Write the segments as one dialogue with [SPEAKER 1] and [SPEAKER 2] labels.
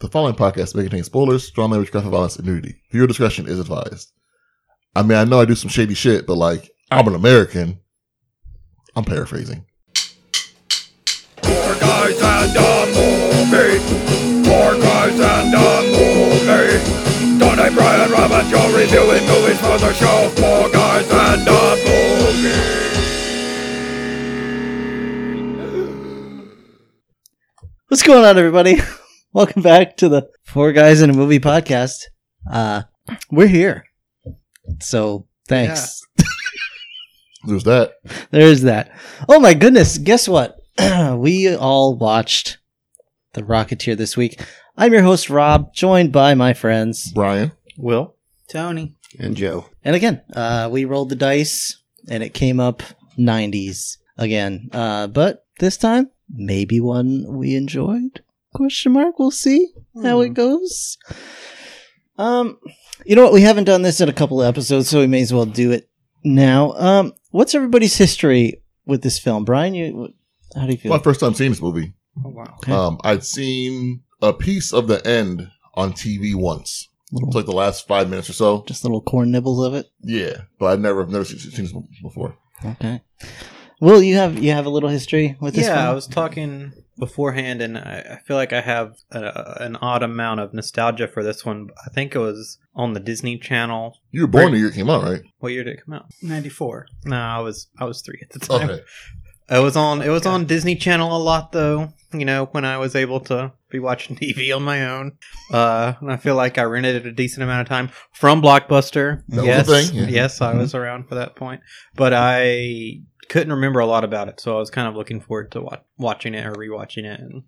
[SPEAKER 1] The following podcast may contain spoilers, strong language, graphic violence, and nudity. Viewer discretion is advised. I mean, I know I do some shady shit, but like, I'm an American. I'm paraphrasing.
[SPEAKER 2] Four guys and a movie. Four guys and a movie. Donnie, Brian, Rob, and Joe reviewing movies for the show. Four guys and a movie.
[SPEAKER 3] What's going on, everybody? Welcome back to the Four Guys in a Movie podcast. Uh, we're here, so thanks.
[SPEAKER 1] There's that.
[SPEAKER 3] There's that. Oh my goodness! Guess what? we all watched The Rocketeer this week. I'm your host Rob, joined by my friends.
[SPEAKER 1] Brian.
[SPEAKER 4] Will
[SPEAKER 3] Tony.
[SPEAKER 4] and Joe.
[SPEAKER 3] And again, uh, we rolled the dice and it came up 90s again. Uh, but this time, maybe one we enjoyed? Question mark. We'll see how
[SPEAKER 5] Hmm.
[SPEAKER 3] it goes. Um, you know what? We haven't done this in a couple of episodes, so we may as well do it now. Um, what's everybody's history with this film, Brian? You, wh- how do you feel?
[SPEAKER 1] My first time seeing this movie.
[SPEAKER 4] Oh wow.
[SPEAKER 3] Okay.
[SPEAKER 1] Um, I'd seen a piece of the end on TV once.
[SPEAKER 3] Little-
[SPEAKER 1] It's like the last five minutes or so.
[SPEAKER 3] just little corn nibbles of it.
[SPEAKER 1] Yeah, but I'd never, I've never seen, seen this before.
[SPEAKER 3] Okay. Will you have you have a little history with this?
[SPEAKER 4] Yeah, I
[SPEAKER 3] film?
[SPEAKER 4] was talking beforehand, and I, I feel like I have a, an odd amount of nostalgia for this one. I think it was on the Disney Channel.
[SPEAKER 1] You were born
[SPEAKER 4] Right.
[SPEAKER 1] the year it came out, right?
[SPEAKER 4] What year did it come out?
[SPEAKER 5] Ninety four.
[SPEAKER 4] No, I was I was three at the time.
[SPEAKER 1] Okay.
[SPEAKER 4] It was on it was on Disney Channel a lot though. You know when I was able to be watching TV on my own, uh, and I feel like I rented it a decent amount of time from Blockbuster.
[SPEAKER 1] That was a
[SPEAKER 4] yes,
[SPEAKER 1] thing, yeah. Mm-hmm.
[SPEAKER 4] yes, I was around for that point, but I couldn't remember a lot about it, so I was kind of looking forward to wa- watching it or rewatching it and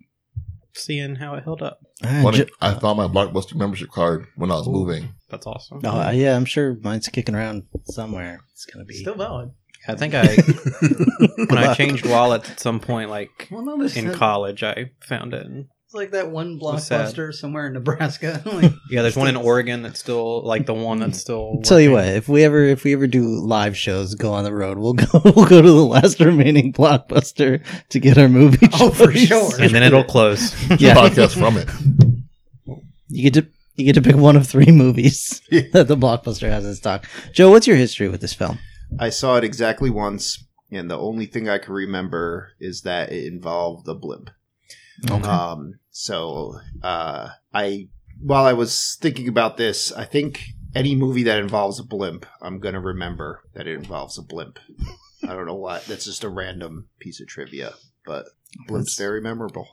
[SPEAKER 4] seeing how it held up.
[SPEAKER 3] Ah,
[SPEAKER 1] Funny,
[SPEAKER 3] Ju-
[SPEAKER 1] I found my Blockbuster membership card when I was moving.
[SPEAKER 4] That's awesome.
[SPEAKER 3] Oh uh, yeah, I'm sure mine's kicking around somewhere. It's gonna be
[SPEAKER 5] Still valid.
[SPEAKER 4] I think I when I changed wallets at some point, like
[SPEAKER 5] Well, no, there's
[SPEAKER 4] in college, I found it. And
[SPEAKER 5] It's like that one
[SPEAKER 4] What's that?
[SPEAKER 5] blockbuster somewhere in Nebraska. like,
[SPEAKER 4] Yeah, there's one in Oregon that's still like the one that's still.
[SPEAKER 3] Tell you
[SPEAKER 4] working.
[SPEAKER 3] what, if we ever if we ever do live shows, go on the road, we'll go we'll go to the last remaining blockbuster to get our movie.
[SPEAKER 5] Oh, for
[SPEAKER 3] choice.
[SPEAKER 5] sure.
[SPEAKER 4] and then it'll close.
[SPEAKER 3] Yeah.
[SPEAKER 1] Podcast from it.
[SPEAKER 3] You get to you get to pick one of three movies that the blockbuster has in stock. Joe, what's your history with this film?
[SPEAKER 6] I saw it exactly once, and the only thing I can remember is that it involved a blimp. Um, so uh, I, while I was thinking about this, I think any movie that involves a blimp, I'm gonna remember that it involves a blimp. I don't know why. That's just a random piece of trivia, but blimp's
[SPEAKER 3] That's-
[SPEAKER 6] very memorable.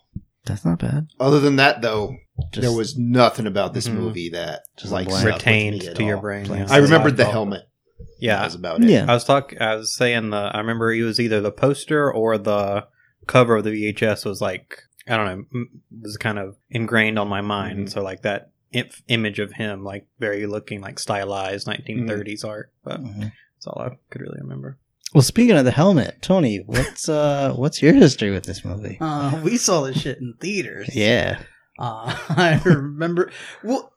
[SPEAKER 3] That's not bad.
[SPEAKER 6] Other than that, though,
[SPEAKER 3] Just, Mm-hmm.
[SPEAKER 6] there was nothing about this
[SPEAKER 4] Mhm.
[SPEAKER 6] movie that
[SPEAKER 3] Just
[SPEAKER 6] like
[SPEAKER 3] a blank.
[SPEAKER 6] stuck with
[SPEAKER 4] retained
[SPEAKER 6] me at
[SPEAKER 4] to your
[SPEAKER 6] all.
[SPEAKER 4] brain.
[SPEAKER 3] Blank.
[SPEAKER 6] I remembered the
[SPEAKER 4] Yeah.
[SPEAKER 6] helmet. that
[SPEAKER 4] Yeah,
[SPEAKER 6] was about it.
[SPEAKER 3] yeah.
[SPEAKER 4] I was talk. I was saying the. I remember it was either the poster or the cover of the VHS was like I don't know m- was kind of ingrained on my mind.
[SPEAKER 6] Mhm.
[SPEAKER 4] So like that inf- image of him, like very looking like stylized 1930s art. But
[SPEAKER 3] Mhm.
[SPEAKER 4] that's all I could really remember.
[SPEAKER 3] Well, speaking of the helmet, Tony, what's uh what's your history with this movie?
[SPEAKER 5] uh, we saw this shit in theaters.
[SPEAKER 3] Yeah,
[SPEAKER 5] Uh, I remember. Well,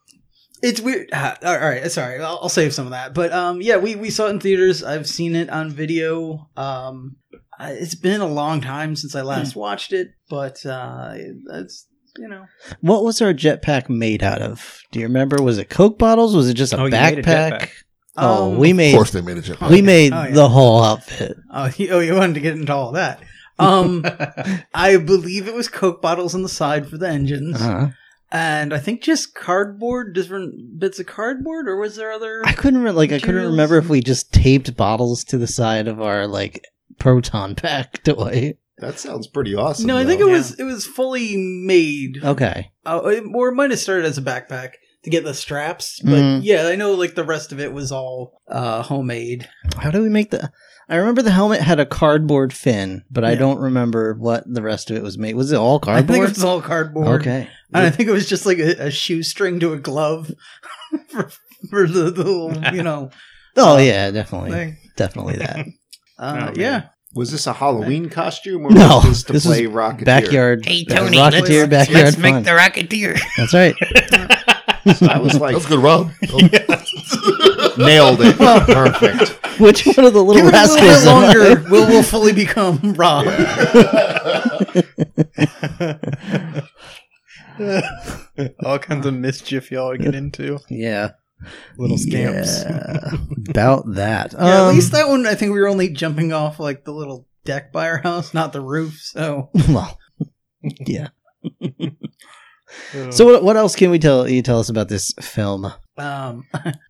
[SPEAKER 5] it's weird. ah, all right, sorry. I'll, I'll save some of that. But um, yeah, we we saw it in theaters. I've seen it on video. Um, I, it's been a long time since I last
[SPEAKER 3] Hmm.
[SPEAKER 5] watched it, but uh, that's you know,
[SPEAKER 3] what was our jetpack made out of? Do you remember? Was it Coke bottles? Was it just a
[SPEAKER 4] Oh, you made a
[SPEAKER 3] backpack?
[SPEAKER 4] jetpack.
[SPEAKER 3] Oh,
[SPEAKER 5] Um,
[SPEAKER 3] we
[SPEAKER 1] Of
[SPEAKER 3] made
[SPEAKER 1] course, they made a joke.
[SPEAKER 5] Oh,
[SPEAKER 3] we
[SPEAKER 5] yeah.
[SPEAKER 3] made
[SPEAKER 5] Oh, yeah.
[SPEAKER 3] the whole outfit.
[SPEAKER 5] Oh, you, oh, you wanted to get into all that. Um, I believe it was Coke bottles on the side for the engines,
[SPEAKER 3] Uh-huh.
[SPEAKER 5] and I think just cardboard, different bits of cardboard, or was there other?
[SPEAKER 3] I couldn't re- like I couldn't
[SPEAKER 5] Materials
[SPEAKER 3] remember if
[SPEAKER 5] and-
[SPEAKER 3] we just taped bottles to the side of our like proton pack toy.
[SPEAKER 6] That sounds pretty awesome.
[SPEAKER 5] no, I
[SPEAKER 6] though.
[SPEAKER 5] think it was it was fully made,
[SPEAKER 3] Okay,
[SPEAKER 5] uh, it- or it might have started as a backpack to get the straps. But
[SPEAKER 3] Mhm.
[SPEAKER 5] yeah, I know like the rest of it was all uh, homemade.
[SPEAKER 3] how do we make the? I remember the helmet had a cardboard fin, but I
[SPEAKER 5] Yeah.
[SPEAKER 3] don't remember what the rest of it was made. Was it all
[SPEAKER 5] I think
[SPEAKER 3] cardboard?
[SPEAKER 5] it was all cardboard.
[SPEAKER 3] okay,
[SPEAKER 5] And I think it was just like a, a shoestring to a glove for, for the, the little, you know
[SPEAKER 3] oh
[SPEAKER 5] Uh,
[SPEAKER 3] yeah, definitely,
[SPEAKER 5] thing.
[SPEAKER 3] definitely that
[SPEAKER 5] Uh,
[SPEAKER 4] Oh,
[SPEAKER 5] yeah.
[SPEAKER 4] man.
[SPEAKER 6] Was this a Halloween costume or
[SPEAKER 3] No,
[SPEAKER 6] was this to
[SPEAKER 3] this
[SPEAKER 6] play
[SPEAKER 3] is
[SPEAKER 6] Rocketeer?
[SPEAKER 3] backyard.
[SPEAKER 7] Hey,
[SPEAKER 3] that was
[SPEAKER 7] Tony,
[SPEAKER 3] Rocketeer
[SPEAKER 5] let's-
[SPEAKER 3] backyard
[SPEAKER 7] Let's
[SPEAKER 3] fun.
[SPEAKER 7] make the Rocketeer.
[SPEAKER 3] That's right.
[SPEAKER 6] I was like,
[SPEAKER 1] That's a good, Rob.
[SPEAKER 6] nailed it. Perfect.
[SPEAKER 3] Which one of the
[SPEAKER 5] Give
[SPEAKER 3] little
[SPEAKER 5] it a little
[SPEAKER 3] rascals? am
[SPEAKER 5] bit
[SPEAKER 3] I?
[SPEAKER 5] longer, we'll, we'll fully become Rob.
[SPEAKER 4] All kinds of mischief y'all get into.
[SPEAKER 3] Yeah.
[SPEAKER 4] Little scamps.
[SPEAKER 3] Yeah. About that.
[SPEAKER 5] Yeah, at
[SPEAKER 3] Um,
[SPEAKER 5] least that one, I think we were only jumping off like the little deck by our house, not the roof. So
[SPEAKER 3] well, yeah. So what, what else can we tell you tell us about this film?
[SPEAKER 5] um,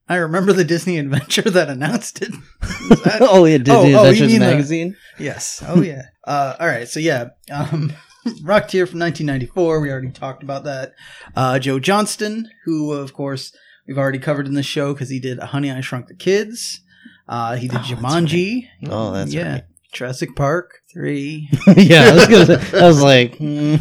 [SPEAKER 5] I remember the Disney adventure that announced it. Was that-
[SPEAKER 3] oh, yeah, Disney
[SPEAKER 5] oh, you
[SPEAKER 3] Adventures
[SPEAKER 5] mean the-
[SPEAKER 3] magazine.
[SPEAKER 5] yes. Oh, yeah. Uh, all right. So, yeah. Um, Rocketeer from 1994. We already talked about that. Uh, Joe Johnston, who, of course, we've already covered in the show because he did Honey, I Shrunk the Kids. Uh, he did
[SPEAKER 3] Oh, that's
[SPEAKER 5] Jumanji.
[SPEAKER 3] Oh, that's
[SPEAKER 5] yeah.
[SPEAKER 3] right.
[SPEAKER 5] Jurassic Park 3.
[SPEAKER 3] yeah, I was, gonna say, I was like, hmm,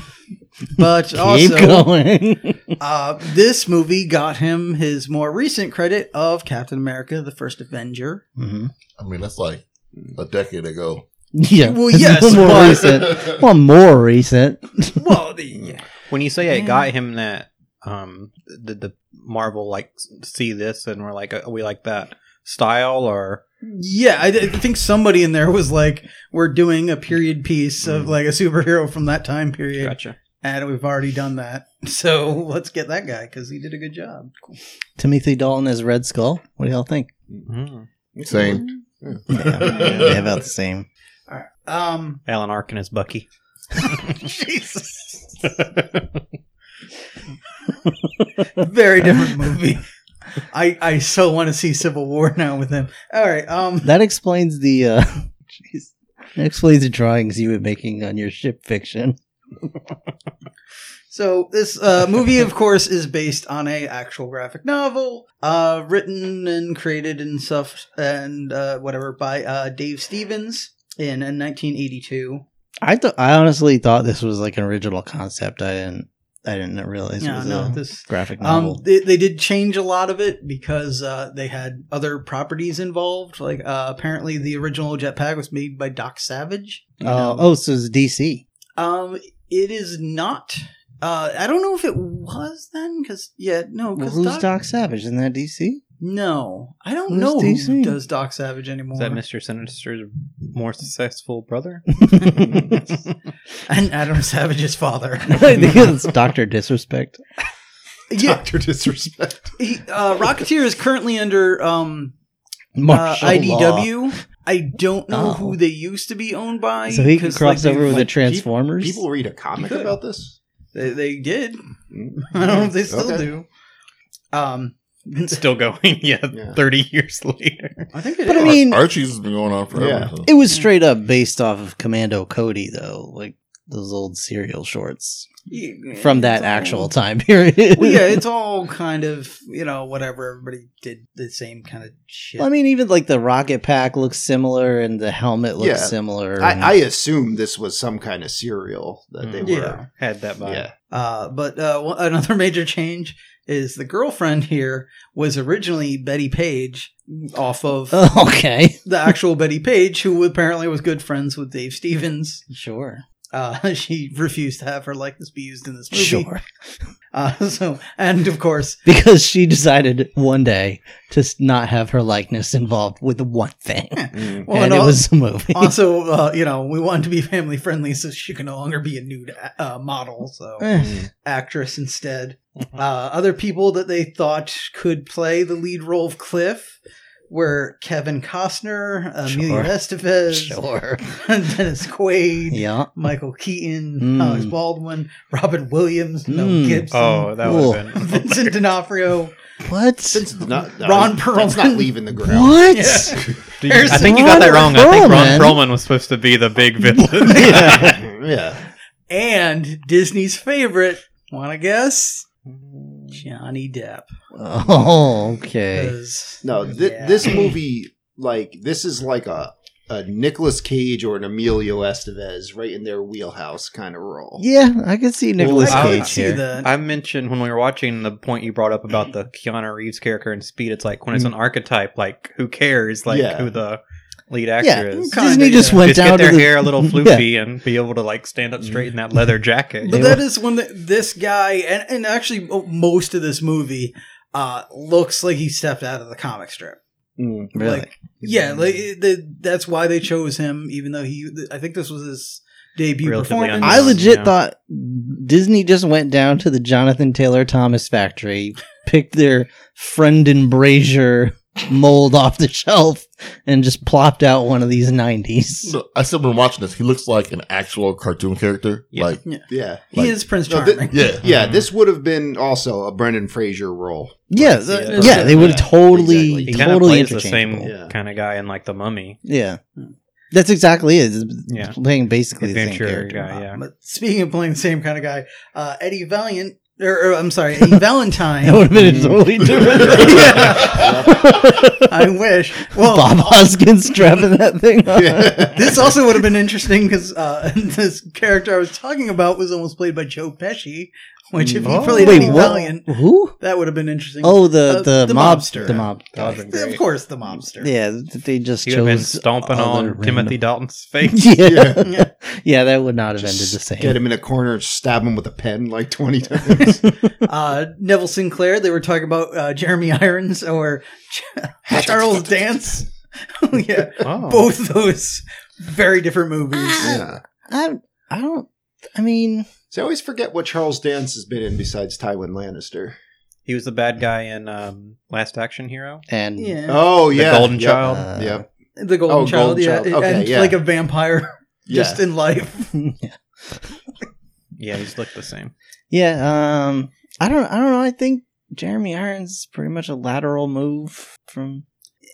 [SPEAKER 5] But
[SPEAKER 3] keep
[SPEAKER 5] also,
[SPEAKER 3] going.
[SPEAKER 5] Uh, this movie got him his more recent credit of Captain America: The First Avenger.
[SPEAKER 3] Mhm.
[SPEAKER 1] I mean, that's like a decade ago.
[SPEAKER 3] Yeah.
[SPEAKER 5] Well,
[SPEAKER 3] it's
[SPEAKER 5] yes,
[SPEAKER 3] more
[SPEAKER 5] but-
[SPEAKER 3] recent. Well, more recent.
[SPEAKER 5] Well, the,
[SPEAKER 4] When you say it got him that, um, did the Marvel like s- see this and we're like, uh, we like that style or
[SPEAKER 5] yeah, I, I think somebody in there was like, "We're doing a period piece of like a superhero from that time period,
[SPEAKER 4] gotcha.
[SPEAKER 5] and we've already done that, so let's get that guy because he did a good job."
[SPEAKER 3] Timothy Dalton as Red Skull. What do y'all think?
[SPEAKER 4] Mm.
[SPEAKER 1] Same.
[SPEAKER 3] Yeah, yeah, about the same.
[SPEAKER 5] All right. Um,
[SPEAKER 4] Alan Arkin is Bucky.
[SPEAKER 5] Jesus, very different movie. I I so want to see Civil War now with him. All right. Um.
[SPEAKER 3] That explains the. uh Jeez. That explains the drawings you were making on your ship fiction.
[SPEAKER 5] So this uh, movie, of course, is based on a actual graphic novel, uh, written and created and stuff and uh, whatever by uh, Dave Stevens in 1982.
[SPEAKER 3] I thought I honestly thought this was like an original concept. I didn't. I didn't realize it
[SPEAKER 5] No,
[SPEAKER 3] was
[SPEAKER 5] no,
[SPEAKER 3] a
[SPEAKER 5] this.
[SPEAKER 3] graphic
[SPEAKER 5] Um,
[SPEAKER 3] novel.
[SPEAKER 5] they, they did change a lot of it because uh, they had other properties involved. Like uh, apparently, the original Jetpack was made by Doc Savage. You
[SPEAKER 3] Uh,
[SPEAKER 5] know.
[SPEAKER 3] oh, so it's DC.
[SPEAKER 5] Um, it is not. Uh, I don't know if it was then, because yeah, no,
[SPEAKER 3] Well,
[SPEAKER 5] because
[SPEAKER 3] who's Doc Savage? Isn't that DC?
[SPEAKER 5] No, I don't
[SPEAKER 3] Who's
[SPEAKER 5] know
[SPEAKER 3] DC?
[SPEAKER 5] who does Doc Savage anymore.
[SPEAKER 4] Is that Mr. Sinister's more successful brother?
[SPEAKER 5] and Adam Savage's father.
[SPEAKER 3] I think it's Doctor Disrespect.
[SPEAKER 5] yeah,
[SPEAKER 6] Doctor disrespect.
[SPEAKER 5] he, uh, Rocketeer is currently under um, uh,
[SPEAKER 3] Martial
[SPEAKER 5] IDW. I don't know
[SPEAKER 3] Oh.
[SPEAKER 5] who they used to be owned by.
[SPEAKER 3] law. So he can
[SPEAKER 5] 'cause,
[SPEAKER 3] cross
[SPEAKER 5] like,
[SPEAKER 3] over
[SPEAKER 5] they-
[SPEAKER 3] with the
[SPEAKER 5] like,
[SPEAKER 3] Transformers.
[SPEAKER 6] People read a comic
[SPEAKER 5] Good.
[SPEAKER 6] about this.
[SPEAKER 5] They, they did.
[SPEAKER 3] Mm-hmm.
[SPEAKER 5] I don't know if they still
[SPEAKER 6] Okay.
[SPEAKER 5] do. Um,
[SPEAKER 4] Still going, yeah,
[SPEAKER 6] Yeah.
[SPEAKER 4] 30 years later.
[SPEAKER 5] I think it
[SPEAKER 3] But I
[SPEAKER 5] is.
[SPEAKER 3] mean-
[SPEAKER 1] Archie's has been going on forever.
[SPEAKER 6] Yeah.
[SPEAKER 1] so.
[SPEAKER 3] it was straight up based off of Commando Cody, though, like those old serial shorts
[SPEAKER 5] Yeah,
[SPEAKER 3] from
[SPEAKER 5] it's
[SPEAKER 3] that
[SPEAKER 5] all-
[SPEAKER 3] actual time period.
[SPEAKER 5] Well, yeah, it's all kind of you know whatever. Everybody did the same kind of shit.
[SPEAKER 3] I mean, even like the rocket pack looks similar, and the helmet looks
[SPEAKER 6] Yeah.
[SPEAKER 3] similar. and-
[SPEAKER 6] I, I assume this was some kind of cereal that they
[SPEAKER 4] Mm.
[SPEAKER 5] Yeah.
[SPEAKER 6] were.
[SPEAKER 4] Had that
[SPEAKER 6] Yeah.
[SPEAKER 4] vibe.
[SPEAKER 5] Uh, but uh, one- another major change is the girlfriend here was originally Betty Page off of
[SPEAKER 3] Oh, okay,
[SPEAKER 5] the actual Betty Page, who apparently was good friends with Dave Stevens.
[SPEAKER 3] sure,
[SPEAKER 5] Uh, she refused to have her likeness be used in this movie.
[SPEAKER 3] sure,
[SPEAKER 5] Uh, so, and of course,
[SPEAKER 3] because she decided one day to s- not have her likeness involved with one thing,
[SPEAKER 6] Mm.
[SPEAKER 5] well,
[SPEAKER 3] and
[SPEAKER 5] and
[SPEAKER 3] it
[SPEAKER 5] al-
[SPEAKER 3] was a movie.
[SPEAKER 5] also, uh, you know, we wanted to be family friendly, so she could no longer be a nude uh, model. So,
[SPEAKER 3] Eh,
[SPEAKER 5] actress instead.
[SPEAKER 3] Mm-hmm.
[SPEAKER 5] Uh, other people that they thought could play the lead role of Cliff were Kevin Costner, Emilio
[SPEAKER 3] Sure.
[SPEAKER 5] Estevez,
[SPEAKER 3] sure,
[SPEAKER 5] Dennis Quaid,
[SPEAKER 3] yeah.
[SPEAKER 5] Michael Keaton,
[SPEAKER 3] Mm.
[SPEAKER 5] Alex Baldwin, Robin Williams, Mel
[SPEAKER 3] Mm.
[SPEAKER 5] Gibson,
[SPEAKER 4] Oh, that
[SPEAKER 3] Cool.
[SPEAKER 4] would have been.
[SPEAKER 5] Vincent D'Onofrio.
[SPEAKER 3] What?
[SPEAKER 6] Since it's not, no,
[SPEAKER 5] Ron
[SPEAKER 6] That's
[SPEAKER 5] Perlman.
[SPEAKER 6] not leaving the ground.
[SPEAKER 3] What?
[SPEAKER 5] Yeah.
[SPEAKER 4] Do you-
[SPEAKER 5] There's
[SPEAKER 4] I think you got that
[SPEAKER 3] Ron
[SPEAKER 4] wrong. I think Ron
[SPEAKER 3] Perlman.
[SPEAKER 4] Perlman was supposed to be the big villain.
[SPEAKER 6] yeah.
[SPEAKER 5] And Disney's favorite, want to guess?
[SPEAKER 3] Mm.
[SPEAKER 5] Johnny Depp.
[SPEAKER 3] Oh, okay.
[SPEAKER 5] 'Cause-
[SPEAKER 6] No, thi-
[SPEAKER 5] Yeah.
[SPEAKER 6] this movie, like, this is like a, a Nicolas Cage or an Emilio Estevez right in their wheelhouse kind of role.
[SPEAKER 3] Yeah, I could see Nicholas
[SPEAKER 5] I
[SPEAKER 4] Well,
[SPEAKER 5] could
[SPEAKER 3] Cage
[SPEAKER 5] see
[SPEAKER 3] here.
[SPEAKER 5] that.
[SPEAKER 4] I mentioned when we were watching the point you brought up about the Keanu Reeves character in Speed. It's like when it's an
[SPEAKER 3] Mm.
[SPEAKER 4] archetype, like who cares, like
[SPEAKER 6] Yeah.
[SPEAKER 4] who the lead
[SPEAKER 3] yeah,
[SPEAKER 4] actor is.
[SPEAKER 5] Kinda,
[SPEAKER 3] Disney just
[SPEAKER 5] yeah.
[SPEAKER 3] went
[SPEAKER 4] Just
[SPEAKER 3] down
[SPEAKER 4] get their
[SPEAKER 3] to the
[SPEAKER 4] hair a little
[SPEAKER 3] Yeah.
[SPEAKER 4] floofy and be able to like stand up straight in that leather jacket.
[SPEAKER 5] But
[SPEAKER 3] They
[SPEAKER 5] that is when the, this guy, and, and actually mo- most of this movie, uh, looks like he stepped out of the comic strip.
[SPEAKER 6] Mm.
[SPEAKER 3] Really? Mm.
[SPEAKER 5] Like, yeah, like it, the, that's why they chose him, even though he. I think this was his debut
[SPEAKER 4] Relatively
[SPEAKER 5] performance.
[SPEAKER 3] I
[SPEAKER 4] Yeah,
[SPEAKER 3] legit
[SPEAKER 4] yeah.
[SPEAKER 3] thought Disney just went down to the Jonathan Taylor Thomas factory, picked their friend and brazier mold off the shelf, and just plopped out one of these 90s.
[SPEAKER 1] No, I still been watching this. He looks like an actual cartoon character.
[SPEAKER 4] Yeah.
[SPEAKER 1] Like,
[SPEAKER 6] Yeah.
[SPEAKER 5] he
[SPEAKER 1] like-
[SPEAKER 5] is Prince
[SPEAKER 6] No, thi-
[SPEAKER 5] Charming.
[SPEAKER 1] yeah,
[SPEAKER 6] Yeah, this would have been also a Brendan Fraser role.
[SPEAKER 3] Yeah, th-
[SPEAKER 4] yeah,
[SPEAKER 3] yeah, they would have totally,
[SPEAKER 6] exactly.
[SPEAKER 4] He kind of
[SPEAKER 3] totally
[SPEAKER 4] plays the same
[SPEAKER 3] interchangeable.
[SPEAKER 6] Yeah.
[SPEAKER 4] kind of guy in like the Mummy.
[SPEAKER 3] Yeah. That's exactly it. It's
[SPEAKER 4] Yeah.
[SPEAKER 3] Playing basically the same
[SPEAKER 4] Adventure
[SPEAKER 3] character.
[SPEAKER 4] guy, yeah.
[SPEAKER 5] But speaking of playing the same kind of guy, uh, Eddie Valiant, or, or, I'm sorry, Eddie
[SPEAKER 3] That
[SPEAKER 5] Valentine.
[SPEAKER 3] would have been
[SPEAKER 4] Mm.
[SPEAKER 3] a totally different thing.
[SPEAKER 5] I wish. Well,
[SPEAKER 3] Bob Hoskins strapping that thing on.
[SPEAKER 5] this also would have been interesting because uh, this character I was talking about was almost played by Joe Pesci, which if
[SPEAKER 6] Oh.
[SPEAKER 5] he played Eddie
[SPEAKER 3] Wait,
[SPEAKER 5] Valiant,
[SPEAKER 3] what? Who?
[SPEAKER 5] that would have been interesting.
[SPEAKER 3] Oh, the,
[SPEAKER 5] Uh,
[SPEAKER 3] the,
[SPEAKER 5] the
[SPEAKER 3] mobster.
[SPEAKER 5] mobster.
[SPEAKER 3] The mob.
[SPEAKER 5] of course, the mobster.
[SPEAKER 3] Yeah, th- they just
[SPEAKER 4] He would have been
[SPEAKER 3] chose
[SPEAKER 4] stomping on
[SPEAKER 3] other random-
[SPEAKER 4] Timothy Dalton's face.
[SPEAKER 3] Yeah.
[SPEAKER 5] Yeah.
[SPEAKER 3] yeah, that would not have ended the
[SPEAKER 6] Just
[SPEAKER 3] same.
[SPEAKER 6] Get him in a corner and stab him with a pen like 20 times.
[SPEAKER 5] Uh, Neville Sinclair, they were talking about uh, Jeremy Irons or Charles Dance. yeah,
[SPEAKER 4] Oh.
[SPEAKER 5] both those very different
[SPEAKER 3] Ah.
[SPEAKER 5] movies.
[SPEAKER 6] yeah.
[SPEAKER 3] I, I don't. I mean,
[SPEAKER 6] So I always forget what Charles Dance has been in besides Tywin Lannister.
[SPEAKER 4] He was the bad guy in um, Last Action Hero.
[SPEAKER 3] and
[SPEAKER 5] Yeah,
[SPEAKER 6] Oh,
[SPEAKER 4] The
[SPEAKER 6] yeah.
[SPEAKER 4] Golden
[SPEAKER 6] Yep.
[SPEAKER 4] Child.
[SPEAKER 3] uh,
[SPEAKER 6] Yep.
[SPEAKER 5] the Golden
[SPEAKER 6] Oh,
[SPEAKER 5] Child,
[SPEAKER 6] Golden
[SPEAKER 5] yeah,
[SPEAKER 6] Child. Okay,
[SPEAKER 5] and
[SPEAKER 6] yeah.
[SPEAKER 5] like a vampire just
[SPEAKER 6] yeah.
[SPEAKER 5] in life.
[SPEAKER 4] Yeah, he's looked the same.
[SPEAKER 3] Oh, yeah. Um, I don't. I don't know. I think Jeremy Irons is pretty much a lateral move from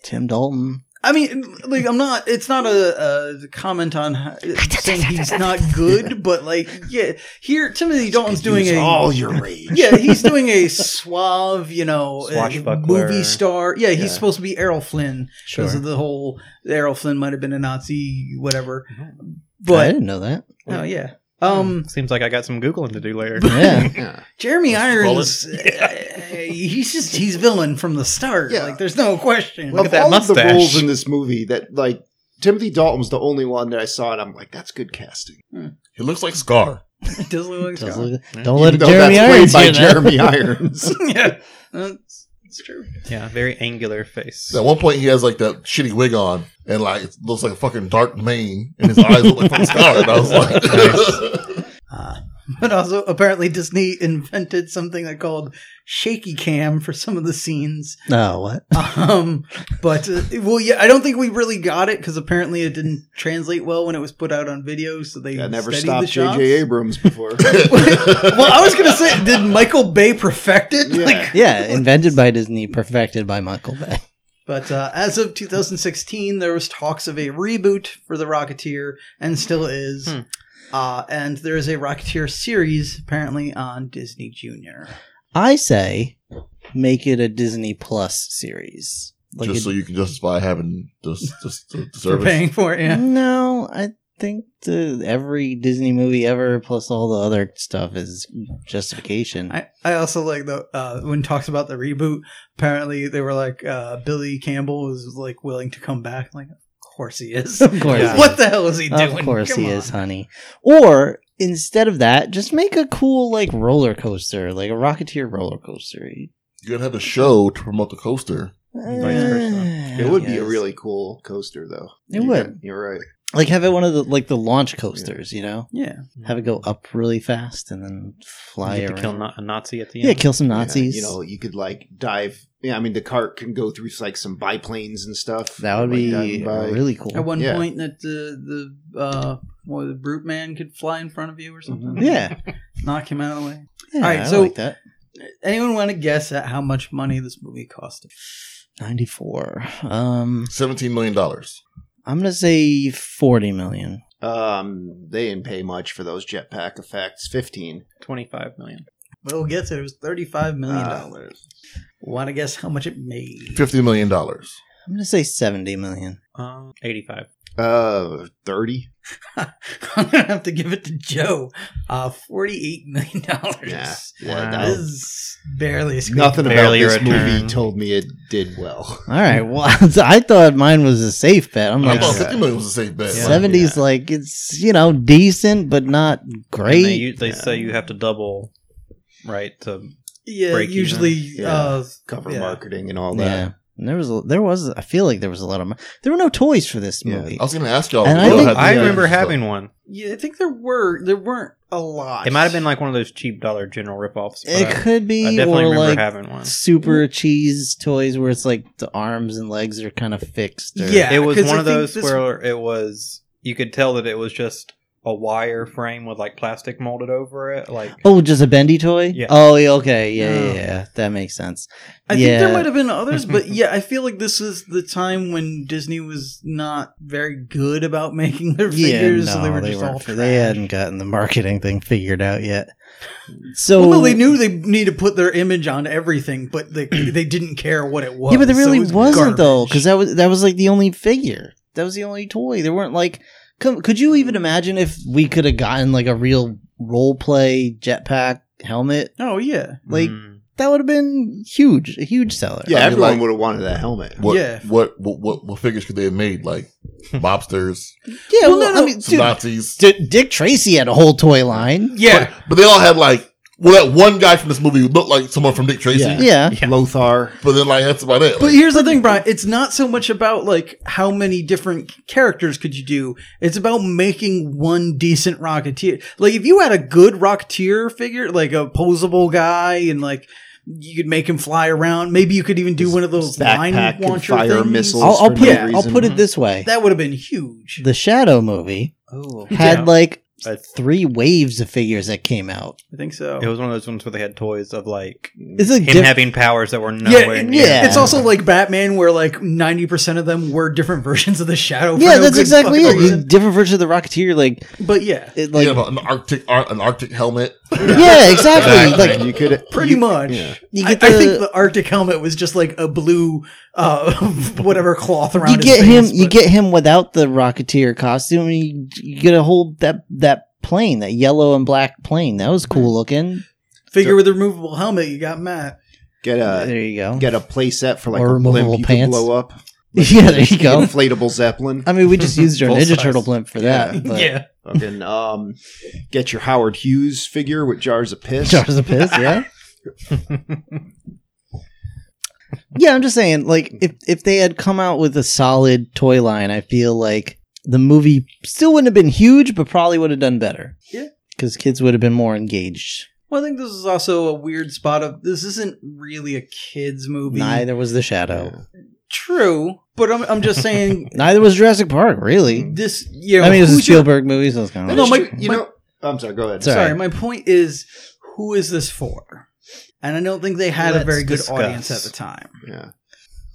[SPEAKER 3] Tim Dalton.
[SPEAKER 5] I mean, like I'm not. It's not a, a comment on how- saying he's not good, but like, yeah, here Timothy Dalton's doing
[SPEAKER 6] Use
[SPEAKER 5] a
[SPEAKER 6] all your rage.
[SPEAKER 5] yeah, he's doing a suave, you know, uh,
[SPEAKER 4] Swashbuckler.
[SPEAKER 5] movie star. Yeah, he's
[SPEAKER 6] Yeah.
[SPEAKER 5] supposed to be Errol Flynn
[SPEAKER 3] Sure,
[SPEAKER 5] because of the whole Errol Flynn might have been a Nazi, whatever.
[SPEAKER 3] I
[SPEAKER 5] But
[SPEAKER 3] didn't know that.
[SPEAKER 5] oh yeah, um,
[SPEAKER 4] Seems like I got some googling to do later.
[SPEAKER 3] Yeah,
[SPEAKER 6] Yeah.
[SPEAKER 5] Jeremy
[SPEAKER 1] Roll it.
[SPEAKER 5] Irons, uh, he's just he's villain from the start.
[SPEAKER 6] Yeah.
[SPEAKER 5] Like, there's no question.
[SPEAKER 4] Look
[SPEAKER 6] Of
[SPEAKER 4] at that
[SPEAKER 6] all of the
[SPEAKER 4] mustache.
[SPEAKER 6] roles in this movie that, like, Timothy Dalton was the only one that I saw, and I'm like, that's good casting.
[SPEAKER 1] he looks like Scar.
[SPEAKER 5] It does look like
[SPEAKER 3] Does
[SPEAKER 5] Scott.
[SPEAKER 3] look-
[SPEAKER 4] Yeah.
[SPEAKER 3] don't let
[SPEAKER 6] Even though
[SPEAKER 3] Jeremy
[SPEAKER 6] that's
[SPEAKER 3] Irons
[SPEAKER 6] played by
[SPEAKER 3] hear that.
[SPEAKER 6] Jeremy Irons.
[SPEAKER 5] yeah, that's, it's true.
[SPEAKER 4] Yeah, very angular face.
[SPEAKER 1] At one point, he has like that shitty wig on, and like it looks like a fucking dark mane, and his eyes look like fucking Scar. And I was like,
[SPEAKER 5] Uh, but also, apparently, Disney invented something they called shaky cam for some of the scenes.
[SPEAKER 3] No, Oh, what?
[SPEAKER 5] Um, but uh, well, yeah, I don't think we really got it because apparently it didn't translate well when it was put out on video. So they
[SPEAKER 6] I never
[SPEAKER 5] studied
[SPEAKER 6] stopped
[SPEAKER 5] the shots.
[SPEAKER 6] J.J. Abrams before.
[SPEAKER 5] well, I was gonna say, did Michael Bay perfect it?
[SPEAKER 6] Yeah.
[SPEAKER 5] Like,
[SPEAKER 3] Yeah, invented by Disney, perfected by Michael Bay.
[SPEAKER 5] but uh, as of 2016, there was talks of a reboot for The Rocketeer, and still is.
[SPEAKER 4] Hmm.
[SPEAKER 5] Uh, and there is a Rocketeer series apparently on Disney Junior.
[SPEAKER 3] I say, make it a Disney Plus series. Like
[SPEAKER 1] just
[SPEAKER 3] a-
[SPEAKER 1] so you can justify having this, this, the the
[SPEAKER 5] We're
[SPEAKER 1] service.
[SPEAKER 5] paying for it. Yeah.
[SPEAKER 3] No, I think the, every Disney movie ever, plus all the other stuff, is justification.
[SPEAKER 5] I, I also like the uh, when talks about the reboot. Apparently, they were like uh, Billy Campbell was like willing to come back. I'm like, of course he is.
[SPEAKER 3] Of course he
[SPEAKER 5] what
[SPEAKER 3] is.
[SPEAKER 5] the hell is he doing?
[SPEAKER 3] of course
[SPEAKER 5] Come
[SPEAKER 3] he
[SPEAKER 5] on.
[SPEAKER 3] is, honey. Or instead of that, just make a cool like roller coaster, like a Rocketeer roller coaster.
[SPEAKER 1] You're gonna have a show to promote the coaster.
[SPEAKER 4] Vice versa.
[SPEAKER 3] Eh,
[SPEAKER 6] It would be a
[SPEAKER 3] Yes.
[SPEAKER 6] really cool coaster, though.
[SPEAKER 3] It
[SPEAKER 6] You
[SPEAKER 3] would.
[SPEAKER 6] got- You're right.
[SPEAKER 3] like have it one of the like the launch coasters, you know,
[SPEAKER 5] Yeah,
[SPEAKER 3] have it go up really fast and then fly
[SPEAKER 4] You get to
[SPEAKER 3] around.
[SPEAKER 4] kill na- a Nazi at the
[SPEAKER 3] yeah,
[SPEAKER 4] end.
[SPEAKER 3] kill some
[SPEAKER 6] Yeah,
[SPEAKER 3] Nazis.
[SPEAKER 6] you know, you could like dive. Yeah, I mean, the cart can go through like some biplanes and stuff.
[SPEAKER 3] that would
[SPEAKER 6] Like,
[SPEAKER 3] be
[SPEAKER 6] done by-
[SPEAKER 3] really cool.
[SPEAKER 5] at one
[SPEAKER 6] Yeah.
[SPEAKER 5] point that the the uh, what, the brute man could fly in front of you or something.
[SPEAKER 3] Mm-hmm. yeah,
[SPEAKER 5] knock him out of the way.
[SPEAKER 3] yeah.
[SPEAKER 5] right,
[SPEAKER 3] I
[SPEAKER 5] so-
[SPEAKER 3] like that.
[SPEAKER 5] Anyone want to guess at how much money this movie cost?
[SPEAKER 3] Ninety four. Um,
[SPEAKER 1] Seventeen million dollars.
[SPEAKER 3] I'm gonna say forty million.
[SPEAKER 6] Um, they didn't pay much for those jetpack effects. Fifteen.
[SPEAKER 4] 25 million.
[SPEAKER 5] Well, guess it was thirty-five million
[SPEAKER 3] Ah.
[SPEAKER 5] dollars. want to guess how much it made?
[SPEAKER 1] Fifty million dollars.
[SPEAKER 3] I'm gonna say seventy million.
[SPEAKER 4] Uh, 85.
[SPEAKER 6] Uh, thirty.
[SPEAKER 5] I'm gonna have to give it to Joe. Uh, Forty-eight million dollars.
[SPEAKER 6] Yeah,
[SPEAKER 4] Wow.
[SPEAKER 5] That is barely a
[SPEAKER 6] Nothing about
[SPEAKER 4] Barely a
[SPEAKER 6] this movie
[SPEAKER 4] return.
[SPEAKER 6] told me it did well.
[SPEAKER 3] All right. Well, I thought mine was a safe bet. I'm
[SPEAKER 1] I
[SPEAKER 3] like
[SPEAKER 1] thought
[SPEAKER 4] Nice.
[SPEAKER 1] fifty million was a safe bet.
[SPEAKER 4] Yeah.
[SPEAKER 1] Like,
[SPEAKER 3] seventies. Like it's you know decent, but not
[SPEAKER 4] And they
[SPEAKER 3] great.
[SPEAKER 4] u- they say you have to double, right, to
[SPEAKER 5] Yeah,
[SPEAKER 4] break even.
[SPEAKER 5] usually. Uh,
[SPEAKER 6] Cover
[SPEAKER 5] Yeah.
[SPEAKER 6] marketing and all
[SPEAKER 3] yeah.
[SPEAKER 6] that.
[SPEAKER 3] And there was a, there was I feel like there was a lot of mo- there were no toys for this
[SPEAKER 6] Yeah,
[SPEAKER 3] movie.
[SPEAKER 1] I was going to ask y'all.
[SPEAKER 3] And
[SPEAKER 1] if
[SPEAKER 3] I
[SPEAKER 1] y'all
[SPEAKER 3] think-
[SPEAKER 1] had
[SPEAKER 4] I
[SPEAKER 1] any
[SPEAKER 4] remember
[SPEAKER 1] ideas,
[SPEAKER 4] having one.
[SPEAKER 5] Yeah, I think there were there weren't a lot.
[SPEAKER 4] It might have been like one of those cheap dollar general ripoffs. But
[SPEAKER 3] it
[SPEAKER 4] I,
[SPEAKER 3] could
[SPEAKER 4] I
[SPEAKER 3] be
[SPEAKER 4] definitely
[SPEAKER 3] or
[SPEAKER 4] remember
[SPEAKER 3] like
[SPEAKER 4] having one.
[SPEAKER 3] super cheese toys where it's like the arms and legs are kind of fixed. Or,
[SPEAKER 5] Yeah,
[SPEAKER 4] it was
[SPEAKER 5] 'cause
[SPEAKER 4] one
[SPEAKER 5] I
[SPEAKER 4] of
[SPEAKER 5] think
[SPEAKER 4] those
[SPEAKER 5] this-
[SPEAKER 4] where it was you could tell that it was just a wire frame with like plastic molded over it. Like
[SPEAKER 3] Oh, just a bendy toy.
[SPEAKER 4] Yeah.
[SPEAKER 3] Oh, yeah, okay. Yeah, yeah,
[SPEAKER 5] Oh.
[SPEAKER 3] yeah. That makes sense.
[SPEAKER 5] I
[SPEAKER 3] yeah.
[SPEAKER 5] think there might have been others, but yeah, I feel like this is the time when Disney was not very good about making their figures, so they were just all
[SPEAKER 3] weren't-
[SPEAKER 5] trash.
[SPEAKER 3] They hadn't gotten the marketing thing figured out yet. So
[SPEAKER 5] well, they knew they need to put their image on everything, but they they didn't care what it was.
[SPEAKER 3] yeah, but there
[SPEAKER 5] so it
[SPEAKER 3] really
[SPEAKER 5] was
[SPEAKER 3] wasn't though,
[SPEAKER 5] garbage.
[SPEAKER 3] because that was that was like the only figure. That was the only toy. There weren't like. Come, could you even imagine if we could have gotten like a real role play jetpack helmet?
[SPEAKER 5] oh yeah,
[SPEAKER 3] Like
[SPEAKER 4] mm,
[SPEAKER 3] that would have been huge, a huge seller.
[SPEAKER 6] Yeah,
[SPEAKER 1] I mean,
[SPEAKER 6] everyone
[SPEAKER 1] like-
[SPEAKER 6] would have wanted that helmet.
[SPEAKER 1] What,
[SPEAKER 5] Yeah.
[SPEAKER 1] What, what what what figures could they have made? Like mobsters,
[SPEAKER 3] yeah.
[SPEAKER 5] Well,
[SPEAKER 3] Well,
[SPEAKER 5] no, no.
[SPEAKER 3] I mean,
[SPEAKER 1] some
[SPEAKER 3] dude,
[SPEAKER 1] Nazis.
[SPEAKER 3] D- Dick Tracy had a whole toy line.
[SPEAKER 5] yeah.
[SPEAKER 1] But they all had like well, that one guy from this movie looked like someone from Dick Tracy.
[SPEAKER 3] Yeah.
[SPEAKER 6] Lothar.
[SPEAKER 1] But then like that's about it.
[SPEAKER 5] But
[SPEAKER 1] Like,
[SPEAKER 5] here's the thing, Brian. It's not so much about like how many different characters could you do. It's about making one decent Rocketeer. Like if you had a good Rocketeer figure, like a posable guy, and like you could make him fly around. Maybe you could even do one of those line
[SPEAKER 6] backpack and
[SPEAKER 5] launcher
[SPEAKER 6] fire
[SPEAKER 5] things.
[SPEAKER 6] missiles.
[SPEAKER 3] I'll, I'll
[SPEAKER 6] For
[SPEAKER 3] put
[SPEAKER 5] no
[SPEAKER 3] it. I'll
[SPEAKER 6] reason.
[SPEAKER 3] put it this way:
[SPEAKER 5] That would have been huge.
[SPEAKER 3] the Shadow movie
[SPEAKER 5] Oh,
[SPEAKER 3] had
[SPEAKER 4] Yeah.
[SPEAKER 3] like
[SPEAKER 4] I-
[SPEAKER 3] three waves of figures that came out.
[SPEAKER 5] I think so.
[SPEAKER 4] it was one of those ones where they had toys of like
[SPEAKER 3] It's a
[SPEAKER 4] him
[SPEAKER 3] diff-
[SPEAKER 4] having powers that were nowhere
[SPEAKER 5] yeah,
[SPEAKER 4] near.
[SPEAKER 5] yeah.
[SPEAKER 3] yeah.
[SPEAKER 5] It's also like Batman, where like ninety percent of them were different versions of the Shadow. for
[SPEAKER 3] yeah,
[SPEAKER 5] no
[SPEAKER 3] that's
[SPEAKER 5] good
[SPEAKER 3] exactly
[SPEAKER 5] fucking
[SPEAKER 3] it. You-
[SPEAKER 5] reason.
[SPEAKER 3] Different version of the Rocketeer, like
[SPEAKER 5] But yeah,
[SPEAKER 3] it, like
[SPEAKER 1] you know, an Arctic ar- an Arctic helmet.
[SPEAKER 3] yeah, exactly.
[SPEAKER 6] Exactly.
[SPEAKER 3] Like
[SPEAKER 6] you could
[SPEAKER 5] pretty
[SPEAKER 6] you-
[SPEAKER 5] much.
[SPEAKER 6] yeah.
[SPEAKER 3] you
[SPEAKER 5] I,
[SPEAKER 3] get
[SPEAKER 5] I
[SPEAKER 3] the-
[SPEAKER 5] think the Arctic helmet was just like a blue, uh, whatever cloth around.
[SPEAKER 3] you
[SPEAKER 5] his
[SPEAKER 3] get him.
[SPEAKER 5] face,
[SPEAKER 3] You
[SPEAKER 5] but-
[SPEAKER 3] get him without the Rocketeer costume. and You, you get a whole that that plane, that yellow and black plane. That was cool looking.
[SPEAKER 5] figure with a removable helmet. You got Matt.
[SPEAKER 6] get a
[SPEAKER 5] Uh,
[SPEAKER 3] there you go.
[SPEAKER 6] get a playset for like
[SPEAKER 3] Or
[SPEAKER 6] a
[SPEAKER 3] removable
[SPEAKER 6] blimp you could
[SPEAKER 3] pants.
[SPEAKER 6] blow up.
[SPEAKER 3] yeah, there you go.
[SPEAKER 6] Inflatable zeppelin.
[SPEAKER 3] I mean, we just used our
[SPEAKER 4] Full
[SPEAKER 3] Ninja
[SPEAKER 4] size.
[SPEAKER 3] Turtle blimp for that.
[SPEAKER 6] Yeah.
[SPEAKER 3] but-
[SPEAKER 6] Fucking um, get your Howard Hughes figure with jars of piss.
[SPEAKER 3] Jars of piss, yeah. yeah, I'm just saying, like, if if they had come out with a solid toy line, I feel like the movie still wouldn't have been huge, but probably would have done better.
[SPEAKER 5] Yeah.
[SPEAKER 3] Because kids would have been more engaged.
[SPEAKER 5] Well, I think this is also a weird spot of this isn't really a kids movie.
[SPEAKER 3] Neither was The Shadow.
[SPEAKER 5] True, but I'm I'm just saying
[SPEAKER 3] Neither was Jurassic Park, really.
[SPEAKER 5] this. You know,
[SPEAKER 3] I mean, it was a
[SPEAKER 5] who's Mm-hmm. your-
[SPEAKER 3] Spielberg movie, so it's kind of
[SPEAKER 5] No,
[SPEAKER 6] No,
[SPEAKER 5] my-
[SPEAKER 6] you
[SPEAKER 5] my-
[SPEAKER 6] know. I'm sorry. Go ahead.
[SPEAKER 3] Sorry.
[SPEAKER 5] Sorry, my point is, who is this for? And I don't think they had a
[SPEAKER 4] Let's
[SPEAKER 5] very good
[SPEAKER 4] discuss.
[SPEAKER 5] audience at the time.
[SPEAKER 6] Yeah.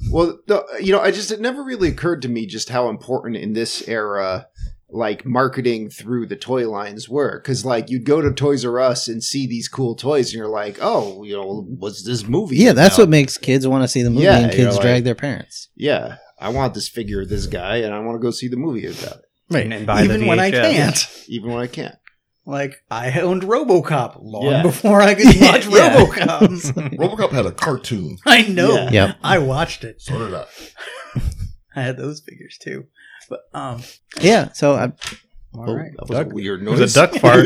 [SPEAKER 6] Well, the, you know, I just it never really occurred to me just how important in this era like marketing through the toy lines were cuz like you'd go to Toys R Us and see these cool toys and you're like, "Oh, you know, what's this movie?"
[SPEAKER 3] yeah, that's
[SPEAKER 6] about?
[SPEAKER 3] what makes kids want to see the movie
[SPEAKER 6] Yeah,
[SPEAKER 3] and
[SPEAKER 6] you're
[SPEAKER 3] kids
[SPEAKER 6] like-
[SPEAKER 3] drag their parents.
[SPEAKER 6] Yeah, I want this figure of this guy and I want to go see the movie about it
[SPEAKER 4] And, and buy
[SPEAKER 5] Even
[SPEAKER 4] the
[SPEAKER 5] when I
[SPEAKER 4] VHS.
[SPEAKER 5] can't.
[SPEAKER 6] even when I can't.
[SPEAKER 5] Like I owned RoboCop long
[SPEAKER 6] Yeah.
[SPEAKER 5] before I could watch
[SPEAKER 3] Yeah.
[SPEAKER 5] RoboCop.
[SPEAKER 1] RoboCop had a cartoon.
[SPEAKER 5] I know.
[SPEAKER 6] Yeah.
[SPEAKER 3] Yep.
[SPEAKER 5] I watched it.
[SPEAKER 1] So did I.
[SPEAKER 5] I had those figures too. But um,
[SPEAKER 3] Yeah, so I,
[SPEAKER 5] all
[SPEAKER 6] Oh,
[SPEAKER 5] right.
[SPEAKER 6] That was a weird
[SPEAKER 4] It
[SPEAKER 6] noise.
[SPEAKER 4] was a duck fart.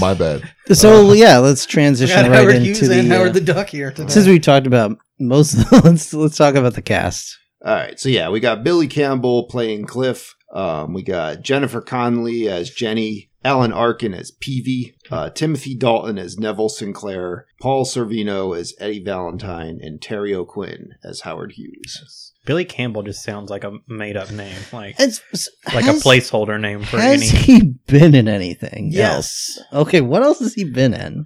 [SPEAKER 1] My bad.
[SPEAKER 3] so yeah, let's transition
[SPEAKER 5] Got
[SPEAKER 3] right
[SPEAKER 5] Uh, Howard
[SPEAKER 3] into
[SPEAKER 5] Hughes
[SPEAKER 3] the
[SPEAKER 5] and
[SPEAKER 3] uh,
[SPEAKER 5] Howard the Duck here today.
[SPEAKER 3] Since we've talked about most of the, let's let's talk about the cast.
[SPEAKER 6] All right, so yeah, we got Billy Campbell playing Cliff. Um, we got Jennifer Connelly as Jenny, Alan Arkin as Peavy, uh, Timothy Dalton as Neville Sinclair, Paul Servino as Eddie Valentine, and Terry O'Quinn as Howard Hughes.
[SPEAKER 4] Billy Campbell just sounds like a made up name, like
[SPEAKER 3] It's,
[SPEAKER 4] like
[SPEAKER 3] has-
[SPEAKER 4] a placeholder name for
[SPEAKER 3] Has
[SPEAKER 4] any
[SPEAKER 3] he been in anything? else?
[SPEAKER 5] yes.
[SPEAKER 3] Okay, what else has he been in?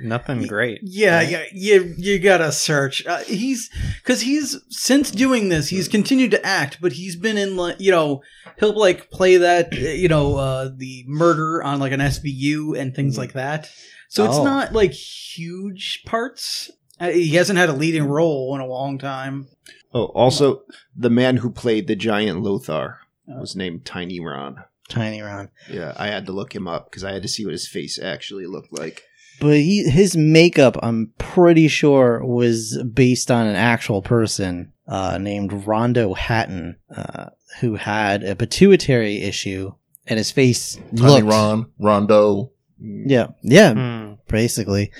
[SPEAKER 4] nothing great.
[SPEAKER 5] Yeah, yeah, you you gotta search. Uh, he's because he's since doing this, he's continued to act, but he's been in like you know he'll like play that uh, you know uh, the murder on like an SVU and things like that. So it's
[SPEAKER 3] Mm-hmm. Oh.
[SPEAKER 5] not like huge parts. Uh, he hasn't had a leading role in a long time.
[SPEAKER 6] Oh, also, the man who played the giant Lothar was named Tiny Ron.
[SPEAKER 3] Tiny Ron,
[SPEAKER 6] Yeah, I had to look him up because I had to see what his face actually looked like.
[SPEAKER 3] but he his makeup, I'm pretty sure, was based on an actual person uh, named Rondo Hatton, uh, who had a pituitary issue, and his face
[SPEAKER 1] Tiny
[SPEAKER 3] looked.
[SPEAKER 1] Ron, Rondo.
[SPEAKER 3] Yeah, yeah,
[SPEAKER 4] Hmm.
[SPEAKER 3] basically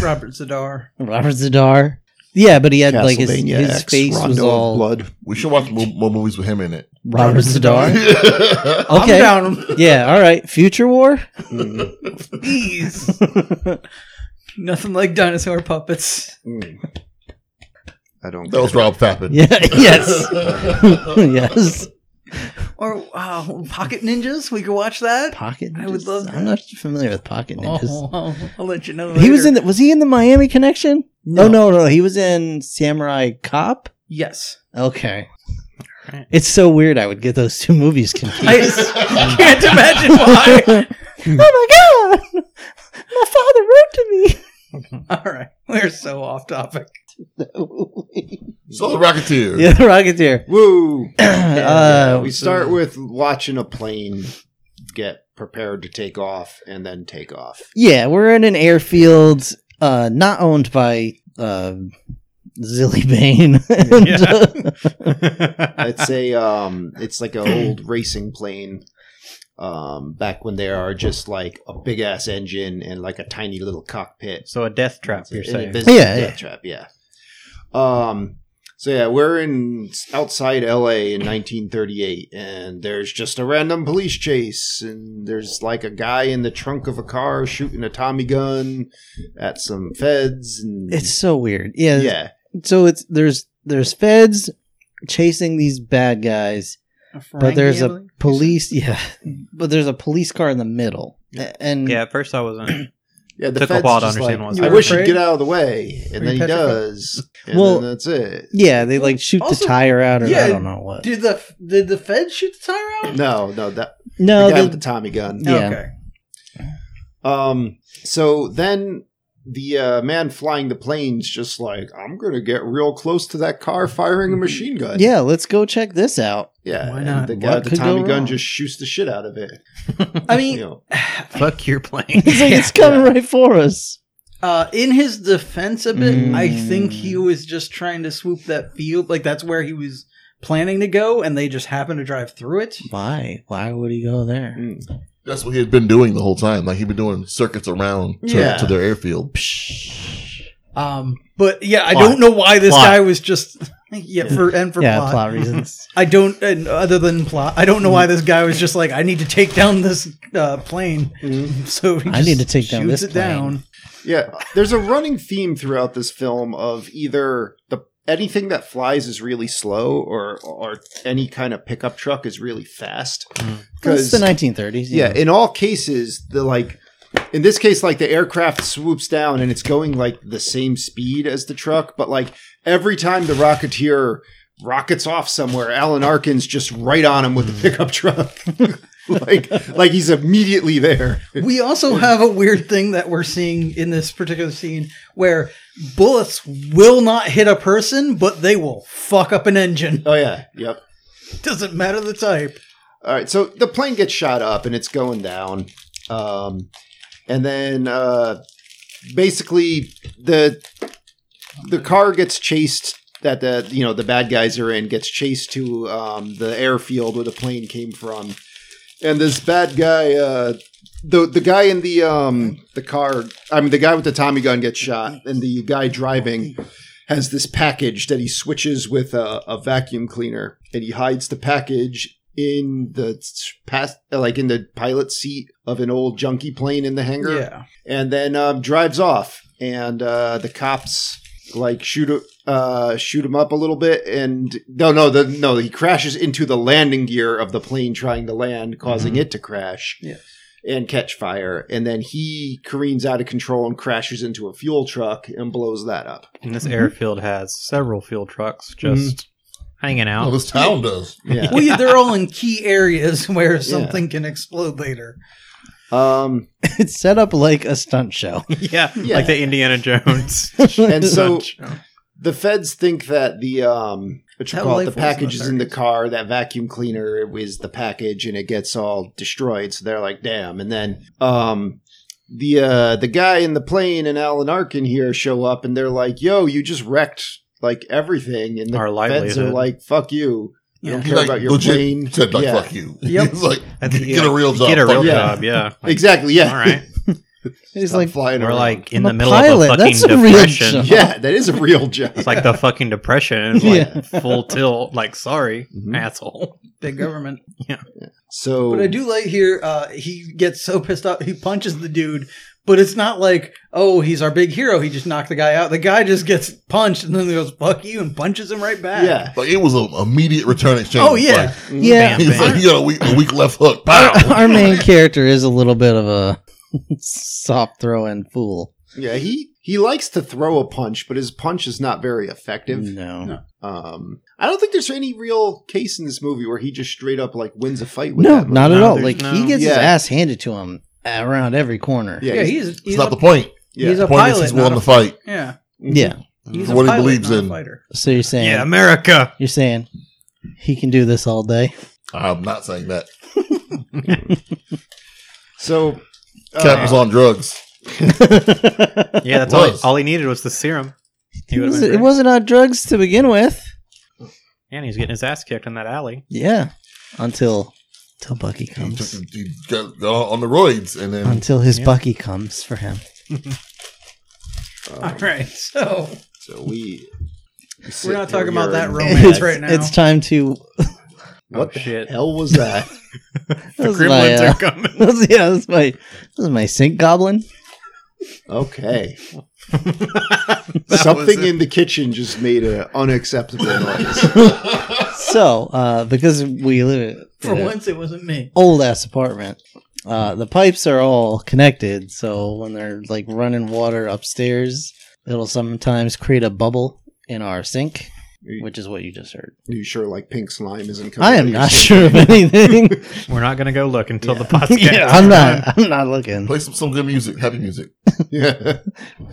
[SPEAKER 5] Robert Zadar.
[SPEAKER 3] Robert Zadar. Yeah, but he had like his,
[SPEAKER 6] Castlevania
[SPEAKER 3] his
[SPEAKER 6] X,
[SPEAKER 3] face
[SPEAKER 6] Rondo
[SPEAKER 3] was
[SPEAKER 6] of
[SPEAKER 3] all
[SPEAKER 6] blood.
[SPEAKER 1] We should watch mo- more movies with him in it.
[SPEAKER 3] Robert Zadar.
[SPEAKER 5] I'm
[SPEAKER 3] Okay.
[SPEAKER 5] down.
[SPEAKER 3] yeah. All right. Future War.
[SPEAKER 5] Please. Nothing like dinosaur puppets.
[SPEAKER 6] Hmm. I don't.
[SPEAKER 1] That was Rob Fappin.
[SPEAKER 3] Yeah. Yes. yes.
[SPEAKER 5] Or wow, Pocket Ninjas. We could watch that.
[SPEAKER 3] Pocket.
[SPEAKER 5] I would
[SPEAKER 3] Ninjas?
[SPEAKER 5] love
[SPEAKER 3] I'm not familiar with Pocket Ninjas.
[SPEAKER 5] Oh, I'll, I'll let you know.
[SPEAKER 3] He was
[SPEAKER 5] later.
[SPEAKER 3] in. The, was he in the Miami Connection? No. Oh no, no. He was in Samurai Cop.
[SPEAKER 5] Yes.
[SPEAKER 3] Okay. It's so weird. I would get those two movies confused.
[SPEAKER 5] I can't imagine why.
[SPEAKER 3] oh my god! My father wrote to me.
[SPEAKER 5] All right, we're so off topic.
[SPEAKER 1] So the Rocketeer.
[SPEAKER 3] yeah, the Rocketeer.
[SPEAKER 6] Woo!
[SPEAKER 3] Uh,
[SPEAKER 6] we start with watching a plane get prepared to take off and then take off.
[SPEAKER 3] Yeah, we're in an airfield uh, not owned by uh, Zilly Bane. And, uh,
[SPEAKER 6] It's a um, it's like an old racing plane. Um, back when there are just like a big ass engine and like a tiny little cockpit.
[SPEAKER 4] so a death trap,
[SPEAKER 6] It's
[SPEAKER 4] you're
[SPEAKER 6] an
[SPEAKER 4] saying?
[SPEAKER 6] invisible
[SPEAKER 3] Yeah,
[SPEAKER 6] death
[SPEAKER 3] yeah.
[SPEAKER 6] trap. Yeah. Um. So yeah, we're in outside L.A. in 1938, and there's just a random police chase, and there's like a guy in the trunk of a car shooting a Tommy gun at some feds, and
[SPEAKER 3] it's so weird. Yeah,
[SPEAKER 6] yeah,
[SPEAKER 3] So it's there's there's feds chasing these bad guys, but there's a police. Yeah, but there's a police car in the middle, A- and
[SPEAKER 4] Yeah, at first I wasn't.
[SPEAKER 6] yeah. The
[SPEAKER 4] Took a
[SPEAKER 6] feds
[SPEAKER 4] while to
[SPEAKER 6] just
[SPEAKER 4] understand
[SPEAKER 6] like,
[SPEAKER 4] what was
[SPEAKER 6] I
[SPEAKER 5] happening.
[SPEAKER 6] wish
[SPEAKER 5] Afraid?
[SPEAKER 6] he'd get out of the way, and
[SPEAKER 5] Were
[SPEAKER 6] then
[SPEAKER 5] you
[SPEAKER 6] he
[SPEAKER 5] petrified?
[SPEAKER 6] does, and
[SPEAKER 3] Well-
[SPEAKER 6] then that's it.
[SPEAKER 3] yeah, they like shoot
[SPEAKER 5] Also-
[SPEAKER 3] the tire out, or
[SPEAKER 5] yeah,
[SPEAKER 3] I don't know what.
[SPEAKER 5] Did the did the Fed shoot the tire out?
[SPEAKER 6] No, no, that
[SPEAKER 3] no,
[SPEAKER 6] the guy
[SPEAKER 3] the-
[SPEAKER 6] with the Tommy gun.
[SPEAKER 3] Yeah.
[SPEAKER 5] Okay.
[SPEAKER 6] Um, so then the uh, man flying the plane's just like, I'm gonna get real close to that car firing a machine gun.
[SPEAKER 3] yeah, let's go check this out.
[SPEAKER 6] yeah.
[SPEAKER 5] Why
[SPEAKER 6] and
[SPEAKER 5] not?
[SPEAKER 6] The guy
[SPEAKER 3] What
[SPEAKER 6] with the
[SPEAKER 3] could go
[SPEAKER 6] Tommy gun
[SPEAKER 3] wrong?
[SPEAKER 6] just shoots the shit out of it. You
[SPEAKER 5] I mean,
[SPEAKER 6] know,
[SPEAKER 4] Fuck your plane.
[SPEAKER 3] It's like it's coming right for us.
[SPEAKER 5] uh, in his defense a bit, I think
[SPEAKER 3] Mm.
[SPEAKER 5] he was just trying to swoop that field. Like that's where he was planning to go, and they just happened to drive through it.
[SPEAKER 3] Why? Why would he go
[SPEAKER 6] Mm.
[SPEAKER 3] there?
[SPEAKER 1] That's what he had been doing the whole time. Like he'd been doing circuits around to,
[SPEAKER 6] Yeah.
[SPEAKER 1] to their airfield.
[SPEAKER 5] Um, but yeah, I
[SPEAKER 4] Plot.
[SPEAKER 5] don't know why this
[SPEAKER 4] Plot.
[SPEAKER 5] guy was just yeah for and for
[SPEAKER 3] yeah,
[SPEAKER 5] plot.
[SPEAKER 3] plot, reasons. Mm-hmm.
[SPEAKER 5] I don't, and other than plot, I don't know why this guy was just like, I need to take down this uh, plane. So he
[SPEAKER 3] I
[SPEAKER 5] just
[SPEAKER 3] need to take down this
[SPEAKER 5] shoots it
[SPEAKER 3] plane.
[SPEAKER 5] down.
[SPEAKER 6] Mm-hmm. yeah. There's a running theme throughout this film of either the anything that flies is really slow or or any kind of pickup truck is really fast.
[SPEAKER 3] It's
[SPEAKER 4] Mm.
[SPEAKER 6] Because
[SPEAKER 3] the 1930s. you
[SPEAKER 6] yeah,
[SPEAKER 3] know.
[SPEAKER 6] in all cases, the like in this case, like the aircraft swoops down and it's going like the same speed as the truck, but like every time the Rocketeer rockets off somewhere, Alan Arkin's just right on him with the pickup truck. like like he's immediately there.
[SPEAKER 5] We also have a weird thing that we're seeing in this particular scene where bullets will not hit a person, but they will fuck up an engine.
[SPEAKER 6] Oh yeah. Yep.
[SPEAKER 5] Doesn't matter the type.
[SPEAKER 6] All right, so the plane gets shot up and it's going down, um, and then uh, basically the the car gets chased that the you know the bad guys are in gets chased to um, the airfield where the plane came from, and this bad guy uh, the the guy in the um, the car I mean the guy with the Tommy gun gets shot and the guy driving has this package that he switches with a, a vacuum cleaner and he hides the package in the s- past like in the pilot seat of an old junkie plane in the hangar
[SPEAKER 5] Yeah.
[SPEAKER 6] and then um, drives off and uh, the cops like shoot a- uh, shoot him up a little bit and no no the no he crashes into the landing gear of the plane trying to land causing it to crash
[SPEAKER 5] Yeah.
[SPEAKER 6] and catch fire and then he careens out of control and crashes into a fuel truck and blows that up
[SPEAKER 1] Mm-hmm.
[SPEAKER 4] And this airfield has several fuel trucks just hanging out.
[SPEAKER 1] Oh, this town does.
[SPEAKER 6] yeah
[SPEAKER 5] Well, yeah, they're all in key areas where something can explode later.
[SPEAKER 6] um
[SPEAKER 3] it's set up like a stunt show.
[SPEAKER 4] yeah,
[SPEAKER 6] Yeah.
[SPEAKER 4] like the Indiana Jones.
[SPEAKER 6] and so
[SPEAKER 4] Such-
[SPEAKER 6] the feds think that the um what you
[SPEAKER 5] That
[SPEAKER 6] call it,
[SPEAKER 5] light
[SPEAKER 6] the
[SPEAKER 5] force in the
[SPEAKER 6] package is in the
[SPEAKER 5] 30s.
[SPEAKER 6] car that vacuum cleaner is the package and it gets all destroyed so they're like damn and then um the uh the guy in the plane and alan arkin here show up and they're like yo you just wrecked like everything and the
[SPEAKER 4] Our
[SPEAKER 6] feds are
[SPEAKER 4] livelihood.
[SPEAKER 6] like fuck you I
[SPEAKER 5] Yeah.
[SPEAKER 6] don't
[SPEAKER 1] He
[SPEAKER 6] care
[SPEAKER 1] like
[SPEAKER 6] about your
[SPEAKER 1] legit
[SPEAKER 6] plane.
[SPEAKER 1] said like
[SPEAKER 6] Yeah.
[SPEAKER 1] fuck you.
[SPEAKER 5] Yep.
[SPEAKER 1] He's like
[SPEAKER 4] I think,
[SPEAKER 1] get a real job.
[SPEAKER 4] Get a
[SPEAKER 1] fuck
[SPEAKER 4] real
[SPEAKER 1] you.
[SPEAKER 6] yeah.
[SPEAKER 4] job, yeah. Like,
[SPEAKER 6] exactly. Yeah.
[SPEAKER 4] All right.
[SPEAKER 3] He's
[SPEAKER 6] Stop
[SPEAKER 3] like,
[SPEAKER 6] flying
[SPEAKER 4] We're
[SPEAKER 6] around.
[SPEAKER 4] like in
[SPEAKER 3] I'm
[SPEAKER 4] the
[SPEAKER 3] a
[SPEAKER 4] middle
[SPEAKER 3] pilot.
[SPEAKER 4] of a fucking
[SPEAKER 3] That's a real
[SPEAKER 4] depression.
[SPEAKER 3] job.
[SPEAKER 6] yeah, that is a real job.
[SPEAKER 4] It's like the fucking depression,
[SPEAKER 3] Yeah.
[SPEAKER 4] like full tilt. Like, sorry,
[SPEAKER 6] Mhm.
[SPEAKER 4] asshole.
[SPEAKER 5] Big government.
[SPEAKER 6] so.
[SPEAKER 5] But I do like here, uh, he gets so pissed off, he punches the dude, but it's not like, oh, he's our big hero. He just knocked the guy out. The guy just gets punched and then he goes, fuck you, and punches him right back.
[SPEAKER 6] Yeah. Mm-hmm.
[SPEAKER 1] Like it was an immediate return exchange.
[SPEAKER 5] Oh, yeah.
[SPEAKER 3] yeah.
[SPEAKER 1] Like, he's
[SPEAKER 4] Bam, bam.
[SPEAKER 1] like, you got a weak, a weak left hook. Pow!
[SPEAKER 3] Our, our main character is a little bit of a soft throwing fool.
[SPEAKER 6] Yeah, he he likes to throw a punch, but his punch is not very effective.
[SPEAKER 3] No.
[SPEAKER 5] No.
[SPEAKER 6] Um, I don't think there's any real case in this movie where he just straight up like wins a fight with
[SPEAKER 3] No,
[SPEAKER 6] that move.
[SPEAKER 3] not at
[SPEAKER 4] No,
[SPEAKER 3] all.
[SPEAKER 4] there's
[SPEAKER 3] Like
[SPEAKER 4] no-
[SPEAKER 3] he gets his
[SPEAKER 6] Yeah.
[SPEAKER 3] ass handed to him around every corner.
[SPEAKER 6] Yeah,
[SPEAKER 5] Yeah,
[SPEAKER 6] he's-
[SPEAKER 5] he's, he's,
[SPEAKER 1] It's
[SPEAKER 5] a-
[SPEAKER 1] not the point.
[SPEAKER 6] yeah.
[SPEAKER 5] he's
[SPEAKER 1] The
[SPEAKER 5] a
[SPEAKER 1] point
[SPEAKER 5] pilot.
[SPEAKER 1] is he's
[SPEAKER 5] not
[SPEAKER 1] willing
[SPEAKER 5] a-
[SPEAKER 1] to fight.
[SPEAKER 5] yeah.
[SPEAKER 3] Yeah.
[SPEAKER 5] He's
[SPEAKER 1] For
[SPEAKER 5] a
[SPEAKER 1] what he
[SPEAKER 5] pilot,
[SPEAKER 1] believes
[SPEAKER 5] not a
[SPEAKER 1] in.
[SPEAKER 5] fighter.
[SPEAKER 3] So you're saying
[SPEAKER 4] Yeah, America.
[SPEAKER 3] you're saying he can do this all day.
[SPEAKER 1] I'm not saying that.
[SPEAKER 6] So uh,
[SPEAKER 1] Cap was on drugs.
[SPEAKER 4] Yeah, that's all. He,
[SPEAKER 1] Was.
[SPEAKER 4] all he needed was the serum. He
[SPEAKER 3] It
[SPEAKER 4] would've
[SPEAKER 3] was-
[SPEAKER 4] been
[SPEAKER 3] it
[SPEAKER 4] great.
[SPEAKER 3] wasn't on drugs to begin with.
[SPEAKER 4] And he's getting his ass kicked in that alley.
[SPEAKER 3] Yeah. Until until Bucky
[SPEAKER 1] He, took,
[SPEAKER 3] comes.
[SPEAKER 1] he got, got on the roids and then
[SPEAKER 3] Until his
[SPEAKER 4] Yeah.
[SPEAKER 3] Bucky comes for him.
[SPEAKER 5] All right, so
[SPEAKER 6] so we
[SPEAKER 5] we're not talking about that
[SPEAKER 6] room.
[SPEAKER 5] romance right now.
[SPEAKER 3] It's time to
[SPEAKER 4] Oh,
[SPEAKER 6] What the
[SPEAKER 4] shit.
[SPEAKER 6] hell was that?
[SPEAKER 4] The
[SPEAKER 3] That's
[SPEAKER 4] gremlins
[SPEAKER 3] my, uh,
[SPEAKER 4] are coming.
[SPEAKER 3] that's, yeah, that's my this is my sink goblin.
[SPEAKER 6] Okay,
[SPEAKER 4] was
[SPEAKER 6] something
[SPEAKER 4] it.
[SPEAKER 6] in the kitchen just made an unacceptable noise.
[SPEAKER 3] So, uh, because we live in-
[SPEAKER 5] For
[SPEAKER 3] in a
[SPEAKER 5] once, it wasn't me.
[SPEAKER 3] old ass apartment, uh, the pipes are all connected. So when they're like running water upstairs, it'll sometimes create a bubble in our sink, which is what you just heard.
[SPEAKER 6] you sure like pink slime isn't coming?
[SPEAKER 3] I
[SPEAKER 6] out
[SPEAKER 3] am
[SPEAKER 6] of your
[SPEAKER 3] not
[SPEAKER 6] sink?
[SPEAKER 3] sure of anything.
[SPEAKER 4] We're not gonna go look until the podcast.
[SPEAKER 3] I'm not. I'm not looking.
[SPEAKER 1] play some, some good music, happy music.
[SPEAKER 6] Yeah.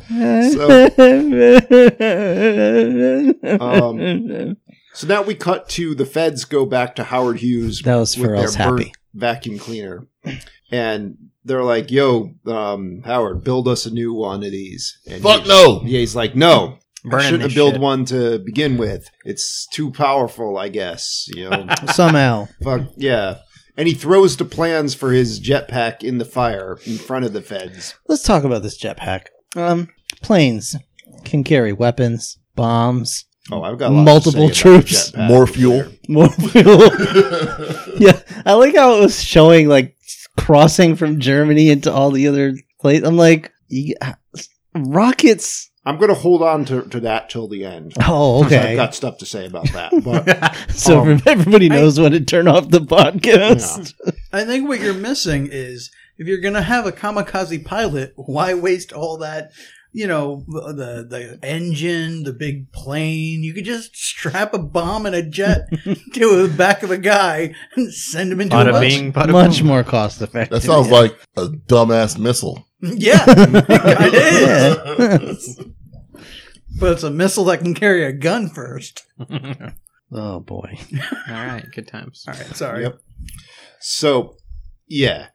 [SPEAKER 6] Um, So now we cut to the feds go back to Howard Hughes
[SPEAKER 3] that was
[SPEAKER 6] with
[SPEAKER 3] Pharrell's
[SPEAKER 6] their burnt
[SPEAKER 3] happy.
[SPEAKER 6] vacuum cleaner. And they're like, yo, um, Howard, build us a new one of these. And
[SPEAKER 1] Fuck
[SPEAKER 6] he-
[SPEAKER 1] no.
[SPEAKER 6] Yeah, he's like, no, I
[SPEAKER 4] Burning
[SPEAKER 6] shouldn't
[SPEAKER 4] this
[SPEAKER 6] have built
[SPEAKER 4] shit.
[SPEAKER 6] one to begin with. It's too powerful, I guess. You know,
[SPEAKER 3] Somehow,
[SPEAKER 6] fuck, yeah. And he throws the plans for his jetpack in the fire in front of the feds.
[SPEAKER 3] let's talk about this jetpack. Um, planes can carry weapons, bombs,
[SPEAKER 6] Oh, I've got a lot to
[SPEAKER 3] Multiple
[SPEAKER 6] say about the
[SPEAKER 3] troops.
[SPEAKER 6] jetpack.
[SPEAKER 1] More fuel.
[SPEAKER 3] more fuel. yeah, I like how it was showing like crossing from Germany into all the other places. I'm like, yeah, rockets.
[SPEAKER 6] I'm going to hold on to, to that till the end. 'cause
[SPEAKER 3] Oh,
[SPEAKER 6] I've
[SPEAKER 3] okay.
[SPEAKER 6] got stuff to say about that. But
[SPEAKER 3] So
[SPEAKER 6] um,
[SPEAKER 3] everybody knows when to turn off the podcast.
[SPEAKER 5] I think what you're missing is if you're gonna have a kamikaze pilot, why waste all that? You know the the engine, the big plane. You could just strap a bomb and a jet to the back of a guy and send him into a
[SPEAKER 4] Bada
[SPEAKER 5] bunch.
[SPEAKER 4] bing, bada
[SPEAKER 3] Much
[SPEAKER 4] boom.
[SPEAKER 3] more cost effective.
[SPEAKER 1] That sounds like a dumbass missile.
[SPEAKER 5] Yeah, it is.
[SPEAKER 3] Yeah.
[SPEAKER 5] But it's a missile that can carry a gun first.
[SPEAKER 3] oh boy.
[SPEAKER 4] All right, good times.
[SPEAKER 5] All right, sorry.
[SPEAKER 6] Yep. So, yeah.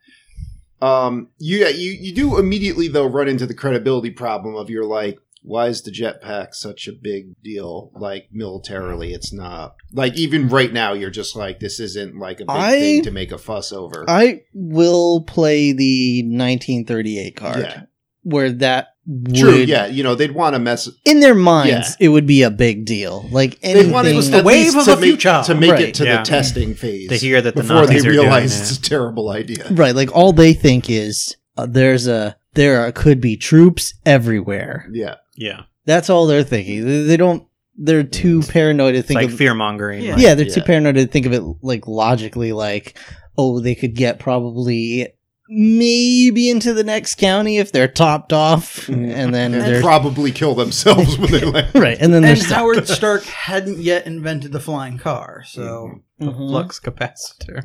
[SPEAKER 6] Um, you, you you do immediately though run into the credibility problem of you're like, why is the jetpack such a big deal? Like militarily, it's not. Like even right now, you're just like, this isn't like a big
[SPEAKER 3] I-
[SPEAKER 6] thing to make a fuss over.
[SPEAKER 3] I will play the 1938 card
[SPEAKER 6] Yeah.
[SPEAKER 3] where that would,
[SPEAKER 6] True, yeah, you know they'd want to mess.
[SPEAKER 3] in their minds, it would be a big deal. Like anything.
[SPEAKER 6] They'd want it
[SPEAKER 5] the
[SPEAKER 6] at
[SPEAKER 5] wave
[SPEAKER 6] least
[SPEAKER 5] of
[SPEAKER 6] to
[SPEAKER 5] the
[SPEAKER 6] make,
[SPEAKER 5] future.
[SPEAKER 6] to make
[SPEAKER 3] Right.
[SPEAKER 6] it to
[SPEAKER 4] Yeah.
[SPEAKER 6] the testing phase
[SPEAKER 4] To hear that the
[SPEAKER 6] before
[SPEAKER 4] Nazis
[SPEAKER 6] they
[SPEAKER 4] are doing
[SPEAKER 6] realize
[SPEAKER 4] that.
[SPEAKER 6] it's a terrible idea.
[SPEAKER 3] Right, like all they think is uh, there's a there are, could be troops everywhere.
[SPEAKER 6] Yeah,
[SPEAKER 4] Yeah,
[SPEAKER 3] That's all they're thinking. They, they don't. They're too paranoid to
[SPEAKER 4] it's
[SPEAKER 3] think
[SPEAKER 4] like
[SPEAKER 3] of.
[SPEAKER 4] fear mongering.
[SPEAKER 5] Yeah.
[SPEAKER 3] yeah, they're too
[SPEAKER 6] Yeah.
[SPEAKER 3] paranoid to think of it like logically. Like, oh, they could get probably maybe into the next county if they're topped off,
[SPEAKER 4] Mm-hmm.
[SPEAKER 3] and then
[SPEAKER 6] and
[SPEAKER 3] they're
[SPEAKER 6] probably kill themselves when they land.
[SPEAKER 3] right, and then they're
[SPEAKER 5] And
[SPEAKER 3] stuck.
[SPEAKER 5] Howard Stark hadn't yet invented the flying car, so
[SPEAKER 3] Mhm.
[SPEAKER 4] Flux capacitor.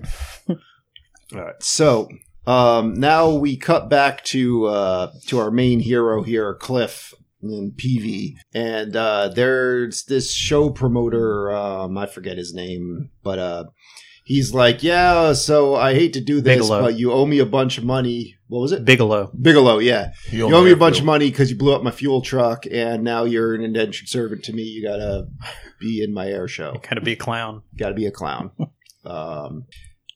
[SPEAKER 6] All right. So um, now we cut back to uh, to our main hero here, Cliff and PV, and uh, there's this show promoter. Um, I forget his name, but uh, he's like, "Yeah, so I hate to do this,
[SPEAKER 4] Bigelow.
[SPEAKER 6] but you owe me a bunch of money. What was it?"
[SPEAKER 4] Bigelow.
[SPEAKER 6] Bigelow, yeah.
[SPEAKER 1] He
[SPEAKER 6] You owe me a bunch of money because you blew up my fuel truck, and now you're an indentured servant to me. You gotta be in my air show
[SPEAKER 4] Gotta be a clown.
[SPEAKER 6] got to be a clown. um,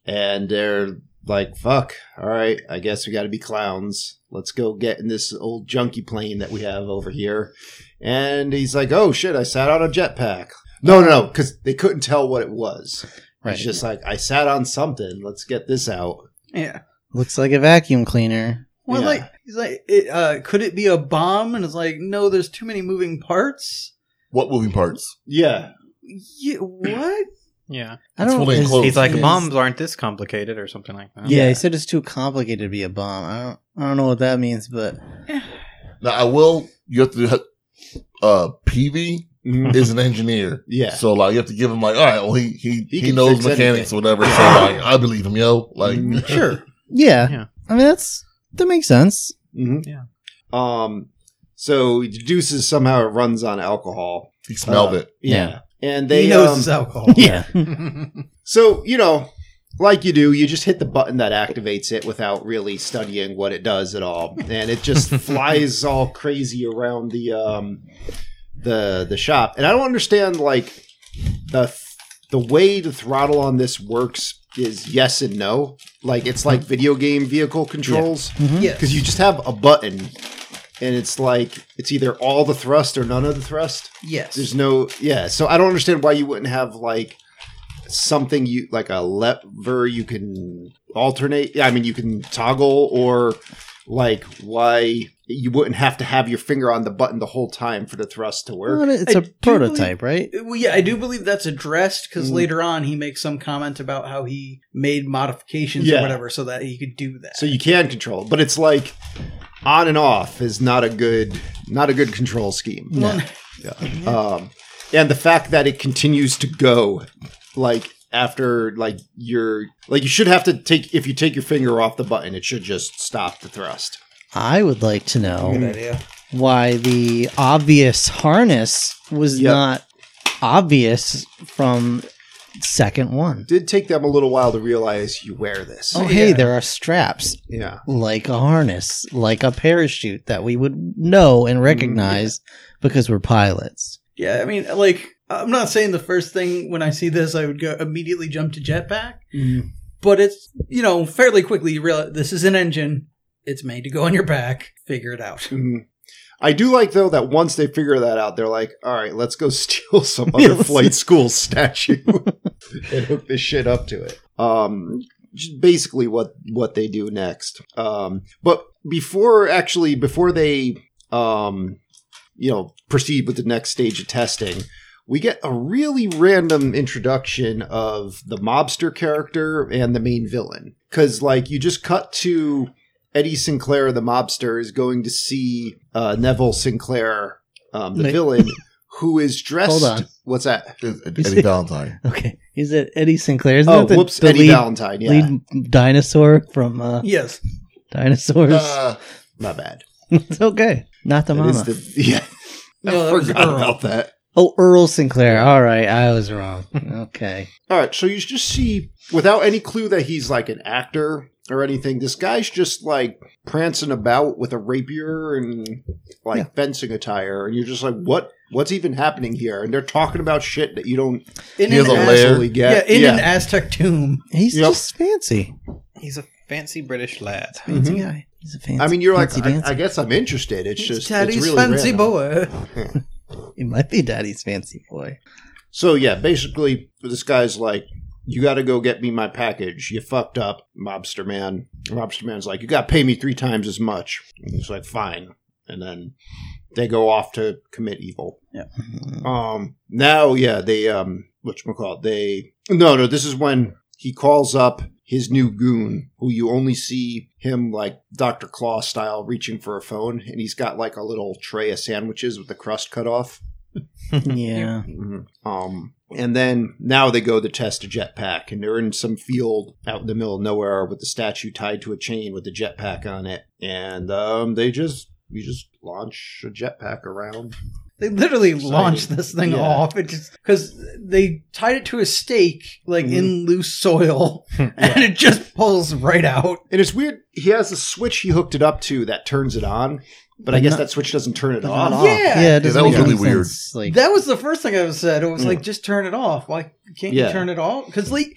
[SPEAKER 6] and they're like, fuck, all right, I guess we got to be clowns. Let's go get in this old junkie plane that we have over here. And he's like, oh shit, I sat on a jetpack. No, no, no, because they couldn't tell what it was.
[SPEAKER 3] Right.
[SPEAKER 6] It's just like, I sat on something. Let's get this out.
[SPEAKER 3] Mm-hmm.
[SPEAKER 5] Yeah.
[SPEAKER 3] Looks like a vacuum cleaner.
[SPEAKER 5] Well,
[SPEAKER 6] Yeah.
[SPEAKER 5] like he's like, it, uh, could it be a bomb? And it's like, no, there's too many moving parts.
[SPEAKER 1] What moving parts?
[SPEAKER 6] Yeah.
[SPEAKER 5] Yeah, what?
[SPEAKER 4] Yeah.
[SPEAKER 3] I
[SPEAKER 1] It's
[SPEAKER 3] don't.
[SPEAKER 1] fully
[SPEAKER 3] is-
[SPEAKER 1] enclosed.
[SPEAKER 4] He's like,
[SPEAKER 3] is-
[SPEAKER 4] bombs aren't this complicated or something like that.
[SPEAKER 3] Yeah, he said it's too complicated to be a bomb. I don't. I don't know what that means, but
[SPEAKER 1] Now I will. You have to. ha- Uh, PV is an engineer.
[SPEAKER 6] Mm-hmm. Yeah.
[SPEAKER 1] So like you have to give him like, all right, well he he,
[SPEAKER 6] He
[SPEAKER 1] he,
[SPEAKER 6] can
[SPEAKER 1] knows
[SPEAKER 6] fix
[SPEAKER 1] mechanics
[SPEAKER 6] anything.
[SPEAKER 1] or whatever. So like I believe him, yo. Like
[SPEAKER 6] Mm, sure.
[SPEAKER 3] yeah.
[SPEAKER 4] Yeah.
[SPEAKER 3] I mean, that's that makes sense.
[SPEAKER 6] Mhm.
[SPEAKER 4] Yeah.
[SPEAKER 6] Um, so he deduces somehow it runs on alcohol.
[SPEAKER 1] he smelled
[SPEAKER 6] Uh,
[SPEAKER 1] it.
[SPEAKER 6] Yeah. And they
[SPEAKER 5] he knows
[SPEAKER 6] um,
[SPEAKER 5] it's alcohol.
[SPEAKER 3] Yeah.
[SPEAKER 6] So, you know, like you do, you just hit the button that activates it without really studying what it does at all. And it just flies all crazy around the um the the shop. And I don't understand like the the way the throttle on this works is yes and no. Like it's like video game vehicle controls
[SPEAKER 3] Mm-hmm.
[SPEAKER 5] Yes.
[SPEAKER 6] because you just have a button and it's like it's either all the thrust or none of the thrust.
[SPEAKER 5] yes.
[SPEAKER 6] There's no yeah. So I don't understand why you wouldn't have like something you like a lever you can alternate. I mean, you can toggle or like why you wouldn't have to have your finger on the button the whole time for the thrust to work.
[SPEAKER 3] Well, it's
[SPEAKER 5] I
[SPEAKER 3] a
[SPEAKER 5] do
[SPEAKER 3] prototype, right?
[SPEAKER 5] Uh, Well, yeah, I do believe that's addressed because
[SPEAKER 6] Mm.
[SPEAKER 5] later on he makes some comment about how he made modifications
[SPEAKER 6] Yeah.
[SPEAKER 5] or whatever so that he could do that.
[SPEAKER 6] So you can control, it, but it's like on and off is not a good not a good control scheme.
[SPEAKER 5] Well,
[SPEAKER 6] um, and the fact that it continues to go like after like your like you should have to take if you take your finger off the button it should just stop the thrust
[SPEAKER 3] I would like to
[SPEAKER 5] good
[SPEAKER 3] know
[SPEAKER 5] idea.
[SPEAKER 3] why the obvious harness was
[SPEAKER 6] Yep.
[SPEAKER 3] not obvious from second one.
[SPEAKER 6] did take them a little while to realize you wear this
[SPEAKER 3] Oh, hey,
[SPEAKER 5] yeah.
[SPEAKER 3] there are straps
[SPEAKER 6] yeah
[SPEAKER 3] like a harness, like a parachute that we would know
[SPEAKER 5] Mm-hmm.
[SPEAKER 3] and recognize because we're pilots.
[SPEAKER 5] Yeah, I mean, like, I'm not saying the first thing when I see this, I would go immediately jump to jetpack,
[SPEAKER 6] Mm-hmm.
[SPEAKER 5] but it's, you know, fairly quickly you realize this is an engine. It's made to go on your back. Figure it out.
[SPEAKER 6] Mhm. i do like though that once they figure that out they're like all right let's go steal some other
[SPEAKER 3] Yes.
[SPEAKER 6] flight school statue and hook this shit up to it um just basically what what they do next. Um, but before actually before they um, you know proceed with the next stage of testing, we get a really random introduction of the mobster character and the main villain because like you just cut to Eddie Sinclair, the mobster, is going to see uh, Neville Sinclair, um, the
[SPEAKER 3] Ma-
[SPEAKER 6] villain, who is dressed.
[SPEAKER 3] Hold on.
[SPEAKER 6] What's that?
[SPEAKER 1] It's- it's
[SPEAKER 3] You
[SPEAKER 1] Eddie
[SPEAKER 3] see-
[SPEAKER 1] Valentine.
[SPEAKER 3] Okay. Is it Eddie Sinclair? Isn't
[SPEAKER 6] Oh,
[SPEAKER 3] that the,
[SPEAKER 6] whoops,
[SPEAKER 3] the
[SPEAKER 6] Eddie
[SPEAKER 3] lead,
[SPEAKER 6] Valentine. Yeah,
[SPEAKER 3] lead dinosaur from uh,
[SPEAKER 5] Yes.
[SPEAKER 3] Dinosaurs?
[SPEAKER 1] Uh,
[SPEAKER 6] my bad.
[SPEAKER 3] it's okay. Not the
[SPEAKER 6] That is
[SPEAKER 3] mama.
[SPEAKER 6] the- yeah,
[SPEAKER 5] No,
[SPEAKER 6] I
[SPEAKER 5] that was
[SPEAKER 6] forgot
[SPEAKER 5] Earl.
[SPEAKER 6] about that.
[SPEAKER 3] oh, Earl Sinclair. All right. I was wrong. Okay.
[SPEAKER 6] All right, so you just see without any clue that he's like an actor or anything. This guy's just like prancing about with a rapier and like fencing attire, and you're just like, "What? What's even happening here?an And they're talking about shit that you don't
[SPEAKER 5] In
[SPEAKER 1] He has
[SPEAKER 5] an
[SPEAKER 1] a
[SPEAKER 5] Az-
[SPEAKER 1] lair.
[SPEAKER 6] actually
[SPEAKER 5] Yeah,
[SPEAKER 6] get.
[SPEAKER 5] in an Aztec tomb.
[SPEAKER 3] He's
[SPEAKER 6] Yep.
[SPEAKER 3] just fancy.
[SPEAKER 4] He's a fancy British lad.
[SPEAKER 3] Fancy
[SPEAKER 6] Mhm.
[SPEAKER 3] guy. Mm-hmm. He's a fancy.
[SPEAKER 6] I mean, you're like,
[SPEAKER 3] fancy
[SPEAKER 6] I,
[SPEAKER 3] dancer.
[SPEAKER 6] I guess I'm interested. It's just
[SPEAKER 5] Daddy's
[SPEAKER 6] it's really
[SPEAKER 5] fancy
[SPEAKER 6] random.
[SPEAKER 5] boy.
[SPEAKER 3] He might be daddy's fancy boy.
[SPEAKER 6] So yeah, basically, this guy's like, "You got to go get me my package. You fucked up, mobster man." Mobster man's like, "You got to pay me three times as much." And he's like, "Fine," and then they go off to commit evil.
[SPEAKER 3] Mhm.
[SPEAKER 6] Um, now, yeah, they um, which call they no, no, this is when he calls up his new goon, who you only see him like Doctor Claw style reaching for a phone, and he's got like a little tray of sandwiches with the crust cut off.
[SPEAKER 3] Yeah.
[SPEAKER 6] Um, and then now they go to test a jetpack, and they're in some field out in the middle of nowhere with the statue tied to a chain with the jetpack on it, and um, they just you just launch a jetpack around.
[SPEAKER 5] They literally
[SPEAKER 6] Exciting.
[SPEAKER 5] launched this thing
[SPEAKER 6] Yeah.
[SPEAKER 5] off. It just because they tied it to a stake, like
[SPEAKER 6] Mm-hmm.
[SPEAKER 5] in loose soil, and it just pulls right out.
[SPEAKER 6] And it's weird. He has a switch he hooked it up to that turns it on, but, I
[SPEAKER 3] But
[SPEAKER 6] guess
[SPEAKER 3] not-
[SPEAKER 6] that switch doesn't turn it
[SPEAKER 3] But
[SPEAKER 6] off.
[SPEAKER 3] not off.
[SPEAKER 5] Yeah.
[SPEAKER 3] Yeah, it doesn't
[SPEAKER 1] that was
[SPEAKER 3] make any
[SPEAKER 1] really weird.
[SPEAKER 3] sense. Like,
[SPEAKER 5] That was the first thing I was said. It was
[SPEAKER 6] Mm.
[SPEAKER 5] like, just turn it off. Why can't
[SPEAKER 6] Yeah.
[SPEAKER 5] you turn it off? Because like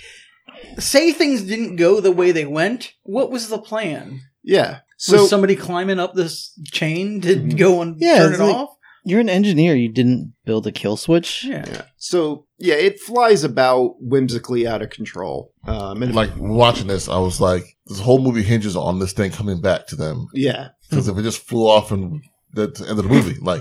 [SPEAKER 5] say things didn't go the way they went. What was the plan?
[SPEAKER 6] Yeah. So
[SPEAKER 5] was somebody climbing up this chain to
[SPEAKER 6] Mhm.
[SPEAKER 5] go and
[SPEAKER 3] Yeah,
[SPEAKER 5] turn it
[SPEAKER 3] it's like-
[SPEAKER 5] off?
[SPEAKER 3] You're an engineer. You didn't build a kill switch.
[SPEAKER 5] Yeah.
[SPEAKER 6] so yeah, it flies about whimsically out of control. Um, and
[SPEAKER 1] Like watching this, I was like, this whole movie hinges on this thing coming back to them.
[SPEAKER 6] yeah,
[SPEAKER 1] Because if it just flew off and that's the end of the movie, like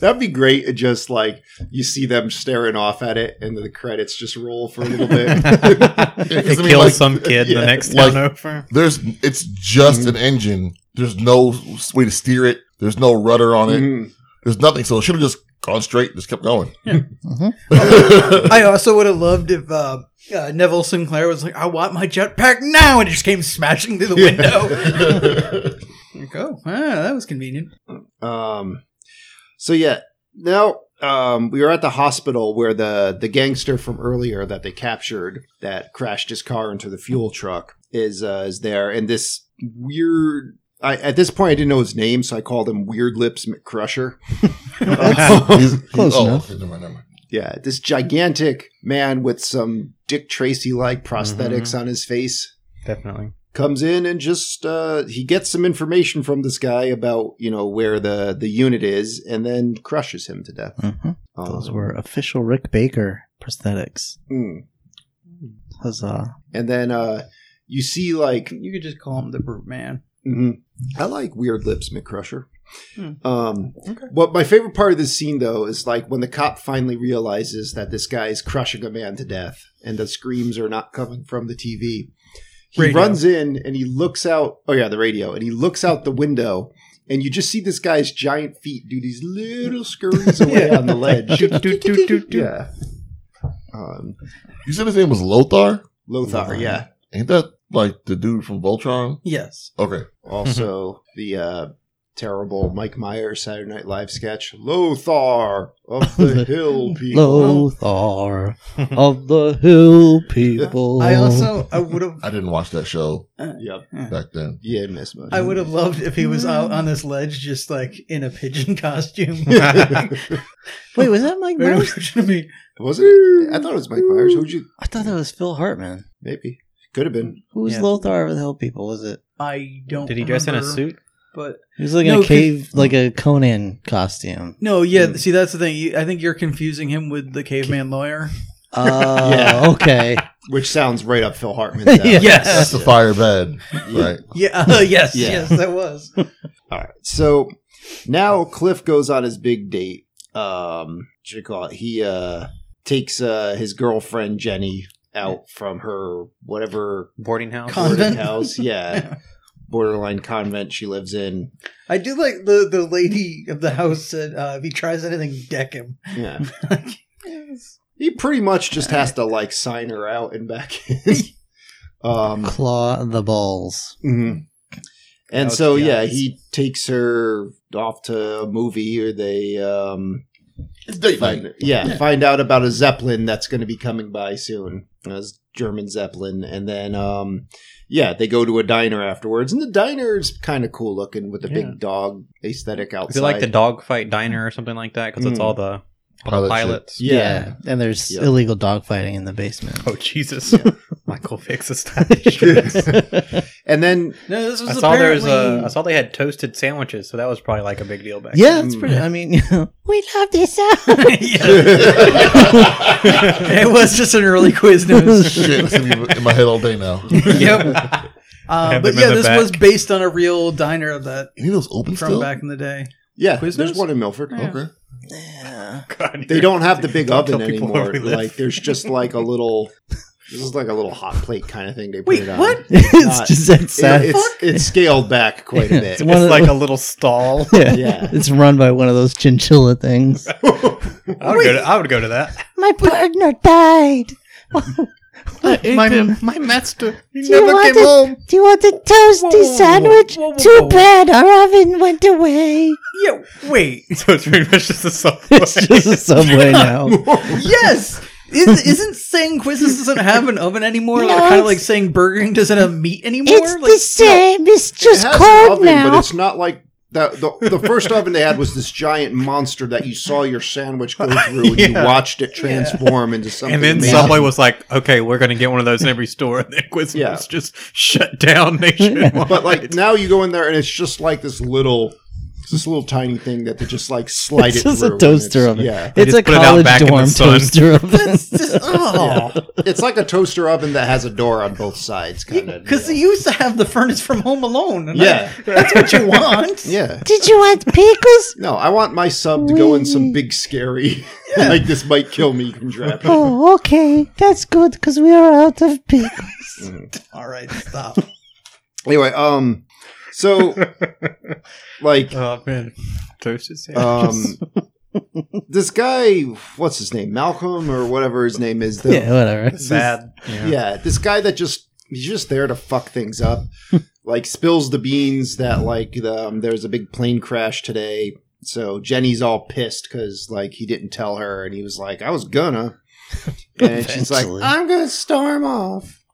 [SPEAKER 6] that'd be great. It just like you see them staring off at it, and then the credits just roll for a little bit.
[SPEAKER 4] it
[SPEAKER 1] I mean,
[SPEAKER 4] kills
[SPEAKER 1] like-
[SPEAKER 4] some kid
[SPEAKER 6] yeah,
[SPEAKER 4] the next
[SPEAKER 1] like-
[SPEAKER 4] town over.
[SPEAKER 1] there's it's just
[SPEAKER 6] Mm-hmm.
[SPEAKER 1] an engine. There's no s- way to steer it. There's no rudder on it.
[SPEAKER 6] Mhm.
[SPEAKER 1] There's nothing. So it should have just gone straight. Just kept going.
[SPEAKER 3] Mhm.
[SPEAKER 5] I also would have loved if uh, uh, Neville Sinclair was like, "I want my jetpack now," and it just came smashing through the window. like, oh, ah, that was convenient.
[SPEAKER 6] Um, so yeah, now um, we were at the hospital where the the gangster from earlier that they captured that crashed his car into the fuel truck is uh, is there, and this weird. I, at this point, I didn't know his name, so I called him Weird Lips McCrusher.
[SPEAKER 1] He's- he's-
[SPEAKER 3] Close
[SPEAKER 1] oh,
[SPEAKER 3] enough.
[SPEAKER 1] okay, never mind, never mind.
[SPEAKER 6] Yeah, this gigantic man with some Dick Tracy like prosthetics on his face
[SPEAKER 4] Definitely.
[SPEAKER 6] comes in and just uh, he gets some information from this guy about you know where the the unit is, and then crushes him to death.
[SPEAKER 3] Mhm. Those
[SPEAKER 6] Um,
[SPEAKER 3] were official Rick Baker prosthetics.
[SPEAKER 6] mm.
[SPEAKER 3] Huzzah!
[SPEAKER 6] And then uh, you see, like,
[SPEAKER 5] You could just call him the brute man.
[SPEAKER 4] Mm-hmm.
[SPEAKER 6] I like Weird Lips McCrusher.
[SPEAKER 5] Hmm.
[SPEAKER 6] Um, What my favorite part of this scene, though, is like when the cop finally realizes that this guy is crushing a man to death and the screams are not coming from the TV. He
[SPEAKER 5] Radio.
[SPEAKER 6] runs in and he looks out. Oh, yeah, the radio. And he looks out the window. And you just see this guy's giant feet do these little scurries away on the ledge.
[SPEAKER 4] Doot, doot, doot, doot, doot.
[SPEAKER 6] Yeah. Um,
[SPEAKER 1] You said his name was Lothar.
[SPEAKER 6] Lothar, yeah.
[SPEAKER 1] Ain't that like the dude from Voltron?
[SPEAKER 5] Yes.
[SPEAKER 1] Okay. Mm-hmm.
[SPEAKER 6] Also, the uh, terrible Mike Myers Saturday Night Live sketch, Lothar of the Hill People.
[SPEAKER 3] Lothar of the Hill people.
[SPEAKER 5] I also I would have
[SPEAKER 1] I didn't watch that show
[SPEAKER 6] Yep.
[SPEAKER 1] back then.
[SPEAKER 6] Yeah, Miss Much.
[SPEAKER 5] I would have loved if he was out on this ledge just like in a pigeon costume.
[SPEAKER 3] wait. Was that Mike Myers?
[SPEAKER 6] Was it? I thought it was Mike Myers. Who'd you?
[SPEAKER 3] I thought that was Phil Hartman.
[SPEAKER 6] Maybe. Could have been.
[SPEAKER 3] Who's
[SPEAKER 5] Yeah.
[SPEAKER 3] Lothar of the Hill people? Was it?
[SPEAKER 5] I don't.
[SPEAKER 4] Did he dress in a
[SPEAKER 5] remember,
[SPEAKER 4] suit?
[SPEAKER 5] But
[SPEAKER 3] He was like
[SPEAKER 5] No,
[SPEAKER 3] in
[SPEAKER 5] 'cause-
[SPEAKER 3] a cave, like a Conan costume.
[SPEAKER 5] no, yeah. See, that's the thing. You- I think you're confusing him with the caveman lawyer.
[SPEAKER 1] Uh,
[SPEAKER 3] Oh,
[SPEAKER 6] Yeah.
[SPEAKER 3] okay.
[SPEAKER 6] Which sounds right up Phil Hartman's alley.
[SPEAKER 3] Yeah.
[SPEAKER 1] That's the fire bed, right?
[SPEAKER 5] Yeah. yes.
[SPEAKER 6] Yeah.
[SPEAKER 5] Yes, that was.
[SPEAKER 6] All right. So now Cliff goes on his big date. Um, what you call it? He uh takes uh his girlfriend Jenny out from her whatever
[SPEAKER 4] Boarding house.
[SPEAKER 5] Con-
[SPEAKER 6] boarding
[SPEAKER 5] Convent.
[SPEAKER 6] house. Yeah. Borderline convent she lives in.
[SPEAKER 5] I do like the the lady of the house said uh, if he tries anything, deck him.
[SPEAKER 6] Yeah. He pretty much just has to like sign her out and back in. um,
[SPEAKER 3] Claw the balls.
[SPEAKER 6] mhm. And
[SPEAKER 4] Ouch,
[SPEAKER 6] so yeah,
[SPEAKER 4] guys.
[SPEAKER 6] he takes her off to a movie, or they um,
[SPEAKER 1] It's date night.
[SPEAKER 6] find, yeah, find out about a zeppelin that's going to be coming by soon, a German zeppelin, and then um, yeah, they go to a diner afterwards, and the diner's kind of cool looking with the
[SPEAKER 4] Yeah.
[SPEAKER 6] big dog aesthetic outside.
[SPEAKER 4] Is it like Hmm. the dogfight diner or something like that? Because it's
[SPEAKER 6] Mm.
[SPEAKER 4] all the all the
[SPEAKER 1] Pilot
[SPEAKER 4] pilots.
[SPEAKER 6] yeah.
[SPEAKER 3] And there's
[SPEAKER 6] Yeah.
[SPEAKER 3] illegal dogfighting in the basement.
[SPEAKER 4] Oh Jesus! Michael Vick's
[SPEAKER 6] and then
[SPEAKER 5] No, this was
[SPEAKER 4] I saw there was
[SPEAKER 5] apparently.
[SPEAKER 4] a, I saw they had toasted sandwiches, so that was probably like a big deal back.
[SPEAKER 3] yeah, it's pretty. I mean, you know, we love this out.
[SPEAKER 5] it was just an early quiz news.
[SPEAKER 1] Shit, it's gonna be in my head all day now.
[SPEAKER 5] yep. Uh,
[SPEAKER 4] Have
[SPEAKER 5] but
[SPEAKER 4] them in
[SPEAKER 5] yeah,
[SPEAKER 4] the
[SPEAKER 5] this
[SPEAKER 4] back.
[SPEAKER 5] was based on a real diner that
[SPEAKER 1] Any of those open
[SPEAKER 5] from
[SPEAKER 1] still?
[SPEAKER 5] back in the day.
[SPEAKER 6] yeah,
[SPEAKER 5] Quiznos?
[SPEAKER 6] there's one in Milford.
[SPEAKER 1] Okay.
[SPEAKER 3] yeah.
[SPEAKER 4] God,
[SPEAKER 6] They
[SPEAKER 4] you're-
[SPEAKER 6] don't have the big
[SPEAKER 4] Don't
[SPEAKER 6] oven
[SPEAKER 4] tell people
[SPEAKER 6] anymore.
[SPEAKER 4] where we live.
[SPEAKER 6] Like there's just like a little. This is like a little hot plate kind of thing they put
[SPEAKER 5] Wait,
[SPEAKER 6] it on.
[SPEAKER 5] what?
[SPEAKER 3] it's
[SPEAKER 6] Not-
[SPEAKER 3] just that
[SPEAKER 6] It-
[SPEAKER 3] sad.
[SPEAKER 6] it's it's scaled back quite a bit.
[SPEAKER 3] It's one of
[SPEAKER 4] It's
[SPEAKER 3] the-
[SPEAKER 4] like a little stall.
[SPEAKER 3] yeah.
[SPEAKER 6] yeah.
[SPEAKER 3] It's run by one of those chinchilla things.
[SPEAKER 4] I would, go to, I would go to that.
[SPEAKER 3] My partner died.
[SPEAKER 4] My, my master he
[SPEAKER 3] Do you
[SPEAKER 4] never
[SPEAKER 3] want
[SPEAKER 4] came
[SPEAKER 3] to-
[SPEAKER 4] home.
[SPEAKER 3] Do you want a toasty sandwich?
[SPEAKER 5] whoa, whoa, whoa.
[SPEAKER 3] Too bad our oven went away.
[SPEAKER 5] Yeah, wait.
[SPEAKER 4] So it's pretty much just a subway.
[SPEAKER 3] It's just a subway now.
[SPEAKER 5] Yes. Is, isn't saying quizzes doesn't have an oven anymore?
[SPEAKER 3] No,
[SPEAKER 5] like, kind
[SPEAKER 3] it's-
[SPEAKER 5] of like saying Burger King doesn't have meat anymore.
[SPEAKER 3] It's
[SPEAKER 5] like,
[SPEAKER 3] the same. It's
[SPEAKER 6] It
[SPEAKER 3] just
[SPEAKER 6] has an
[SPEAKER 3] cold
[SPEAKER 6] oven,
[SPEAKER 3] now.
[SPEAKER 6] but it's not like that the, the first oven they had was this giant monster that you saw your sandwich go through and you
[SPEAKER 4] Yeah.
[SPEAKER 6] watched it transform into something.
[SPEAKER 4] and then
[SPEAKER 6] amazing.
[SPEAKER 4] Subway was like, "Okay, we're going to get one of those in every store." And then Quiznos
[SPEAKER 6] Yeah.
[SPEAKER 4] just shut down nationwide.
[SPEAKER 6] But like now you go in there and it's just like this little, it's this little tiny thing that they just like slide
[SPEAKER 3] It's
[SPEAKER 6] it
[SPEAKER 3] just a
[SPEAKER 6] through. and
[SPEAKER 3] toaster
[SPEAKER 6] it's-
[SPEAKER 3] oven.
[SPEAKER 6] Yeah,
[SPEAKER 3] It's
[SPEAKER 4] just
[SPEAKER 3] a
[SPEAKER 4] put it out
[SPEAKER 3] college
[SPEAKER 4] back in the
[SPEAKER 3] dorm
[SPEAKER 4] sun.
[SPEAKER 3] toaster oven.
[SPEAKER 5] It's just oh.
[SPEAKER 6] it's like a toaster oven that has a door on both sides, kind of.
[SPEAKER 5] Because you used to have the furnace from Home Alone. And
[SPEAKER 6] Yeah.
[SPEAKER 5] I- that's what you want.
[SPEAKER 6] yeah.
[SPEAKER 3] Did you want pickles?
[SPEAKER 6] No, I want my sub to go in some big scary, like this might kill me contraption.
[SPEAKER 3] Oh, okay. That's good because we are out of pickles.
[SPEAKER 5] All right, stop.
[SPEAKER 6] Anyway, um, so like
[SPEAKER 4] oh man, toast is
[SPEAKER 6] um, this guy, what's his name, Malcolm or whatever his name is, the,
[SPEAKER 3] yeah, whatever.
[SPEAKER 4] sad.
[SPEAKER 6] yeah. this guy that just he's just there to fuck things up, like spills the beans that like the, um, there's a big plane crash today. So Jenny's all pissed because like he didn't tell her, and he was like, "I was gonna," and she's like,
[SPEAKER 3] Eventually.
[SPEAKER 6] "I'm gonna storm off,"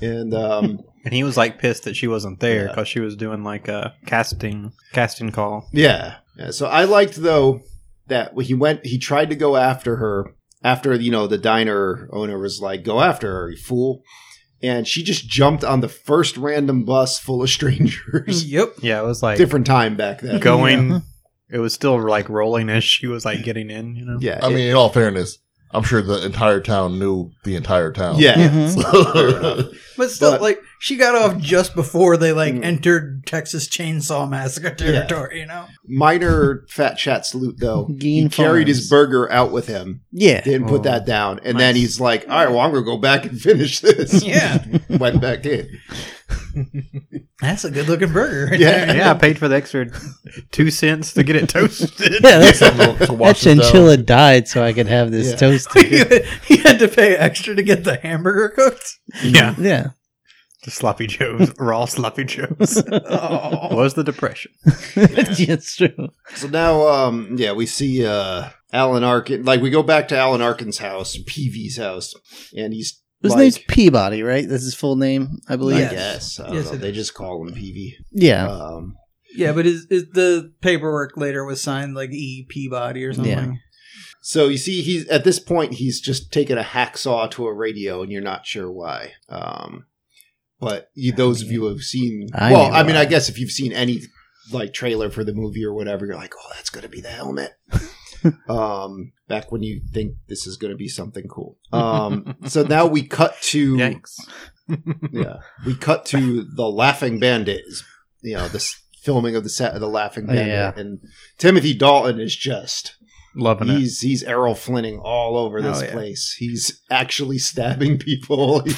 [SPEAKER 6] and um.
[SPEAKER 4] And he was like pissed that she wasn't there
[SPEAKER 6] Yeah.
[SPEAKER 4] because she was doing like a casting casting call.
[SPEAKER 6] Yeah. yeah. So I liked though that he went he tried to go after her after you know the diner owner was like go after her you fool and she just jumped on the first random bus full of strangers
[SPEAKER 5] yep.
[SPEAKER 4] Yeah, it was like
[SPEAKER 6] different time back then
[SPEAKER 4] going. It was still like rolling as she was like getting in. You know.
[SPEAKER 6] yeah
[SPEAKER 1] I
[SPEAKER 6] it-
[SPEAKER 1] mean, in all fairness, I'm sure the entire town knew the entire town.
[SPEAKER 6] yeah
[SPEAKER 3] Mhm.
[SPEAKER 5] But still,
[SPEAKER 6] But-
[SPEAKER 5] like, she got off just before they, like,
[SPEAKER 6] Mm.
[SPEAKER 5] entered Texas Chainsaw Massacre territory, you know?
[SPEAKER 6] minor fat chat salute though
[SPEAKER 3] Geen
[SPEAKER 6] he carried his
[SPEAKER 3] farms.
[SPEAKER 6] burger out with him
[SPEAKER 3] Yeah.
[SPEAKER 6] didn't put
[SPEAKER 4] Oh,
[SPEAKER 6] that down and then
[SPEAKER 4] nice.
[SPEAKER 6] he's like all right well i'm gonna go back and finish this
[SPEAKER 5] Yeah.
[SPEAKER 6] went back in
[SPEAKER 5] That's a good looking burger. right
[SPEAKER 6] Yeah.
[SPEAKER 5] there.
[SPEAKER 4] Yeah, I paid for the extra two cents to get it toasted.
[SPEAKER 3] Yeah, that's,
[SPEAKER 1] To- to
[SPEAKER 3] that
[SPEAKER 1] wash it down.
[SPEAKER 3] chinchilla died so I could have this
[SPEAKER 6] Yeah.
[SPEAKER 3] toasted.
[SPEAKER 5] he had to pay extra to get the hamburger cooked.
[SPEAKER 4] yeah,
[SPEAKER 3] yeah.
[SPEAKER 4] the sloppy joes, raw sloppy joes.
[SPEAKER 5] Oh.
[SPEAKER 4] Was the depression?
[SPEAKER 3] That's true.
[SPEAKER 6] So now, um, yeah, we see uh, Alan Arkin. Like, we go back to Alan Arkin's house, Peavy's house, and he's.
[SPEAKER 3] His
[SPEAKER 6] like,
[SPEAKER 3] name's Peabody, right? That's his full name, I
[SPEAKER 6] I
[SPEAKER 3] believe.
[SPEAKER 5] Yes.
[SPEAKER 6] guess. I don't
[SPEAKER 5] Yes,
[SPEAKER 6] know.
[SPEAKER 5] it
[SPEAKER 6] They just call him Peavy.
[SPEAKER 3] Yeah.
[SPEAKER 6] Um,
[SPEAKER 5] Yeah, but his, his, the paperwork later was signed like E. Peabody or something.
[SPEAKER 3] Yeah.
[SPEAKER 6] so you see, he's at this point, he's just taking a hacksaw to a radio, and you're not sure why. Um, but you, those of you who have seen,
[SPEAKER 3] I
[SPEAKER 6] well,
[SPEAKER 3] knew
[SPEAKER 6] I mean,
[SPEAKER 3] why.
[SPEAKER 6] I guess if you've seen any like trailer for the movie or whatever, you're like, oh, that's going to be the helmet. um, back when you think this is going to be something cool. Um, so now we cut to
[SPEAKER 4] Yikes!
[SPEAKER 6] yeah. We cut to the Laughing Bandit. is, You know, this filming of the set of the Laughing
[SPEAKER 3] Oh,
[SPEAKER 6] Bandit,
[SPEAKER 3] yeah.
[SPEAKER 6] and Timothy Dalton is just
[SPEAKER 4] Loving it.
[SPEAKER 6] he's he's Errol Flinning all over this
[SPEAKER 5] Oh, yeah.
[SPEAKER 6] place. He's actually stabbing people.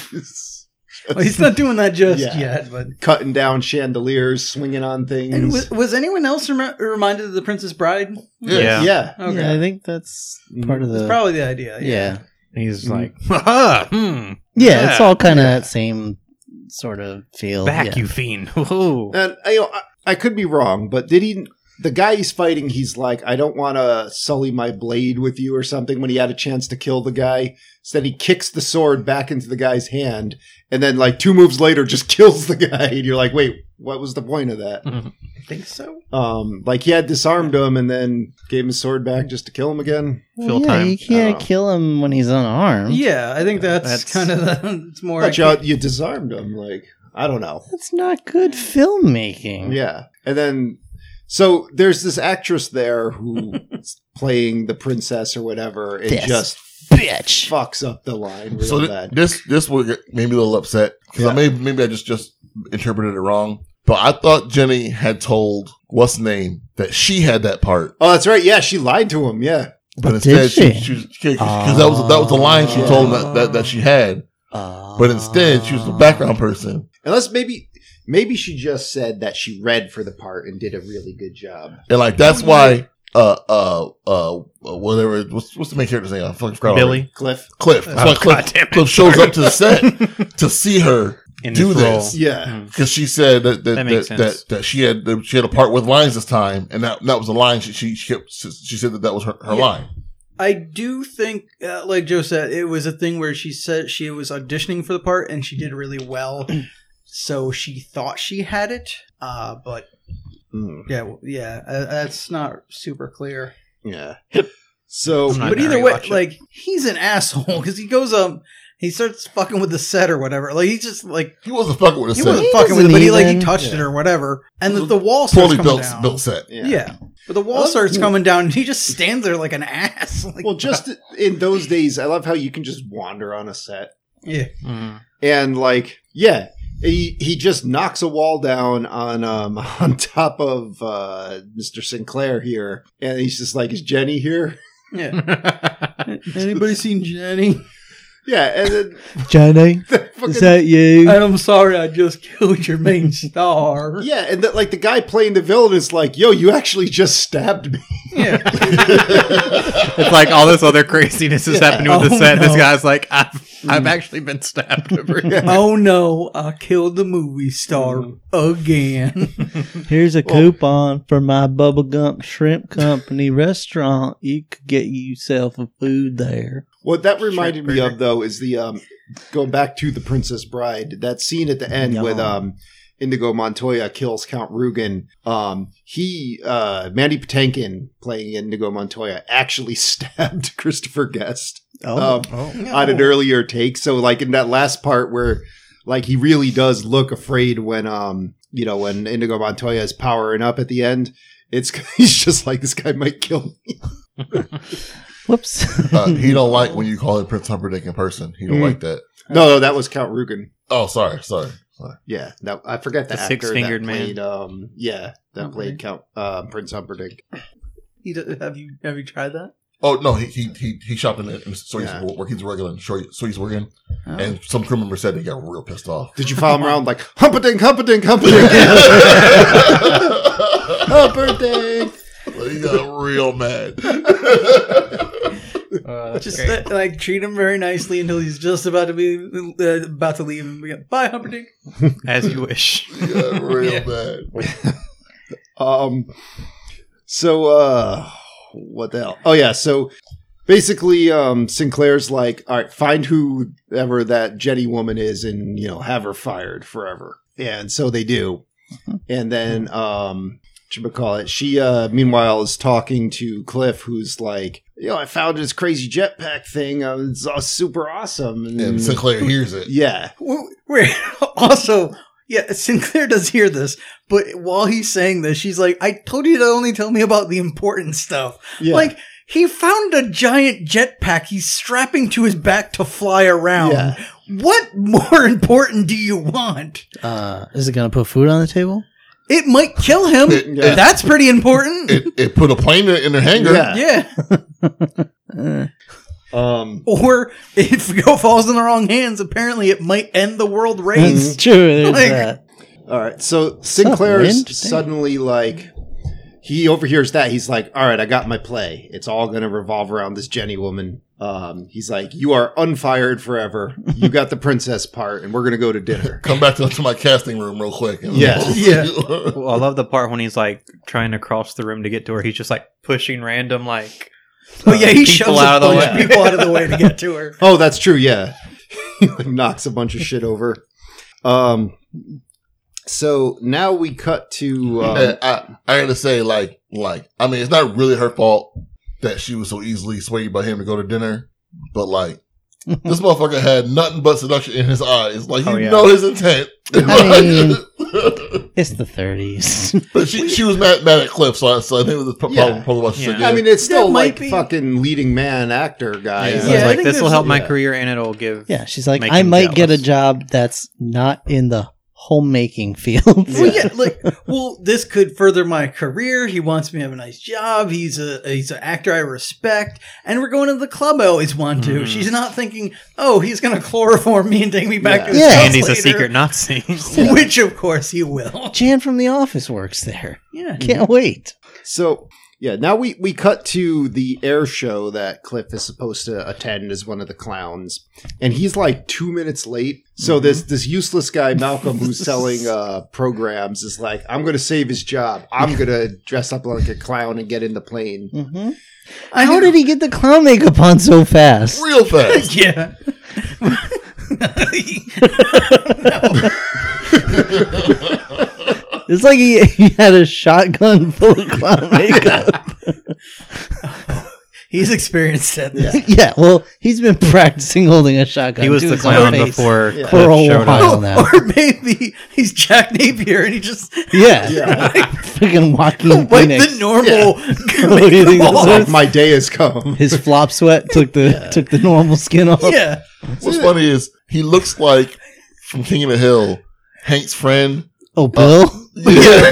[SPEAKER 6] He's
[SPEAKER 5] Well, he's not doing that just
[SPEAKER 6] Yeah.
[SPEAKER 5] yet, but.
[SPEAKER 6] cutting down chandeliers, swinging on things.
[SPEAKER 5] And was, was anyone else rem- reminded of the Princess Bride?
[SPEAKER 1] Yeah.
[SPEAKER 4] Yeah.
[SPEAKER 6] yeah.
[SPEAKER 5] Okay.
[SPEAKER 3] Yeah, I think that's
[SPEAKER 6] Mm.
[SPEAKER 3] part of
[SPEAKER 5] That's
[SPEAKER 3] the.
[SPEAKER 5] probably the idea. Yeah.
[SPEAKER 3] yeah.
[SPEAKER 4] He's
[SPEAKER 6] Mm.
[SPEAKER 4] like, "Aha, mm-hmm. hmm,
[SPEAKER 3] Yeah, it's
[SPEAKER 4] Yeah.
[SPEAKER 3] all kind of that same sort of feel.
[SPEAKER 4] back
[SPEAKER 3] yeah.
[SPEAKER 4] you fiend! Whoa.
[SPEAKER 6] And I, you know, I, I could be wrong, but did he? The guy he's fighting, he's like, I don't want to sully my blade with you or something. When he had a chance to kill the guy, so then he kicks the sword back into the guy's hand, and then like two moves later, just kills the guy. And you're like, wait, what was the point of that?
[SPEAKER 5] I think so.
[SPEAKER 6] Um, like he had disarmed him and then gave him his sword back just to kill him again.
[SPEAKER 3] Well,
[SPEAKER 4] Fill
[SPEAKER 3] yeah,
[SPEAKER 4] time.
[SPEAKER 3] you
[SPEAKER 6] I
[SPEAKER 3] can't
[SPEAKER 6] don't know.
[SPEAKER 3] kill him when he's unarmed.
[SPEAKER 5] Yeah, I think that's,
[SPEAKER 4] That's-
[SPEAKER 5] kind of the. It's more.
[SPEAKER 6] But you, you disarmed him. Like I don't know.
[SPEAKER 3] That's not good filmmaking.
[SPEAKER 6] Yeah. And then so there's this actress there who's playing the princess or whatever and
[SPEAKER 3] This
[SPEAKER 6] just
[SPEAKER 3] Bitch.
[SPEAKER 6] fucks up the line real
[SPEAKER 1] So thi-
[SPEAKER 6] bad.
[SPEAKER 1] this this would get- made me a little upset because
[SPEAKER 6] Yeah.
[SPEAKER 1] I may, maybe I just just interpreted it wrong. But I thought Jenny had told what's name that she had that part,
[SPEAKER 6] oh, that's right. Yeah, she lied to him. Yeah.
[SPEAKER 1] but
[SPEAKER 3] But did
[SPEAKER 1] instead she
[SPEAKER 3] she? Ah.
[SPEAKER 1] she because that was that was the line she told him that, that, that she had,
[SPEAKER 3] Uh,
[SPEAKER 1] but instead she was the background person.
[SPEAKER 6] Unless maybe maybe she just said that she read for the part and did a really good job.
[SPEAKER 1] And like that's why uh uh uh whatever what's, what's the main character's name? I fucking forgot. already.
[SPEAKER 4] Billy
[SPEAKER 6] Cliff.
[SPEAKER 1] Cliff. That's
[SPEAKER 4] Oh,
[SPEAKER 1] why Cliff,
[SPEAKER 4] God damn it.
[SPEAKER 1] Cliff shows up to the set to see her
[SPEAKER 4] in
[SPEAKER 1] do
[SPEAKER 4] this role. Hmm.
[SPEAKER 1] this.
[SPEAKER 6] Yeah.
[SPEAKER 1] because she said that that
[SPEAKER 4] That
[SPEAKER 1] that,
[SPEAKER 4] makes
[SPEAKER 1] that,
[SPEAKER 4] sense.
[SPEAKER 1] that she had that she had a part with lines this time, and that that was a line she she she, kept, she said that that was her, her
[SPEAKER 5] Yeah.
[SPEAKER 1] line.
[SPEAKER 5] I do think, uh, like Joe said, it was a thing where she said she was auditioning for the part and she did really well, so she thought she had it. Uh, but
[SPEAKER 6] Mm,
[SPEAKER 5] Yeah, well, yeah, uh, that's not super clear.
[SPEAKER 6] yeah. So
[SPEAKER 4] I'm not
[SPEAKER 5] but
[SPEAKER 4] gonna
[SPEAKER 5] either way,
[SPEAKER 4] rewatch it.
[SPEAKER 5] like he's an asshole because he goes um he starts fucking with the set or whatever. Like he just like
[SPEAKER 1] He wasn't fucking with
[SPEAKER 5] he
[SPEAKER 1] a set.
[SPEAKER 5] wasn't fucking with
[SPEAKER 3] doesn't
[SPEAKER 5] it, but he like he
[SPEAKER 3] even-
[SPEAKER 5] touched it or whatever, and the, the wall starts
[SPEAKER 1] Poorly
[SPEAKER 5] coming
[SPEAKER 1] built,
[SPEAKER 5] down.
[SPEAKER 1] built set.
[SPEAKER 5] yeah. but the wall
[SPEAKER 6] Oh.
[SPEAKER 5] starts coming down, and he just stands there like an ass. Like,
[SPEAKER 6] Well, just in those days, I love how you can just wander on a set
[SPEAKER 5] yeah,
[SPEAKER 6] and like, yeah, he he just knocks a wall down on um on top of uh Mr. Sinclair here, and he's just like, "Is Jenny here?"
[SPEAKER 5] yeah.
[SPEAKER 4] Mm.
[SPEAKER 5] Anybody seen Jenny?
[SPEAKER 6] Yeah, and then
[SPEAKER 3] Johnny,
[SPEAKER 6] the fucking,
[SPEAKER 3] is that you?
[SPEAKER 5] And I'm sorry, I just killed your main star.
[SPEAKER 6] yeah, and that like the guy playing the villain is like, "Yo, you actually just stabbed me."
[SPEAKER 5] Yeah.
[SPEAKER 4] it's like all this other craziness is happening with the
[SPEAKER 5] Oh,
[SPEAKER 4] set. This
[SPEAKER 5] no.
[SPEAKER 4] guy's like, I've, I've actually been stabbed over here.
[SPEAKER 5] oh no, I killed the movie star again.
[SPEAKER 1] Oh.
[SPEAKER 3] Here's a coupon for my Bubblegum Shrimp Company restaurant. You could get yourself a food there.
[SPEAKER 6] What that reminded me
[SPEAKER 4] burger.
[SPEAKER 6] of though is the um going back to the Princess Bride, that scene at the end
[SPEAKER 3] Yeah.
[SPEAKER 6] with um Indigo Montoya kills Count Rugen. Um he uh Mandy Patinkin playing Indigo Montoya actually stabbed Christopher Guest
[SPEAKER 3] Oh,
[SPEAKER 6] um, on an earlier take. So like in that last part where like he really does look afraid when um you know when Indigo Montoya is powering up at the end. It's he's just like this guy might kill
[SPEAKER 3] whoops.
[SPEAKER 1] Uh, he don't like when you call it Prince Humperdinck in person. He don't
[SPEAKER 6] Mm.
[SPEAKER 1] like that.
[SPEAKER 6] No, no, that was Count Rugen.
[SPEAKER 1] Oh, sorry, sorry, sorry.
[SPEAKER 6] Yeah, that I forget the,
[SPEAKER 4] The
[SPEAKER 6] actor
[SPEAKER 4] six-fingered
[SPEAKER 6] that
[SPEAKER 4] man.
[SPEAKER 6] played, Um, yeah, that
[SPEAKER 5] Okay.
[SPEAKER 6] played Count uh, Prince Humperdinck.
[SPEAKER 5] You d- have you have you tried that?
[SPEAKER 1] Oh no, he he he, he shopped in, in so he's
[SPEAKER 6] Yeah.
[SPEAKER 1] work. He's regular and so so he's working.
[SPEAKER 5] Oh.
[SPEAKER 1] And some crew member said they got real pissed off.
[SPEAKER 6] Did you follow him around like Humperdinck, Humperdinck, Humperdinck,
[SPEAKER 1] he
[SPEAKER 6] Humperdinck?
[SPEAKER 1] got real mad.
[SPEAKER 5] just uh, like treat him very nicely until he's just about to be uh, about to leave. And we go, Bye, Humperdinck.
[SPEAKER 4] As you wish.
[SPEAKER 1] He got real mad.
[SPEAKER 6] Um, so uh, what the hell? Oh yeah, so basically, um, Sinclair's like, all right, find whoever that Jenny woman is, and you know, have her fired forever. Yeah, and so they do, and then um, what call it? She uh, meanwhile is talking to Cliff, who's like. You know, I found this crazy jetpack thing. Uh, it's uh, super awesome. And,
[SPEAKER 1] And Sinclair hears it.
[SPEAKER 6] Mm. yeah,
[SPEAKER 5] Wh- Where also, yeah, Sinclair does hear this, but while he's saying this, she's like, "I told you to only tell me about the important stuff."
[SPEAKER 6] yeah,
[SPEAKER 5] Like he found a giant jetpack he's strapping to his back to fly around.
[SPEAKER 6] Yeah.
[SPEAKER 5] What more important do you want?
[SPEAKER 3] Uh, is it gonna put food on the table?
[SPEAKER 5] It might kill him.
[SPEAKER 1] It-
[SPEAKER 6] it-
[SPEAKER 5] That's pretty important.
[SPEAKER 1] It, it put a plane in their hangar.
[SPEAKER 6] yeah.
[SPEAKER 5] yeah.
[SPEAKER 3] Uh,
[SPEAKER 6] Um,
[SPEAKER 5] Or if Go falls in the wrong hands, apparently it might end the world race.
[SPEAKER 3] that's true. There's
[SPEAKER 5] Like-
[SPEAKER 3] that.
[SPEAKER 6] All right. So Sinclair's
[SPEAKER 3] wind? Damn.
[SPEAKER 6] suddenly like he overhears that. He's like, "All right, I got my play. It's all going to revolve around this Jenny woman." Um, he's like, "You are unfired forever. You got the princess part, and we're going to go to dinner."
[SPEAKER 1] Come back to, to my casting room real quick.
[SPEAKER 6] Yeah.
[SPEAKER 1] yeah.
[SPEAKER 4] Well, I love the part when he's like trying to cross the room to get to her. He's just like pushing random like.
[SPEAKER 5] Oh yeah, he
[SPEAKER 4] people
[SPEAKER 5] shoves
[SPEAKER 4] out of the
[SPEAKER 5] a bunch
[SPEAKER 4] way.
[SPEAKER 5] of people out of the way to get to her.
[SPEAKER 6] Oh, that's true. Yeah, he like, knocks a bunch of shit over. Um, so now we cut to um,
[SPEAKER 1] And I, I gotta say, like, like, I mean, it's not really her fault that she was so easily swayed by him to go to dinner, but like, this motherfucker had nothing but seduction in his eyes. Like, you
[SPEAKER 4] Oh, yeah.
[SPEAKER 1] know his intent.
[SPEAKER 3] I mean- It's the 30s.
[SPEAKER 1] but she, she was mad, mad at Cliff, so I, so I think it was probably,
[SPEAKER 6] Yeah.
[SPEAKER 1] probably why she said
[SPEAKER 4] Yeah.
[SPEAKER 1] yeah.
[SPEAKER 6] I mean, it's still
[SPEAKER 5] That might
[SPEAKER 6] like
[SPEAKER 5] be-
[SPEAKER 6] fucking leading man actor guys.
[SPEAKER 4] He's
[SPEAKER 5] Yeah, I
[SPEAKER 4] like
[SPEAKER 5] think
[SPEAKER 4] this will
[SPEAKER 5] there's-
[SPEAKER 4] help my
[SPEAKER 6] yeah.
[SPEAKER 4] career and it'll give.
[SPEAKER 3] yeah, she's like,
[SPEAKER 4] Make
[SPEAKER 3] I
[SPEAKER 4] him
[SPEAKER 3] might get a
[SPEAKER 4] jealous.
[SPEAKER 3] job that's not in the homemaking field.
[SPEAKER 5] Well, yeah, like, well, this could further my career. He wants me to have a nice job. He's a he's an actor I respect, and we're going to the club I always want to.
[SPEAKER 4] Mhm.
[SPEAKER 5] She's not thinking, oh, he's going to chloroform me and take me back.
[SPEAKER 6] Yeah.
[SPEAKER 5] to his
[SPEAKER 3] Yeah.
[SPEAKER 5] house
[SPEAKER 4] And he's a
[SPEAKER 5] later.
[SPEAKER 4] secret Nazi.
[SPEAKER 5] which of course he will.
[SPEAKER 3] Jan from The Office works there.
[SPEAKER 5] Yeah,
[SPEAKER 1] Mm-hmm.
[SPEAKER 3] Can't wait.
[SPEAKER 6] So yeah, now we we cut to the air show that Cliff is supposed to attend as one of the clowns, and he's like two minutes late. So this this useless guy Malcolm, who's selling uh, programs, is like, "I'm going to save his job. I'm going to dress up like a clown and get in the plane."
[SPEAKER 3] hmm
[SPEAKER 5] I
[SPEAKER 3] How
[SPEAKER 5] know-
[SPEAKER 3] did he get the clown makeup on so fast?
[SPEAKER 1] real fast.
[SPEAKER 5] Yeah.
[SPEAKER 3] It's like he, he had a shotgun full of clown makeup.
[SPEAKER 5] He's experienced at this.
[SPEAKER 3] yeah, well, he's been practicing holding a shotgun.
[SPEAKER 4] He was
[SPEAKER 3] to
[SPEAKER 4] the
[SPEAKER 3] his own
[SPEAKER 4] clown
[SPEAKER 3] face
[SPEAKER 4] before Cliff
[SPEAKER 3] for a
[SPEAKER 4] showed up.
[SPEAKER 3] while now.
[SPEAKER 5] Or maybe he's Jack Napier and he just
[SPEAKER 3] Yeah,
[SPEAKER 6] Yeah.
[SPEAKER 3] freaking walking
[SPEAKER 5] like
[SPEAKER 3] Phoenix.
[SPEAKER 5] the normal
[SPEAKER 3] What do you think this
[SPEAKER 5] off.
[SPEAKER 3] is?
[SPEAKER 6] My day has come.
[SPEAKER 3] His flop sweat took the took the normal skin off.
[SPEAKER 5] yeah.
[SPEAKER 1] What's funny is he looks like from King of the Hill, Hank's friend.
[SPEAKER 3] Oh, Bill,
[SPEAKER 1] Yeah,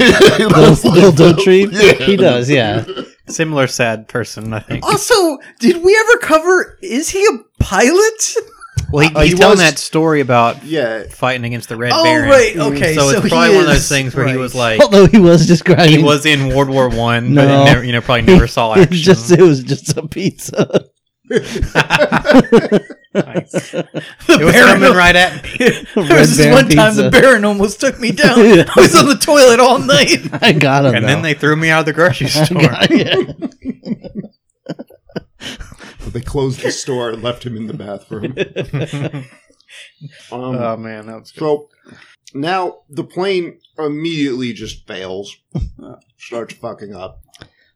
[SPEAKER 1] he
[SPEAKER 3] Bill,
[SPEAKER 4] Oh,
[SPEAKER 1] looks like
[SPEAKER 3] Bill Dotree.
[SPEAKER 1] Yeah.
[SPEAKER 3] He does. Yeah,
[SPEAKER 4] Similar sad person, I think.
[SPEAKER 5] Also, did we ever cover is he a pilot?
[SPEAKER 4] Well, Oh, he,
[SPEAKER 6] Uh,
[SPEAKER 4] he's
[SPEAKER 6] he
[SPEAKER 4] telling
[SPEAKER 6] was-
[SPEAKER 4] that story about
[SPEAKER 6] Yeah.
[SPEAKER 4] fighting against the Red
[SPEAKER 5] oh
[SPEAKER 4] Baron.
[SPEAKER 5] right, okay.
[SPEAKER 4] Mm, So,
[SPEAKER 5] So,
[SPEAKER 4] it's
[SPEAKER 5] he
[SPEAKER 4] probably one of
[SPEAKER 5] is-
[SPEAKER 4] those things where he
[SPEAKER 5] right.
[SPEAKER 4] was like,
[SPEAKER 3] although he was describing
[SPEAKER 4] he was in World War One, but
[SPEAKER 3] No.
[SPEAKER 4] he never, you know, probably never saw
[SPEAKER 3] it
[SPEAKER 4] action.
[SPEAKER 3] was just it was just a pizza.
[SPEAKER 4] Nice.
[SPEAKER 5] the
[SPEAKER 4] It was
[SPEAKER 5] Baron
[SPEAKER 4] coming right at me.
[SPEAKER 5] There was
[SPEAKER 3] Red
[SPEAKER 5] this
[SPEAKER 3] Baron
[SPEAKER 5] one time the
[SPEAKER 3] pizza.
[SPEAKER 5] Baron almost took me down.
[SPEAKER 3] Yeah.
[SPEAKER 5] I was on the toilet all night.
[SPEAKER 3] I got him.
[SPEAKER 4] And then
[SPEAKER 3] though.
[SPEAKER 4] they threw me out of the grocery store.
[SPEAKER 3] I got- yeah.
[SPEAKER 6] They closed the store and left him in the bathroom. Um,
[SPEAKER 4] oh man, that was good.
[SPEAKER 6] So now the plane immediately just fails, starts fucking up.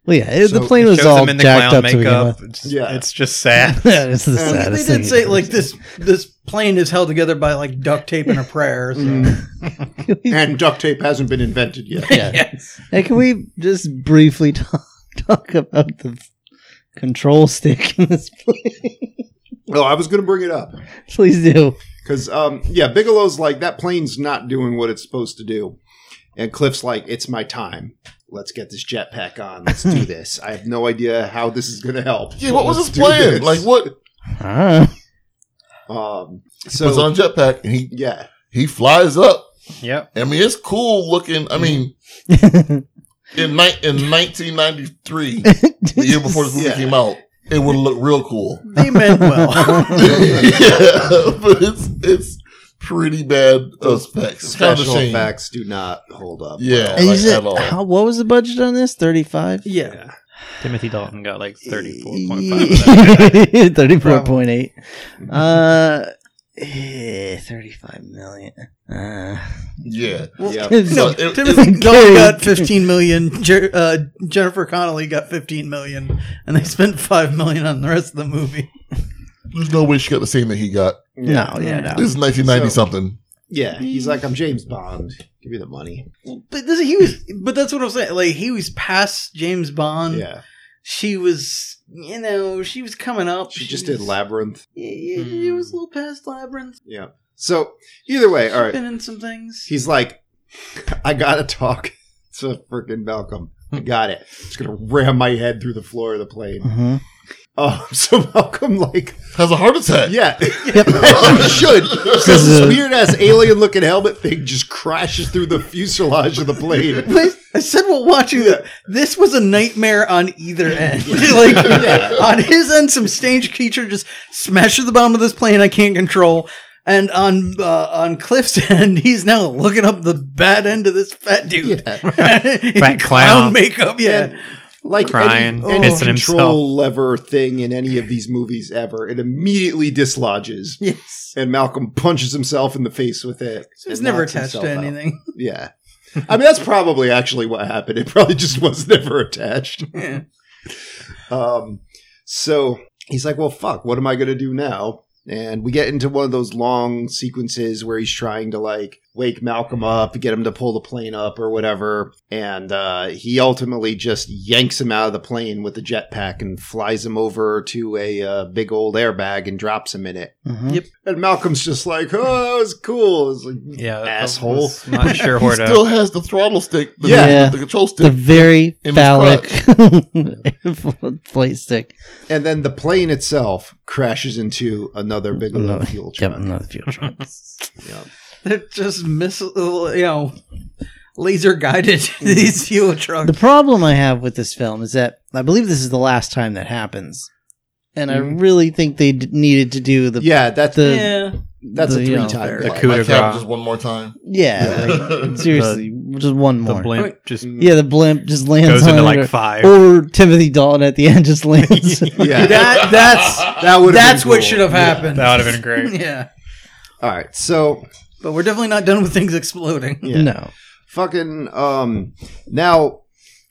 [SPEAKER 3] Well, yeah, it,
[SPEAKER 6] So
[SPEAKER 3] the plane
[SPEAKER 4] It
[SPEAKER 3] was
[SPEAKER 4] shows
[SPEAKER 3] all
[SPEAKER 4] him in the
[SPEAKER 3] jacked
[SPEAKER 4] clown
[SPEAKER 3] up to begin
[SPEAKER 4] makeup.
[SPEAKER 3] with.
[SPEAKER 4] It's,
[SPEAKER 6] Yeah.
[SPEAKER 4] it's just sad.
[SPEAKER 3] Yeah, it's the
[SPEAKER 6] And
[SPEAKER 5] They
[SPEAKER 3] saddest
[SPEAKER 5] did
[SPEAKER 3] thing
[SPEAKER 5] say
[SPEAKER 3] ever.
[SPEAKER 5] like this this plane is held together by like duct tape and a prayer. So.
[SPEAKER 4] Mm.
[SPEAKER 6] And duct tape hasn't been invented yet.
[SPEAKER 3] yeah. Hey, can we just briefly talk, talk about the control stick in this plane?
[SPEAKER 6] Well, I was going to bring it up
[SPEAKER 3] Please do.
[SPEAKER 6] because, um, yeah, Bigelow's like that plane's not doing what it's supposed to do, and Cliff's like, "It's my time. Let's get this jetpack on. Let's do this. I have no idea how this is going to help."
[SPEAKER 1] Yeah, what was
[SPEAKER 6] Let's
[SPEAKER 1] his
[SPEAKER 6] do
[SPEAKER 1] plan?
[SPEAKER 6] this."
[SPEAKER 1] Like what?
[SPEAKER 3] Ah,
[SPEAKER 6] Um,
[SPEAKER 1] So, was
[SPEAKER 6] so
[SPEAKER 1] on jetpack and he
[SPEAKER 6] yeah,
[SPEAKER 1] he flies up.
[SPEAKER 4] Yep.
[SPEAKER 1] I mean, it's cool looking. I mean, in ni- in 1993, the year before this movie
[SPEAKER 6] Yeah.
[SPEAKER 1] came out, it would look real cool.
[SPEAKER 5] They meant well.
[SPEAKER 1] yeah, but it's it's pretty bad uh, specs. It's kind of a
[SPEAKER 6] special
[SPEAKER 1] shame.
[SPEAKER 6] effects do not hold up.
[SPEAKER 1] Yeah,
[SPEAKER 3] And you
[SPEAKER 1] like,
[SPEAKER 3] said-
[SPEAKER 1] at all.
[SPEAKER 3] how, what was the budget on this? Thirty-five.
[SPEAKER 5] yeah.
[SPEAKER 4] Timothy Dalton got like thirty-four point five.
[SPEAKER 3] Thirty-four point eight. Uh, eh, thirty-five million. Uh,
[SPEAKER 1] Yeah, So
[SPEAKER 6] Yep.
[SPEAKER 5] No,
[SPEAKER 1] it-
[SPEAKER 5] Timothy
[SPEAKER 3] it-
[SPEAKER 5] Dalton got 15 million. Jer- uh, Jennifer Connelly got 15 million, and they spent 5 million on the rest of the movie.
[SPEAKER 1] there's no way she got the same that he got.
[SPEAKER 3] No, yeah, no.
[SPEAKER 1] This is 1990
[SPEAKER 6] So-
[SPEAKER 1] something.
[SPEAKER 6] Yeah, he's like, I'm James Bond. Give me the money.
[SPEAKER 5] But this, he was. But that's what I'm saying. Like he was past James Bond.
[SPEAKER 6] Yeah,
[SPEAKER 5] She was. You know, she was coming up.
[SPEAKER 6] she just did
[SPEAKER 5] was-
[SPEAKER 6] Labyrinth.
[SPEAKER 5] Yeah, yeah, it was a little past labyrinth.
[SPEAKER 6] Yeah. So either way, all right.
[SPEAKER 5] Been in some things.
[SPEAKER 6] He's like, I gotta talk to freaking Malcolm. I got it. Just gonna ram my head through the floor of the plane.
[SPEAKER 3] Mhm.
[SPEAKER 6] Oh, so Malcolm like,
[SPEAKER 1] Has a heart attack.
[SPEAKER 6] yeah, you should. So this weird ass alien looking helmet thing just crashes through the fuselage of the plane.
[SPEAKER 5] But I said while watching that this was a nightmare on either end. like on his end, some stage creature just smashes the bottom of this plane I can't control, and on uh, on Cliff's end, he's now looking up the bad end of this fat dude. In
[SPEAKER 4] Fat clown.
[SPEAKER 5] makeup, yeah.
[SPEAKER 6] And, like
[SPEAKER 4] Crying,
[SPEAKER 6] any, any
[SPEAKER 4] pissing
[SPEAKER 6] control
[SPEAKER 4] himself.
[SPEAKER 6] lever thing in any of these movies ever, it immediately dislodges.
[SPEAKER 5] Yes,
[SPEAKER 6] and Malcolm punches himself in the face with it.
[SPEAKER 5] so he's
[SPEAKER 6] and
[SPEAKER 5] never
[SPEAKER 6] knocks
[SPEAKER 5] attached to
[SPEAKER 6] himself out.
[SPEAKER 5] anything.
[SPEAKER 6] Yeah. I mean, that's probably actually what happened. It probably just was never attached.
[SPEAKER 5] Yeah.
[SPEAKER 6] Um, so he's like, well, fuck, what am I going to do now? And we get into one of those long sequences where he's trying to like wake Malcolm up, get him to pull the plane up or whatever. And uh, he ultimately just yanks him out of the plane with the jetpack and flies him over to a uh, big old airbag and drops him in it.
[SPEAKER 3] Mhm.
[SPEAKER 6] And Malcolm's just like, oh, that was cool. It's like,
[SPEAKER 4] Yeah, I
[SPEAKER 6] Asshole.
[SPEAKER 4] was Not sure
[SPEAKER 1] He
[SPEAKER 4] where to.
[SPEAKER 1] still has the throttle stick. The,
[SPEAKER 6] Yeah.
[SPEAKER 1] the, control
[SPEAKER 3] The
[SPEAKER 1] stick.
[SPEAKER 3] very
[SPEAKER 1] In his
[SPEAKER 3] phallic flight stick.
[SPEAKER 6] and then the plane itself crashes into another Bigelow fuel
[SPEAKER 3] Yep,
[SPEAKER 6] truck.
[SPEAKER 3] another fuel truck.
[SPEAKER 6] Yep.
[SPEAKER 5] They're just missile, you know, laser guided these fuel trucks.
[SPEAKER 3] The problem I have with this film is that I believe this is the last time that happens, and I really think they d- needed to do the
[SPEAKER 6] Yeah, that's
[SPEAKER 3] the
[SPEAKER 5] yeah,
[SPEAKER 6] that's
[SPEAKER 3] the,
[SPEAKER 6] a
[SPEAKER 3] you know,
[SPEAKER 6] three time
[SPEAKER 4] The coup
[SPEAKER 1] I
[SPEAKER 4] de
[SPEAKER 1] can't
[SPEAKER 4] grace.
[SPEAKER 1] just one more time.
[SPEAKER 3] yeah. like, seriously, just one
[SPEAKER 4] the
[SPEAKER 3] more.
[SPEAKER 4] blimp just
[SPEAKER 3] Yeah, the blimp just lands
[SPEAKER 4] goes
[SPEAKER 3] on
[SPEAKER 4] into
[SPEAKER 3] her.
[SPEAKER 4] like five.
[SPEAKER 3] or Timothy Dalton at the end just lands.
[SPEAKER 6] Yeah,
[SPEAKER 5] that that's
[SPEAKER 6] that would
[SPEAKER 5] that's what should have happened.
[SPEAKER 4] That would have been great.
[SPEAKER 5] yeah.
[SPEAKER 6] All right, so
[SPEAKER 5] But we're definitely not done with things exploding.
[SPEAKER 6] yeah.
[SPEAKER 3] No,
[SPEAKER 6] Fucking um now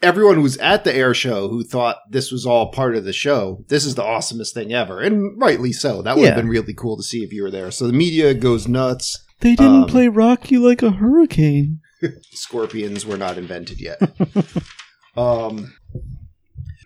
[SPEAKER 6] everyone who was at the air show who thought this was all part of the show, this is the awesomest thing ever. And rightly so. That would have
[SPEAKER 3] Yeah.
[SPEAKER 6] been really cool to see if you were there. So the media goes nuts.
[SPEAKER 3] They
[SPEAKER 6] didn't Um, play
[SPEAKER 3] Rocky like a hurricane.
[SPEAKER 6] Scorpions were not invented yet. um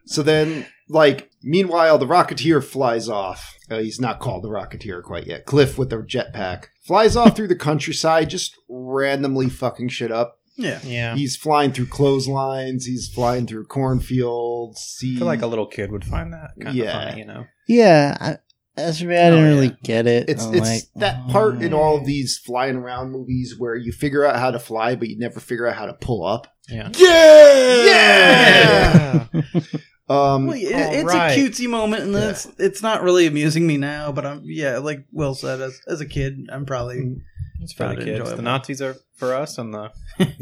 [SPEAKER 6] so then like meanwhile the rocketeer flies off uh, he's not called the rocketeer quite yet cliff with the jetpack flies off through the countryside just randomly fucking shit up
[SPEAKER 5] Yeah.
[SPEAKER 4] Yeah.
[SPEAKER 6] He's flying through clotheslines. He's flying through cornfields. He,
[SPEAKER 4] I feel like a little kid would find that kind
[SPEAKER 6] Yeah.
[SPEAKER 4] of funny, you know.
[SPEAKER 3] Yeah, I, as for me, I
[SPEAKER 4] Oh,
[SPEAKER 3] didn't
[SPEAKER 4] yeah.
[SPEAKER 3] really get it.
[SPEAKER 6] it's
[SPEAKER 3] I'm
[SPEAKER 6] it's
[SPEAKER 3] Oh, like,
[SPEAKER 6] that part in all of these flying around movies where you figure out how to fly, but you never figure out how to pull up.
[SPEAKER 4] Yeah.
[SPEAKER 1] Yeah.
[SPEAKER 6] Yeah! Um,
[SPEAKER 5] Well, it, it's
[SPEAKER 4] Alright.
[SPEAKER 5] a cutesy moment, and it's it's not really amusing me now. But I'm yeah, like Will said, as, as a kid, I'm probably
[SPEAKER 4] It's for the
[SPEAKER 5] Found it
[SPEAKER 4] kids. The
[SPEAKER 5] enjoyable.
[SPEAKER 4] Nazis are for us, and the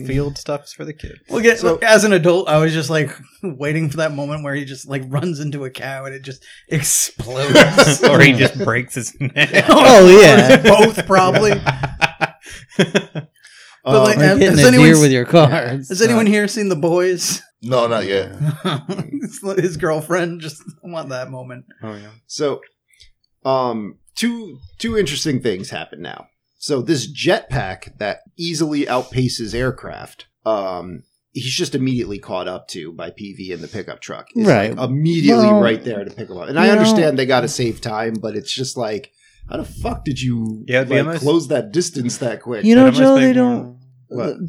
[SPEAKER 4] field stuff is for the kids.
[SPEAKER 5] well. Get,
[SPEAKER 6] So-
[SPEAKER 5] as an adult, I was just like waiting for that moment where he just like runs into a cow and it just explodes.
[SPEAKER 4] or he just breaks his neck.
[SPEAKER 3] oh yeah,
[SPEAKER 5] Both probably. But
[SPEAKER 6] um,
[SPEAKER 5] like,
[SPEAKER 3] like
[SPEAKER 5] has,
[SPEAKER 3] hitting
[SPEAKER 5] has
[SPEAKER 3] a deer
[SPEAKER 5] anyone
[SPEAKER 3] with your car. It's
[SPEAKER 5] has anyone here seen the boys?
[SPEAKER 1] No, not yet.
[SPEAKER 5] His girlfriend just I want that moment.
[SPEAKER 4] Oh yeah.
[SPEAKER 6] so, um, two two interesting things happen now. So this jetpack that easily outpaces aircraft, um, he's just immediately caught up to by PV in the pickup truck. It's
[SPEAKER 3] Right.
[SPEAKER 6] like immediately
[SPEAKER 3] Well,
[SPEAKER 6] right there to pick him up. And
[SPEAKER 3] you
[SPEAKER 6] I
[SPEAKER 3] know-
[SPEAKER 6] understand they got to save time, but it's just like, how the fuck did you
[SPEAKER 4] Yeah, it'd be
[SPEAKER 6] like,
[SPEAKER 4] almost-
[SPEAKER 6] close that distance that quick?
[SPEAKER 3] You know,
[SPEAKER 4] That almost
[SPEAKER 3] Joe, they
[SPEAKER 4] make more-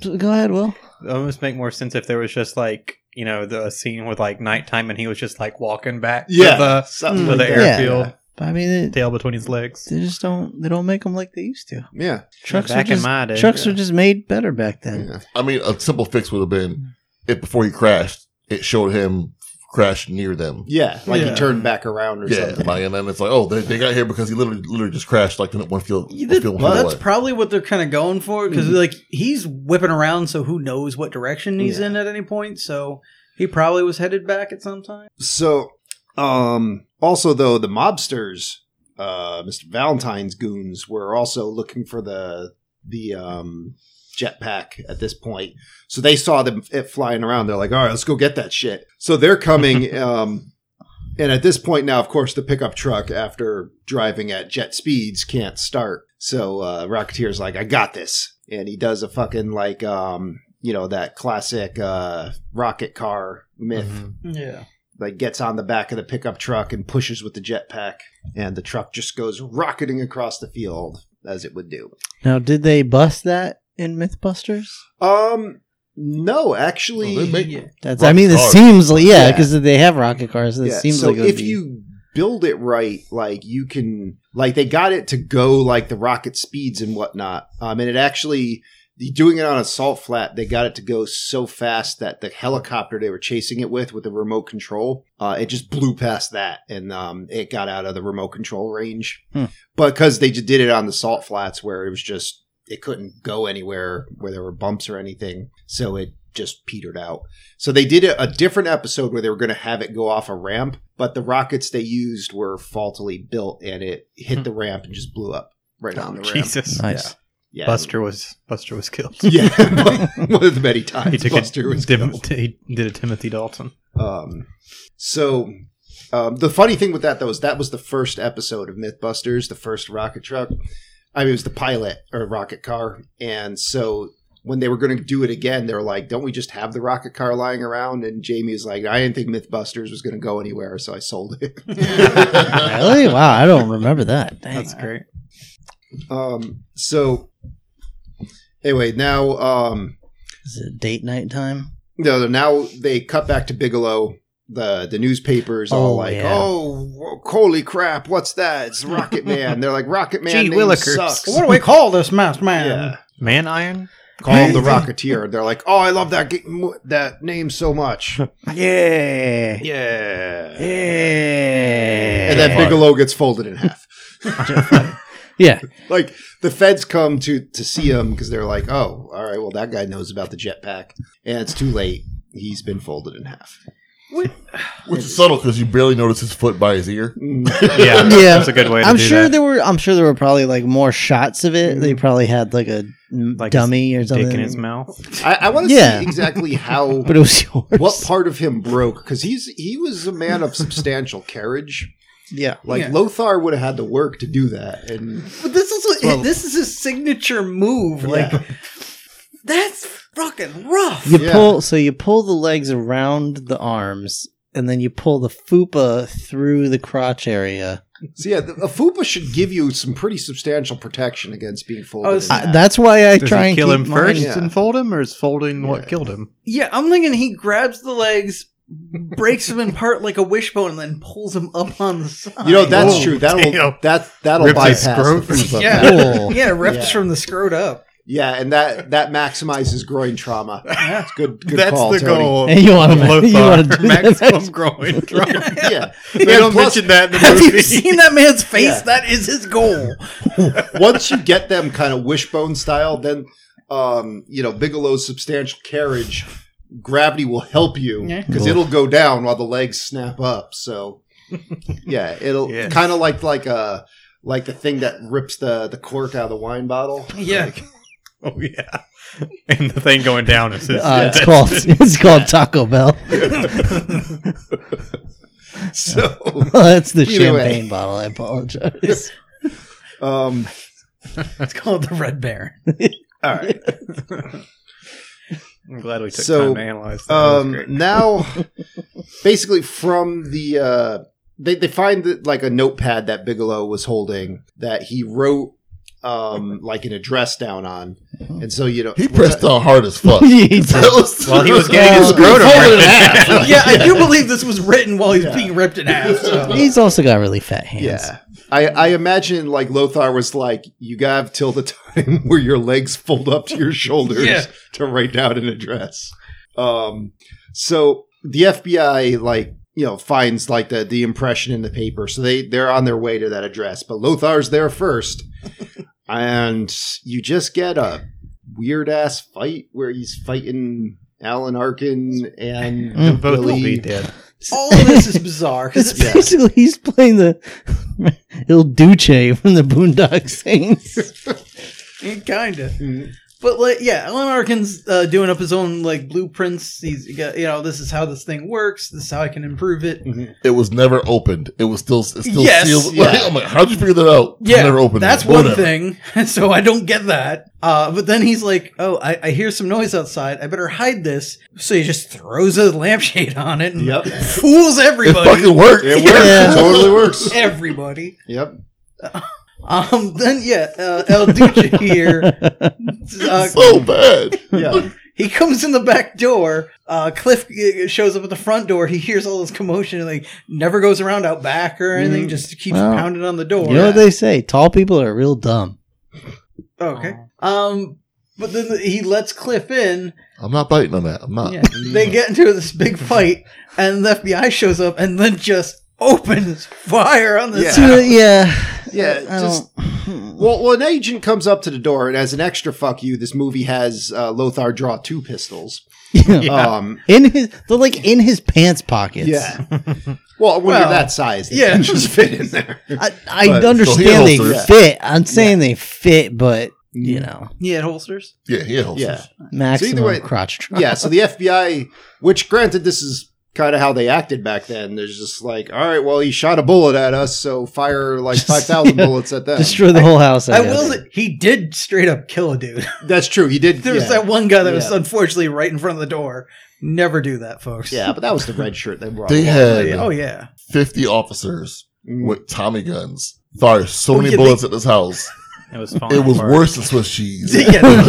[SPEAKER 3] don't- here? Go ahead, Will.
[SPEAKER 4] it almost make more sense if there was just like you know the scene with like nighttime and he was just like walking back.
[SPEAKER 6] yeah,
[SPEAKER 4] To
[SPEAKER 6] something
[SPEAKER 4] the, to
[SPEAKER 6] like
[SPEAKER 4] the
[SPEAKER 6] that.
[SPEAKER 3] air.
[SPEAKER 4] airfield,
[SPEAKER 3] But, I mean, it,
[SPEAKER 4] tail between his legs.
[SPEAKER 3] they just don't. They don't make them like they used to.
[SPEAKER 6] Yeah.
[SPEAKER 3] Trucks
[SPEAKER 4] back
[SPEAKER 3] were just
[SPEAKER 4] in my day.
[SPEAKER 3] trucks
[SPEAKER 6] yeah.
[SPEAKER 3] were just made better back
[SPEAKER 6] yeah.
[SPEAKER 3] then.
[SPEAKER 1] I mean, a simple fix would have been if before he crashed, it showed him crash near them.
[SPEAKER 6] Yeah, like
[SPEAKER 5] Yeah.
[SPEAKER 6] he turned back around or
[SPEAKER 1] Yeah,
[SPEAKER 6] something.
[SPEAKER 1] like, and then it's like, oh, they, they got here because he literally literally just crashed like in one field.
[SPEAKER 5] You
[SPEAKER 1] One
[SPEAKER 5] did-
[SPEAKER 1] field
[SPEAKER 5] well,
[SPEAKER 1] away.
[SPEAKER 5] that's probably what they're kind of going for because
[SPEAKER 6] Mhm.
[SPEAKER 5] like he's whipping around, so who knows what direction he's
[SPEAKER 6] Yeah.
[SPEAKER 5] in at any point. So he probably was headed back at some time.
[SPEAKER 6] So, um, also though the mobsters, uh, Mr. Valentine's goons were also looking for the the um jetpack at this point. So they saw them it flying around. They're like, all right, let's go get that shit. So they're coming. um, and at this point now, of course, the pickup truck after driving at jet speeds can't start. So uh, Rocketeer's like, I got this, and he does a fucking like um. You know that classic uh, rocket car myth
[SPEAKER 5] Yeah.
[SPEAKER 6] like gets on the back of the pickup truck and pushes with the jetpack, and the truck just goes rocketing across the field as it would do.
[SPEAKER 3] Now, did they bust that in MythBusters?
[SPEAKER 6] Um, no,
[SPEAKER 1] Well,
[SPEAKER 6] actually,
[SPEAKER 1] they make-
[SPEAKER 3] That's. I
[SPEAKER 1] Rocket
[SPEAKER 3] mean, this
[SPEAKER 1] cars.
[SPEAKER 3] seems like yeah,
[SPEAKER 6] Yeah.
[SPEAKER 3] because they have rocket cars. It
[SPEAKER 6] yeah,
[SPEAKER 3] seems
[SPEAKER 6] so
[SPEAKER 3] like it would
[SPEAKER 6] if
[SPEAKER 3] be-
[SPEAKER 6] you build it right, like you can, like they got it to go like the rocket speeds and whatnot. Um, and it actually doing it on a salt flat, they got it to go so fast that the helicopter they were chasing it with with the remote control, uh, it just blew past that and um, it got out of the remote control range.
[SPEAKER 3] Hmm.
[SPEAKER 6] But because they ju- did it on the salt flats where it was just it couldn't go anywhere where there were bumps or anything, so it just petered out. So they did a, a different episode where they were going to have it go off a ramp, but the rockets they used were faultily built and it hit the ramp and just blew up right on the ramp.
[SPEAKER 4] Hmm. Oh, Jesus.
[SPEAKER 3] nice.
[SPEAKER 6] Yeah.
[SPEAKER 4] Buster was Buster was killed.
[SPEAKER 6] Yeah, one of the many times
[SPEAKER 4] He took
[SPEAKER 6] Buster
[SPEAKER 4] a,
[SPEAKER 6] was
[SPEAKER 4] Tim-
[SPEAKER 6] killed.
[SPEAKER 4] he did a Timothy Dalton.
[SPEAKER 6] Um, so um, the funny thing with that though is that was the first episode of MythBusters, the first rocket truck. I mean, it was the pilot or rocket car, and so when they were going to do it again, they were like, "Don't we just have the rocket car lying around?" And Jamie was like, "I didn't think MythBusters was going to go anywhere, so I sold it."
[SPEAKER 3] really? Wow, I don't remember that. Dang.
[SPEAKER 4] That's great.
[SPEAKER 6] um, so anyway, now um,
[SPEAKER 3] Is it date night time?
[SPEAKER 6] No, no, now they cut back to Bigelow. The the newspapers all
[SPEAKER 3] Oh,
[SPEAKER 6] like,
[SPEAKER 3] yeah.
[SPEAKER 6] oh, wh- holy crap, what's that? It's Rocket Man. They're like, Rocket Man
[SPEAKER 4] Gee
[SPEAKER 6] name
[SPEAKER 4] willikers.
[SPEAKER 6] sucks.
[SPEAKER 5] What do we call this masked man?
[SPEAKER 6] yeah.
[SPEAKER 4] Man Iron.
[SPEAKER 6] Call him the Rocketeer. They're like, oh, I love that ga- mo- that name so much.
[SPEAKER 3] Yeah.
[SPEAKER 6] Yeah.
[SPEAKER 3] Yeah.
[SPEAKER 6] And then Bigelow gets folded in half.
[SPEAKER 3] yeah.
[SPEAKER 6] like the feds come to to see him because they're like, oh, all right, well that guy knows about the jetpack, and it's too late. He's been folded in half.
[SPEAKER 1] Which is subtle because you barely notice his foot by his ear.
[SPEAKER 4] Yeah,
[SPEAKER 3] Yeah.
[SPEAKER 4] that's a good way. To
[SPEAKER 3] I'm
[SPEAKER 4] do
[SPEAKER 3] sure
[SPEAKER 4] that.
[SPEAKER 3] there were. I'm sure there were probably like more shots of it. They probably had like a
[SPEAKER 4] Like
[SPEAKER 3] dummy or something.
[SPEAKER 4] dick in his mouth.
[SPEAKER 6] I, I want to
[SPEAKER 3] Yeah.
[SPEAKER 6] see exactly how
[SPEAKER 3] But it was yours.
[SPEAKER 6] what part of him broke because he's he was a man of substantial carriage.
[SPEAKER 3] Yeah.
[SPEAKER 6] Like
[SPEAKER 5] Yeah.
[SPEAKER 6] Lothar would have had to work to do that, and
[SPEAKER 5] But this also
[SPEAKER 6] Well-
[SPEAKER 5] this is his signature move. Like
[SPEAKER 6] Yeah.
[SPEAKER 5] that's fucking rough.
[SPEAKER 3] You
[SPEAKER 6] Yeah.
[SPEAKER 3] pull. So you pull the legs around the arms, and then you pull the fupa through the crotch area.
[SPEAKER 6] so yeah, the, a fupa should give you some pretty substantial protection against being folded.
[SPEAKER 5] Oh,
[SPEAKER 6] in
[SPEAKER 5] so-
[SPEAKER 6] half.
[SPEAKER 3] I, that's why I
[SPEAKER 4] Does
[SPEAKER 3] try
[SPEAKER 4] he
[SPEAKER 3] and
[SPEAKER 4] kill
[SPEAKER 3] keep
[SPEAKER 4] him
[SPEAKER 3] mine-
[SPEAKER 4] first
[SPEAKER 6] Yeah.
[SPEAKER 4] and fold him, or is folding
[SPEAKER 6] Yeah.
[SPEAKER 4] what killed him?
[SPEAKER 5] Yeah, I'm thinking he grabs the legs, breaks them in part like a wishbone, and then pulls them up on the side.
[SPEAKER 6] you know that's
[SPEAKER 4] Whoa,
[SPEAKER 6] true. That'll
[SPEAKER 4] damn.
[SPEAKER 6] that that'll
[SPEAKER 4] Rips his
[SPEAKER 6] bypass. the
[SPEAKER 4] scrotum.
[SPEAKER 6] fupa.
[SPEAKER 5] Oh, Yeah.
[SPEAKER 4] Oh.
[SPEAKER 3] Cool.
[SPEAKER 5] yeah, ripped
[SPEAKER 6] Yeah.
[SPEAKER 5] from the screwed up.
[SPEAKER 6] yeah, and that that maximizes groin trauma. That's good. good
[SPEAKER 4] that's
[SPEAKER 6] call,
[SPEAKER 4] the
[SPEAKER 6] Tony.
[SPEAKER 4] goal.
[SPEAKER 3] And you want
[SPEAKER 4] of
[SPEAKER 3] to you
[SPEAKER 4] Lothar.
[SPEAKER 3] want to do
[SPEAKER 4] Maximum
[SPEAKER 3] that.
[SPEAKER 4] growing trauma.
[SPEAKER 6] Yeah,
[SPEAKER 4] They
[SPEAKER 6] And
[SPEAKER 4] don't
[SPEAKER 6] plus-
[SPEAKER 4] mention that in the
[SPEAKER 5] Have
[SPEAKER 4] movie.
[SPEAKER 5] you seen that man's face?
[SPEAKER 6] Yeah.
[SPEAKER 5] That is his goal.
[SPEAKER 6] once you get them kind of wishbone style, then um, you know Bigelow's substantial carriage gravity will help you
[SPEAKER 5] Yeah.
[SPEAKER 6] because it'll go down while the legs snap up. So yeah, it'll
[SPEAKER 4] Yes.
[SPEAKER 6] kind of like like a like the thing that rips the the cork out of the wine bottle.
[SPEAKER 5] Yeah.
[SPEAKER 4] Oh yeah, and the thing going down is his.
[SPEAKER 3] Uh, it's called it's called Taco Bell.
[SPEAKER 6] So
[SPEAKER 3] That's the
[SPEAKER 6] Either
[SPEAKER 3] champagne
[SPEAKER 6] way.
[SPEAKER 3] bottle. I apologize.
[SPEAKER 6] um,
[SPEAKER 5] That's called the Red Baron.
[SPEAKER 6] all right.
[SPEAKER 4] I'm glad we took
[SPEAKER 6] So,
[SPEAKER 4] time to analyze that. That was
[SPEAKER 6] um,
[SPEAKER 4] great.
[SPEAKER 6] now basically from the uh, they, they find that, like a notepad that bigelow was holding that he wrote um, like an address down on and so you know
[SPEAKER 1] He pressed down hard as fuck. That was-
[SPEAKER 4] Well, he was getting his
[SPEAKER 1] He
[SPEAKER 4] scrotum
[SPEAKER 1] folded in
[SPEAKER 4] ripped.
[SPEAKER 1] half.
[SPEAKER 5] yeah, I do believe this was written while he's being ripped in half. So.
[SPEAKER 3] He's also got really fat hands.
[SPEAKER 6] yeah I, I imagine like lothar was like you got till the time where your legs fold up to your shoulders
[SPEAKER 5] Yeah.
[SPEAKER 6] to write down an address um so the fbi like you know finds like the the impression in the paper so they they're on their way to that address but lothar's there first and you just get a weird ass fight where he's fighting alan arkin and
[SPEAKER 3] Mm.
[SPEAKER 4] both will
[SPEAKER 6] Billy-
[SPEAKER 4] be dead.
[SPEAKER 5] All of this is bizarre because
[SPEAKER 3] It's
[SPEAKER 5] it's
[SPEAKER 3] basically he's playing the Il Duce from the Boondock Saints.
[SPEAKER 5] kind of.
[SPEAKER 6] Mm.
[SPEAKER 5] But like, yeah, Alan Arkin's uh, doing up his own like blueprints. He's he got, you know, this is how this thing works. This is how I can improve it.
[SPEAKER 1] It was never opened. It was still it's still
[SPEAKER 5] Yes,
[SPEAKER 1] sealed.
[SPEAKER 6] yeah.
[SPEAKER 1] Like, I'm like, how'd you figure that out? It's
[SPEAKER 5] Yeah,
[SPEAKER 1] never opened.
[SPEAKER 5] that's
[SPEAKER 1] it.
[SPEAKER 5] one
[SPEAKER 1] Whatever.
[SPEAKER 5] thing. So I don't get that. Uh, but then he's like, "Oh, I, I hear some noise outside. I better hide this." So he just throws a lampshade on it and
[SPEAKER 6] Yep.
[SPEAKER 5] fools
[SPEAKER 1] It
[SPEAKER 5] everybody.
[SPEAKER 1] fucking worked.
[SPEAKER 6] it works
[SPEAKER 3] Yeah.
[SPEAKER 6] it totally works
[SPEAKER 5] everybody.
[SPEAKER 6] yep
[SPEAKER 5] Um. Then yeah, uh, El Duce here. Uh,
[SPEAKER 1] so bad.
[SPEAKER 6] yeah
[SPEAKER 5] He comes in the back door. Uh, Cliff uh, shows up at the front door. He hears all this commotion and like never goes around out back or anything. Just keeps
[SPEAKER 3] Mm, Well,
[SPEAKER 5] pounding on the door.
[SPEAKER 3] You know what they say? Tall people are real dumb.
[SPEAKER 5] Oh, Okay. Um. But then he lets Cliff in.
[SPEAKER 1] I'm not biting on that. I'm not.
[SPEAKER 5] Yeah. They get into this big fight, and the FBI shows up and then just opens fire on this.
[SPEAKER 6] Yeah.
[SPEAKER 3] Yeah, yeah.
[SPEAKER 6] Yeah,
[SPEAKER 3] I
[SPEAKER 6] just well, well, an agent comes up to the door, and as an extra fuck you, this movie has uh, Lothar draw two pistols.
[SPEAKER 3] Yeah.
[SPEAKER 6] Um,
[SPEAKER 3] in his, they're like in his pants pockets.
[SPEAKER 6] yeah. Well, when
[SPEAKER 5] Well,
[SPEAKER 6] you're that size, they
[SPEAKER 5] yeah.
[SPEAKER 6] yeah, just fit in there.
[SPEAKER 3] I, I
[SPEAKER 6] But-
[SPEAKER 1] So
[SPEAKER 3] understand
[SPEAKER 1] he
[SPEAKER 3] they
[SPEAKER 1] holsters.
[SPEAKER 3] fit. I'm saying they fit, but you know,
[SPEAKER 5] He had holsters.
[SPEAKER 1] Yeah, he had holsters.
[SPEAKER 6] Yeah,
[SPEAKER 3] maximum
[SPEAKER 6] Mm. way-
[SPEAKER 3] crotch trauma.
[SPEAKER 6] Mm. yeah. So the FBI, which granted, this is kind of how they acted back then. There's just like, all right, well, he shot a bullet at us, so fire like
[SPEAKER 3] Just-
[SPEAKER 6] five thousand
[SPEAKER 3] yeah.
[SPEAKER 6] bullets at them.
[SPEAKER 3] Destroy the whole house. I,
[SPEAKER 5] I
[SPEAKER 3] guess.
[SPEAKER 5] will. He did straight up kill a dude.
[SPEAKER 6] That's true. He did.
[SPEAKER 5] There was
[SPEAKER 6] yeah.
[SPEAKER 5] that one guy that was
[SPEAKER 6] Yeah.
[SPEAKER 5] unfortunately right in front of the door. Never do that, folks.
[SPEAKER 6] yeah, but that was the red shirt they brought.
[SPEAKER 1] They
[SPEAKER 6] along.
[SPEAKER 1] had
[SPEAKER 5] Oh yeah.
[SPEAKER 1] 50 officers
[SPEAKER 6] Mm.
[SPEAKER 1] with Tommy guns. Fired so
[SPEAKER 5] Oh,
[SPEAKER 1] many
[SPEAKER 5] yeah, they-
[SPEAKER 1] bullets at this house.
[SPEAKER 4] It was falling
[SPEAKER 1] It was
[SPEAKER 4] apart.
[SPEAKER 1] worse than Swiss cheese.
[SPEAKER 5] Yeah, they lit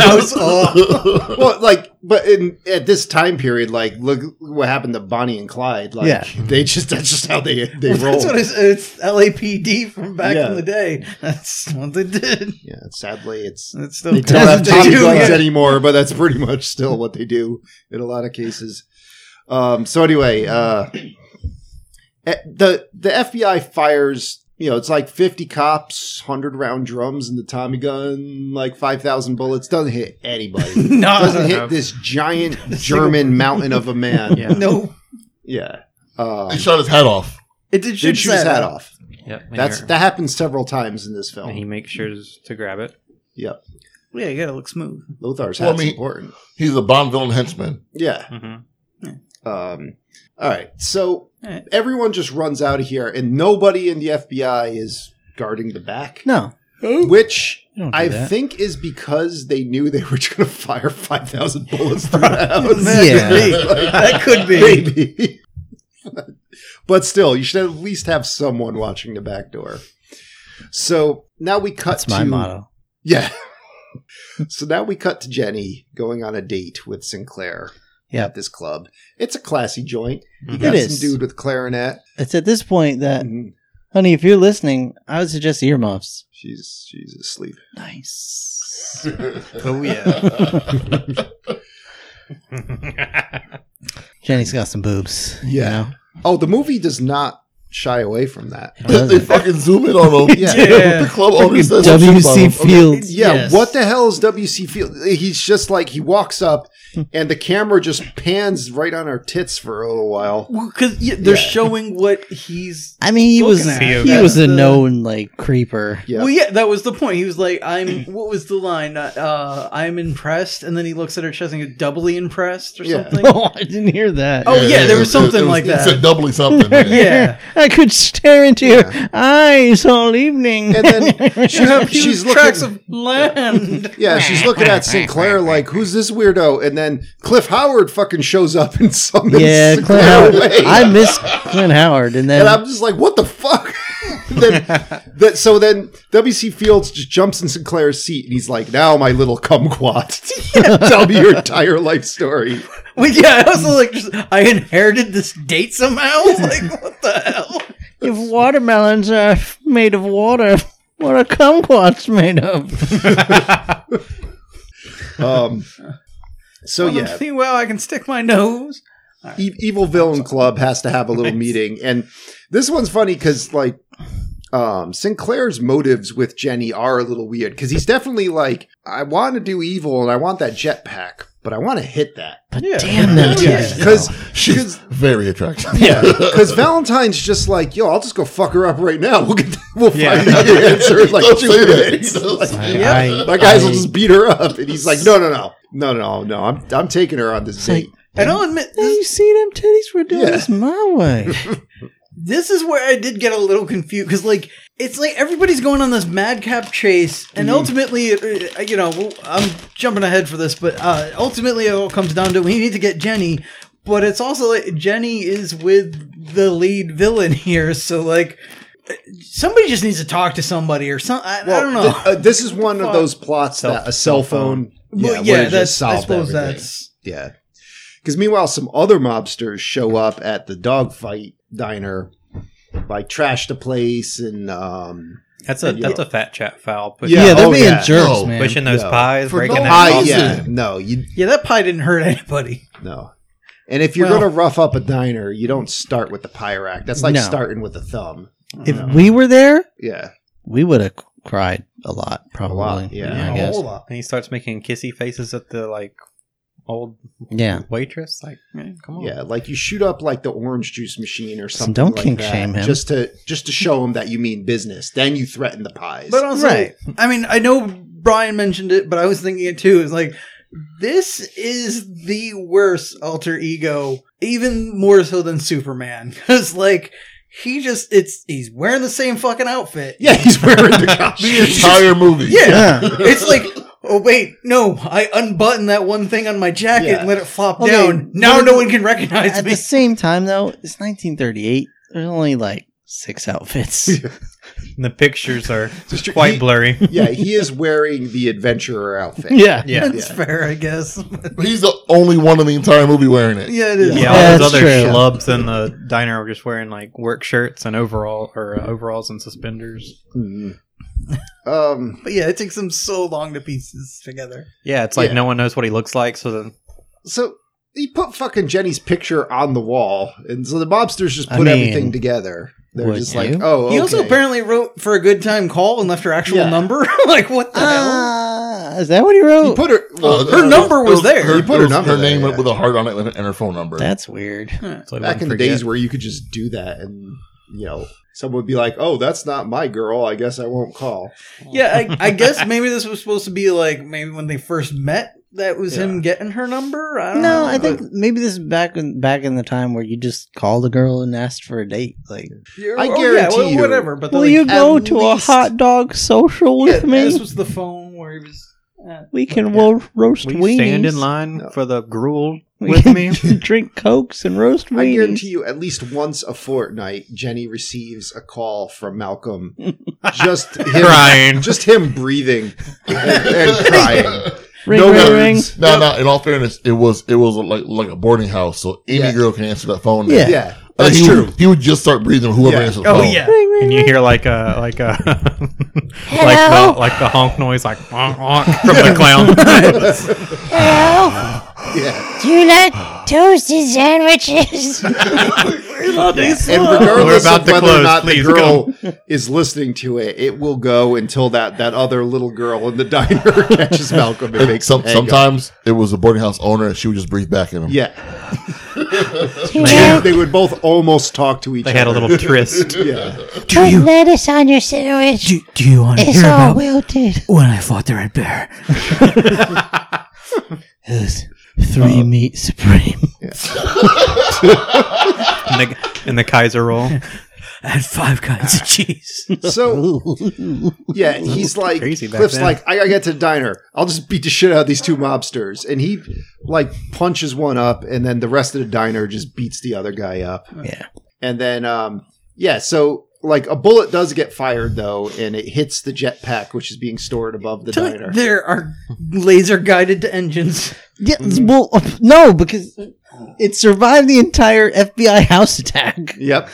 [SPEAKER 5] house up.
[SPEAKER 6] well, like, but in at this time period, like, look what happened to Bonnie and Clyde. Like,
[SPEAKER 3] Yeah.
[SPEAKER 6] they just that's just how they they
[SPEAKER 5] Well,
[SPEAKER 6] roll.
[SPEAKER 5] that's what it's, it's LAPD from back
[SPEAKER 6] Yeah.
[SPEAKER 5] in the day. That's what they did.
[SPEAKER 6] yeah, sadly, it's
[SPEAKER 5] That's still
[SPEAKER 6] they don't
[SPEAKER 5] that's
[SPEAKER 6] have
[SPEAKER 5] what
[SPEAKER 6] Tommy
[SPEAKER 5] do,
[SPEAKER 6] guns
[SPEAKER 5] yeah.
[SPEAKER 6] anymore, but that's pretty much still what they do in a lot of cases. Um, so anyway, uh, eh, the the FBI fires. You know, it's like fifty cops, hundred round drums, and the Tommy gun, like five thousand bullets, doesn't hit anybody.
[SPEAKER 5] Not
[SPEAKER 6] doesn't hit
[SPEAKER 4] enough.
[SPEAKER 6] this giant German mountain of a man.
[SPEAKER 4] Yeah.
[SPEAKER 5] no.
[SPEAKER 6] Yeah. Um,
[SPEAKER 1] He shot his hat off.
[SPEAKER 5] It did shoot
[SPEAKER 6] did shoot his hat off.
[SPEAKER 4] Yep. and
[SPEAKER 6] That's
[SPEAKER 4] you're-
[SPEAKER 6] that happens several times in this
[SPEAKER 4] And he
[SPEAKER 6] film.
[SPEAKER 4] makes sure to grab it.
[SPEAKER 6] Yep.
[SPEAKER 5] Yeah, you gotta look smooth.
[SPEAKER 6] Lothar's
[SPEAKER 1] Well, I
[SPEAKER 6] hat's
[SPEAKER 1] mean-
[SPEAKER 6] important.
[SPEAKER 1] He's a Bond villain henchman.
[SPEAKER 6] Yeah.
[SPEAKER 4] Mm-hmm.
[SPEAKER 6] Um, all right. So
[SPEAKER 5] All right.
[SPEAKER 6] everyone just runs out of here, and nobody in the FBI is guarding the back,
[SPEAKER 3] No,
[SPEAKER 6] which
[SPEAKER 3] you don't do
[SPEAKER 6] I
[SPEAKER 3] that.
[SPEAKER 6] think is because they knew they were going to fire 5,000 bullets through the house.
[SPEAKER 3] Yeah.
[SPEAKER 6] Like,
[SPEAKER 5] That could be.
[SPEAKER 6] Maybe. but still, you should at least have someone watching the back door. So now we cut
[SPEAKER 3] that's my
[SPEAKER 6] to
[SPEAKER 3] motto.
[SPEAKER 6] Yeah. so now we cut to Jenny going on a date with Sinclair
[SPEAKER 3] Yeah.
[SPEAKER 6] at this club. It's a classy joint. You
[SPEAKER 4] Mhm.
[SPEAKER 6] got
[SPEAKER 3] Mm-hmm. It
[SPEAKER 6] some
[SPEAKER 3] is.
[SPEAKER 6] dude with clarinet.
[SPEAKER 3] It's at this point that,
[SPEAKER 6] Mhm.
[SPEAKER 3] honey, if you're listening, I would suggest earmuffs.
[SPEAKER 6] She's she's asleep.
[SPEAKER 3] Nice.
[SPEAKER 1] oh
[SPEAKER 4] yeah.
[SPEAKER 3] Jenny's got some boobs. you
[SPEAKER 6] Yeah.
[SPEAKER 3] know?
[SPEAKER 6] Oh, the movie does not shy away from that.
[SPEAKER 1] they fucking zoom in on him.
[SPEAKER 6] Yeah.
[SPEAKER 1] The club owner says some shit about
[SPEAKER 3] WC
[SPEAKER 1] him.
[SPEAKER 3] Fields.
[SPEAKER 6] Yeah,
[SPEAKER 5] Yes.
[SPEAKER 6] what the hell is WC Field? He's just like he walks up and the camera just pans right on her tits for a little while.
[SPEAKER 5] Because yeah, they're
[SPEAKER 6] Yeah.
[SPEAKER 5] showing what he's.
[SPEAKER 3] I mean, he was
[SPEAKER 5] Looking at
[SPEAKER 4] it.
[SPEAKER 3] he was a
[SPEAKER 5] That's the-
[SPEAKER 3] known like creeper.
[SPEAKER 6] Yeah.
[SPEAKER 5] Well, yeah, that was the point. He was like, "I'm." What was the line? Uh, Uh, I'm impressed, and then he looks at her chest and goes, "Doubly impressed" or
[SPEAKER 6] Yeah.
[SPEAKER 5] something.
[SPEAKER 3] Oh, I didn't hear that.
[SPEAKER 5] Oh, yeah, there
[SPEAKER 1] it
[SPEAKER 5] was something like
[SPEAKER 1] It said
[SPEAKER 5] that.
[SPEAKER 1] doubly something. man.
[SPEAKER 5] yeah.
[SPEAKER 3] I could stare into your eyes all evening.
[SPEAKER 6] And then she-
[SPEAKER 5] You have huge
[SPEAKER 6] she's
[SPEAKER 5] tracts
[SPEAKER 6] looking
[SPEAKER 5] of land.
[SPEAKER 6] Yeah, she's looking at Sinclair like, "Who's this weirdo?" And then Cliff Howard fucking shows up and summons
[SPEAKER 3] yeah, Clint
[SPEAKER 6] Sinclair
[SPEAKER 3] Howard.
[SPEAKER 6] away.
[SPEAKER 3] I miss Clint Howard, and then
[SPEAKER 6] and I'm just like, "What the fuck?" And then, that so then WC Fields just jumps in Sinclair's seat and he's like, "Now my little kumquat, tell me your entire life story."
[SPEAKER 5] Wait, yeah, I was like, just, I inherited this date somehow. Like, what the hell?
[SPEAKER 3] if watermelons are made of water, what are kumquats made of?
[SPEAKER 6] Um, so
[SPEAKER 5] Well, I'm
[SPEAKER 6] yeah,
[SPEAKER 5] thinking, wow, I can stick my nose.
[SPEAKER 6] E- Evil Villain Club has to have a little meeting, and this one's funny because like um, Sinclair's motives with Jenny are a little weird because he's definitely like, I want to do evil and I want that jetpack, but I want to hit that
[SPEAKER 3] But damn them two.
[SPEAKER 5] Yeah.
[SPEAKER 6] because
[SPEAKER 1] She's very attractive.
[SPEAKER 6] yeah, because Valentine's just like, yo, I'll just go fuck her up right now. We'll get, we'll
[SPEAKER 4] Yeah.
[SPEAKER 6] find the answer in like
[SPEAKER 1] Don't
[SPEAKER 6] two
[SPEAKER 1] say that.
[SPEAKER 6] minutes.
[SPEAKER 1] Don't say
[SPEAKER 6] Like,
[SPEAKER 5] Yeah.
[SPEAKER 3] I,
[SPEAKER 6] my guys will
[SPEAKER 3] I-
[SPEAKER 6] just beat her up, and he's like, no, no, no, no, no, no, I'm I'm taking her on this
[SPEAKER 3] like-
[SPEAKER 6] date.
[SPEAKER 5] And I'll admit,
[SPEAKER 3] Hey,
[SPEAKER 5] this,
[SPEAKER 3] you see them titties? We're doing
[SPEAKER 6] Yeah.
[SPEAKER 3] this my way.
[SPEAKER 5] this is where I did get a little confused because, like, it's like everybody's going on this madcap chase, and ultimately, uh, you know, well, I'm jumping ahead for this, but uh, ultimately, it all comes down to we need to get Jenny. But it's also like Jenny is with the lead villain here, so like uh, somebody just needs to talk to somebody or something. I, I don't know.
[SPEAKER 6] th- uh, this is one of
[SPEAKER 5] Fuck.
[SPEAKER 6] those plots that a cell phone.
[SPEAKER 5] Well,
[SPEAKER 6] would've
[SPEAKER 5] yeah,
[SPEAKER 6] just
[SPEAKER 5] that's. I
[SPEAKER 6] solved
[SPEAKER 5] suppose
[SPEAKER 6] everything.
[SPEAKER 5] that's.
[SPEAKER 6] yeah. Because meanwhile, some other mobsters show up at the dogfight diner, like trash the place and um,
[SPEAKER 4] That's a
[SPEAKER 6] Yeah.
[SPEAKER 4] that's a fat chat foul. Pushing,
[SPEAKER 3] Yeah,
[SPEAKER 6] Yeah,
[SPEAKER 3] they're
[SPEAKER 6] oh,
[SPEAKER 3] being
[SPEAKER 6] yeah.
[SPEAKER 3] jerks,
[SPEAKER 1] No.
[SPEAKER 3] man.
[SPEAKER 4] pushing those
[SPEAKER 6] Yeah.
[SPEAKER 4] pies,
[SPEAKER 1] For
[SPEAKER 4] breaking
[SPEAKER 1] no
[SPEAKER 4] that.
[SPEAKER 1] reason.
[SPEAKER 6] I,
[SPEAKER 1] Awesome.
[SPEAKER 6] yeah, no, you
[SPEAKER 5] Yeah, that pie didn't hurt anybody.
[SPEAKER 6] no. And if you're
[SPEAKER 5] Well-
[SPEAKER 6] gonna rough up a diner, you don't start with the pyrac. That's like
[SPEAKER 3] No.
[SPEAKER 6] starting with the thumb.
[SPEAKER 3] if
[SPEAKER 6] No.
[SPEAKER 3] we were there,
[SPEAKER 6] Yeah,
[SPEAKER 3] we would have cried a lot, probably.
[SPEAKER 6] yeah.
[SPEAKER 3] I guess.
[SPEAKER 5] whole lot.
[SPEAKER 4] And he starts making kissy faces at the like old
[SPEAKER 3] Yeah.
[SPEAKER 4] waitress. Like, come on.
[SPEAKER 6] yeah. Like you shoot up like the orange juice machine or something.
[SPEAKER 3] Oh. don't
[SPEAKER 6] like
[SPEAKER 3] kink
[SPEAKER 6] that,
[SPEAKER 3] shame him.
[SPEAKER 6] just to just to show him that you mean business. Then you threaten the pies.
[SPEAKER 5] But also,
[SPEAKER 3] Right.
[SPEAKER 5] I mean, I know Brian mentioned it, but I was thinking it too. It's like this is the worst alter ego, even more so than Superman, because like he just it's he's wearing the same fucking outfit.
[SPEAKER 6] yeah, he's wearing the costume.
[SPEAKER 1] The entire movie.
[SPEAKER 5] Yeah, it's like. Oh wait, no! I unbuttoned that one thing on my jacket
[SPEAKER 6] Yeah.
[SPEAKER 5] and let it flop
[SPEAKER 3] Okay,
[SPEAKER 5] down. Now
[SPEAKER 3] but-
[SPEAKER 5] no one can recognize
[SPEAKER 3] At
[SPEAKER 5] me.
[SPEAKER 3] the same time, though, it's 1938. There's only like six outfits.
[SPEAKER 4] And the pictures are
[SPEAKER 6] Just-
[SPEAKER 4] quite
[SPEAKER 6] he-
[SPEAKER 4] blurry.
[SPEAKER 6] yeah, he is wearing the adventurer outfit.
[SPEAKER 3] yeah.
[SPEAKER 4] Yeah.
[SPEAKER 5] That's fair, I guess.
[SPEAKER 1] But he's the only one in the entire movie wearing it.
[SPEAKER 5] yeah, it is.
[SPEAKER 4] Yeah,
[SPEAKER 3] Yeah,
[SPEAKER 4] all
[SPEAKER 3] that's
[SPEAKER 4] those other
[SPEAKER 3] true.
[SPEAKER 4] schlubs in the diner were just wearing like work shirts and overall or uh, overalls and suspenders.
[SPEAKER 6] Um,
[SPEAKER 5] But yeah, it takes them so long to piece this together.
[SPEAKER 4] Yeah, it's like
[SPEAKER 6] Yeah.
[SPEAKER 4] no one knows what he looks like, so then
[SPEAKER 6] so he put fucking Jenny's picture on the wall, and so the mobsters just
[SPEAKER 3] I
[SPEAKER 6] put
[SPEAKER 3] mean,
[SPEAKER 6] everything together. They're
[SPEAKER 3] would
[SPEAKER 6] just
[SPEAKER 3] you?
[SPEAKER 6] like, oh,
[SPEAKER 5] He also
[SPEAKER 6] okay.
[SPEAKER 5] apparently wrote for a good time call and left her actual
[SPEAKER 6] Yeah.
[SPEAKER 5] number. like what the hell?
[SPEAKER 3] Ah, Uh, is that what he wrote?
[SPEAKER 6] He put her. Well,
[SPEAKER 3] Oh,
[SPEAKER 1] Uh,
[SPEAKER 5] her
[SPEAKER 1] uh,
[SPEAKER 5] number
[SPEAKER 1] it
[SPEAKER 5] was there.
[SPEAKER 1] Her,
[SPEAKER 6] He put
[SPEAKER 1] it
[SPEAKER 6] her
[SPEAKER 1] was
[SPEAKER 6] number
[SPEAKER 1] her
[SPEAKER 6] there,
[SPEAKER 1] name
[SPEAKER 6] yeah.
[SPEAKER 1] with a heart on it and her phone number.
[SPEAKER 3] That's weird.
[SPEAKER 4] So I
[SPEAKER 6] back
[SPEAKER 4] wouldn't
[SPEAKER 6] in the days
[SPEAKER 4] forget.
[SPEAKER 6] where you could just do that, and you know, someone would be like, "Oh, that's not my girl. I guess I won't call."
[SPEAKER 5] Yeah, I, I guess maybe this was supposed to be like maybe when they first met. That was him getting her number. I don't
[SPEAKER 3] No,
[SPEAKER 5] know.
[SPEAKER 3] I think maybe this is back in back in the time where you just called a girl and asked for a date. Like,
[SPEAKER 5] Yeah,
[SPEAKER 6] I
[SPEAKER 5] oh,
[SPEAKER 6] guarantee
[SPEAKER 5] well,
[SPEAKER 6] you.
[SPEAKER 5] Whatever. But
[SPEAKER 3] will
[SPEAKER 5] like,
[SPEAKER 3] you
[SPEAKER 5] at
[SPEAKER 3] go to
[SPEAKER 5] least-
[SPEAKER 3] a hot dog social
[SPEAKER 5] Yeah,
[SPEAKER 3] with me?
[SPEAKER 5] This was the phone where he was. At.
[SPEAKER 3] We can wo- roast
[SPEAKER 4] Will you
[SPEAKER 3] weenies.
[SPEAKER 4] stand in line
[SPEAKER 6] No.
[SPEAKER 4] for the gruel
[SPEAKER 3] We
[SPEAKER 4] with
[SPEAKER 3] can
[SPEAKER 4] me?
[SPEAKER 3] drink cokes and roast
[SPEAKER 6] I
[SPEAKER 3] weenies.
[SPEAKER 6] guarantee you, at least once a fortnight, Jenny receives a call from Malcolm, just him,
[SPEAKER 4] Crying.
[SPEAKER 6] just him breathing and, and crying.
[SPEAKER 3] Ring,
[SPEAKER 1] No
[SPEAKER 3] ring, ring.
[SPEAKER 6] words.
[SPEAKER 1] No, no. In all fairness, it was it was like like a boarding house, so any
[SPEAKER 6] Yeah.
[SPEAKER 1] girl can answer that phone.
[SPEAKER 3] Yeah.
[SPEAKER 1] now.
[SPEAKER 6] Yeah,
[SPEAKER 1] Uh,
[SPEAKER 6] that's
[SPEAKER 1] he
[SPEAKER 6] true.
[SPEAKER 1] Would, he would just start breathing. Whoever
[SPEAKER 6] Yeah.
[SPEAKER 1] answers the
[SPEAKER 5] Oh
[SPEAKER 1] phone.
[SPEAKER 5] yeah.
[SPEAKER 3] Ring, ring,
[SPEAKER 4] And you
[SPEAKER 3] ring.
[SPEAKER 4] hear like a like a like the
[SPEAKER 3] Hello?
[SPEAKER 4] like the honk noise like honk, honk from the clown.
[SPEAKER 7] Hello,
[SPEAKER 6] Yeah,
[SPEAKER 7] do you like toasted sandwiches?
[SPEAKER 6] and regardless
[SPEAKER 4] about
[SPEAKER 6] of
[SPEAKER 4] to
[SPEAKER 6] whether or
[SPEAKER 4] close.
[SPEAKER 6] not
[SPEAKER 4] Please
[SPEAKER 6] the girl is listening to it, it will go until that that other little girl in the diner catches Malcolm and
[SPEAKER 1] And
[SPEAKER 6] makes
[SPEAKER 1] some,
[SPEAKER 6] him hang up.
[SPEAKER 1] sometimes it was a boarding house owner, and she would just breathe back in him.
[SPEAKER 6] Yeah,
[SPEAKER 7] Do you
[SPEAKER 6] they,
[SPEAKER 7] like
[SPEAKER 6] they would both almost talk to each
[SPEAKER 4] they
[SPEAKER 6] other.
[SPEAKER 4] had a little tryst.
[SPEAKER 6] Yeah.
[SPEAKER 7] put lettuce on your sandwich?
[SPEAKER 5] Do you want
[SPEAKER 7] it's all wilted.
[SPEAKER 5] when I fought the red bear?
[SPEAKER 3] It was Three meat supreme.
[SPEAKER 4] And the, and the Kaiser roll.
[SPEAKER 5] I had five kinds of cheese.
[SPEAKER 6] So
[SPEAKER 3] Mm-hmm.
[SPEAKER 6] yeah, he's like
[SPEAKER 4] Crazy back
[SPEAKER 6] Cliff's
[SPEAKER 4] then.
[SPEAKER 6] like, I gotta get to the diner. I'll just beat the shit out of these two mobsters. And he like punches one up and then the rest of the diner just beats the other guy up.
[SPEAKER 3] Yeah.
[SPEAKER 6] And then um yeah, so like a bullet does get fired though, and it hits the jetpack which is being stored above the diner.
[SPEAKER 5] there are laser guided engines.
[SPEAKER 3] Yeah, well, uh, no, because it survived the entire FBI house attack.
[SPEAKER 6] Yep.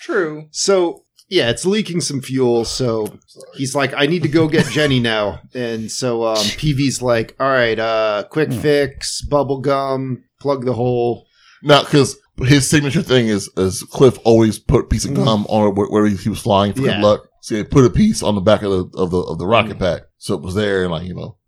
[SPEAKER 5] True.
[SPEAKER 6] So yeah, it's leaking some fuel. So he's like, I need to go get Jenny now. And so um, PV's like, All right, uh, quick
[SPEAKER 4] Hmm.
[SPEAKER 6] fix, bubble gum, plug the hole.
[SPEAKER 1] Now, because his signature thing is is Cliff always put a piece of gum on where, where he was flying for
[SPEAKER 6] Mm. Yeah. Mm.
[SPEAKER 1] good luck. So he put a piece on the back of the of the of the rocket pack, so it was there, and like you know,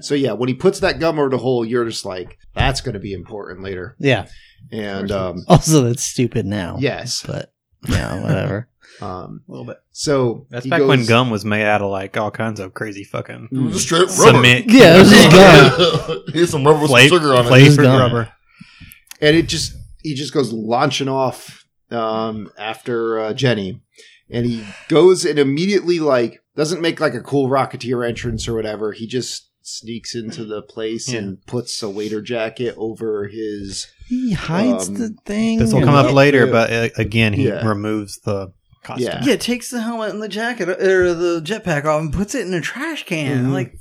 [SPEAKER 6] So yeah, when he puts that gum over the hole, you're just like, That's going to be important later.
[SPEAKER 3] Yeah.
[SPEAKER 6] And um,
[SPEAKER 3] Also, that's stupid now.
[SPEAKER 6] yes,
[SPEAKER 3] But, yeah, whatever.
[SPEAKER 6] um,
[SPEAKER 5] A little bit.
[SPEAKER 6] so
[SPEAKER 4] That's
[SPEAKER 6] he
[SPEAKER 4] back when
[SPEAKER 6] goes- Mm.
[SPEAKER 4] gum was made out of like all kinds of crazy fucking
[SPEAKER 1] it was just straight rubber.
[SPEAKER 4] cement,
[SPEAKER 3] yeah, it was just gone.
[SPEAKER 1] Here's some rubber with some
[SPEAKER 4] flake,
[SPEAKER 1] sugar on
[SPEAKER 4] flake
[SPEAKER 1] it.
[SPEAKER 3] Just gone.
[SPEAKER 4] rubber.
[SPEAKER 6] and it just he just goes launching off um, after uh, Jenny, and he goes and immediately like doesn't make like a cool rocketeer entrance or whatever. He just sneaks into the place and puts a waiter jacket over his
[SPEAKER 3] He hides
[SPEAKER 6] Um,
[SPEAKER 3] the thing.
[SPEAKER 4] This will
[SPEAKER 3] and-
[SPEAKER 4] come up later,
[SPEAKER 6] Yeah.
[SPEAKER 4] but uh, again, he
[SPEAKER 6] Yeah.
[SPEAKER 4] removes the costume.
[SPEAKER 6] Yeah.
[SPEAKER 5] Yeah, takes the helmet and the jacket or the jetpack off and puts it in a trash can.
[SPEAKER 6] Mhm.
[SPEAKER 5] Like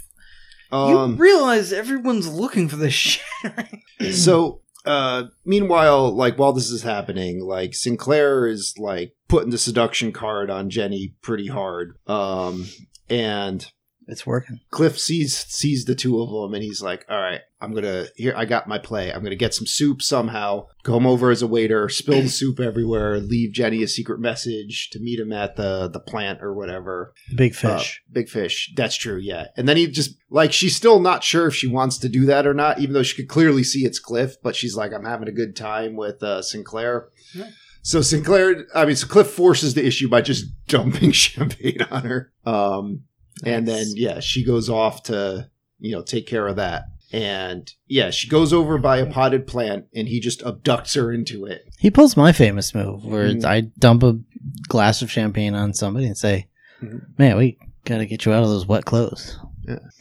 [SPEAKER 6] um,
[SPEAKER 5] you realize everyone's looking for this shit. right?
[SPEAKER 6] so uh meanwhile like while this is happening like sinclair is like putting the seduction card on jenny pretty hard um and
[SPEAKER 3] It's working.
[SPEAKER 6] Cliff sees sees the two of them and he's like, "All right, I'm gonna here. I got my play. I'm gonna get some soup somehow. Come over as a waiter, spill the soup everywhere. Leave Jenny a secret message to meet him at the the plant or whatever.
[SPEAKER 3] Big
[SPEAKER 6] Uh,
[SPEAKER 3] fish.
[SPEAKER 6] big fish. That's true. Yeah. And then he just like she's still not sure if she wants to do that or not, even though she could clearly see it's Cliff. But she's like, "I'm having a good time with uh, Sinclair."
[SPEAKER 5] Yeah.
[SPEAKER 6] So Sinclair, I mean, so Cliff forces the issue by just dumping champagne on her. Um, and then yeah she goes off to you know take care of that and yeah she goes over by a potted plant and he just abducts her into it
[SPEAKER 3] he pulls my famous move where
[SPEAKER 6] Mm.
[SPEAKER 3] I dump a glass of champagne on somebody and say,
[SPEAKER 6] Mhm.
[SPEAKER 3] man, we got to get you out of those wet clothes.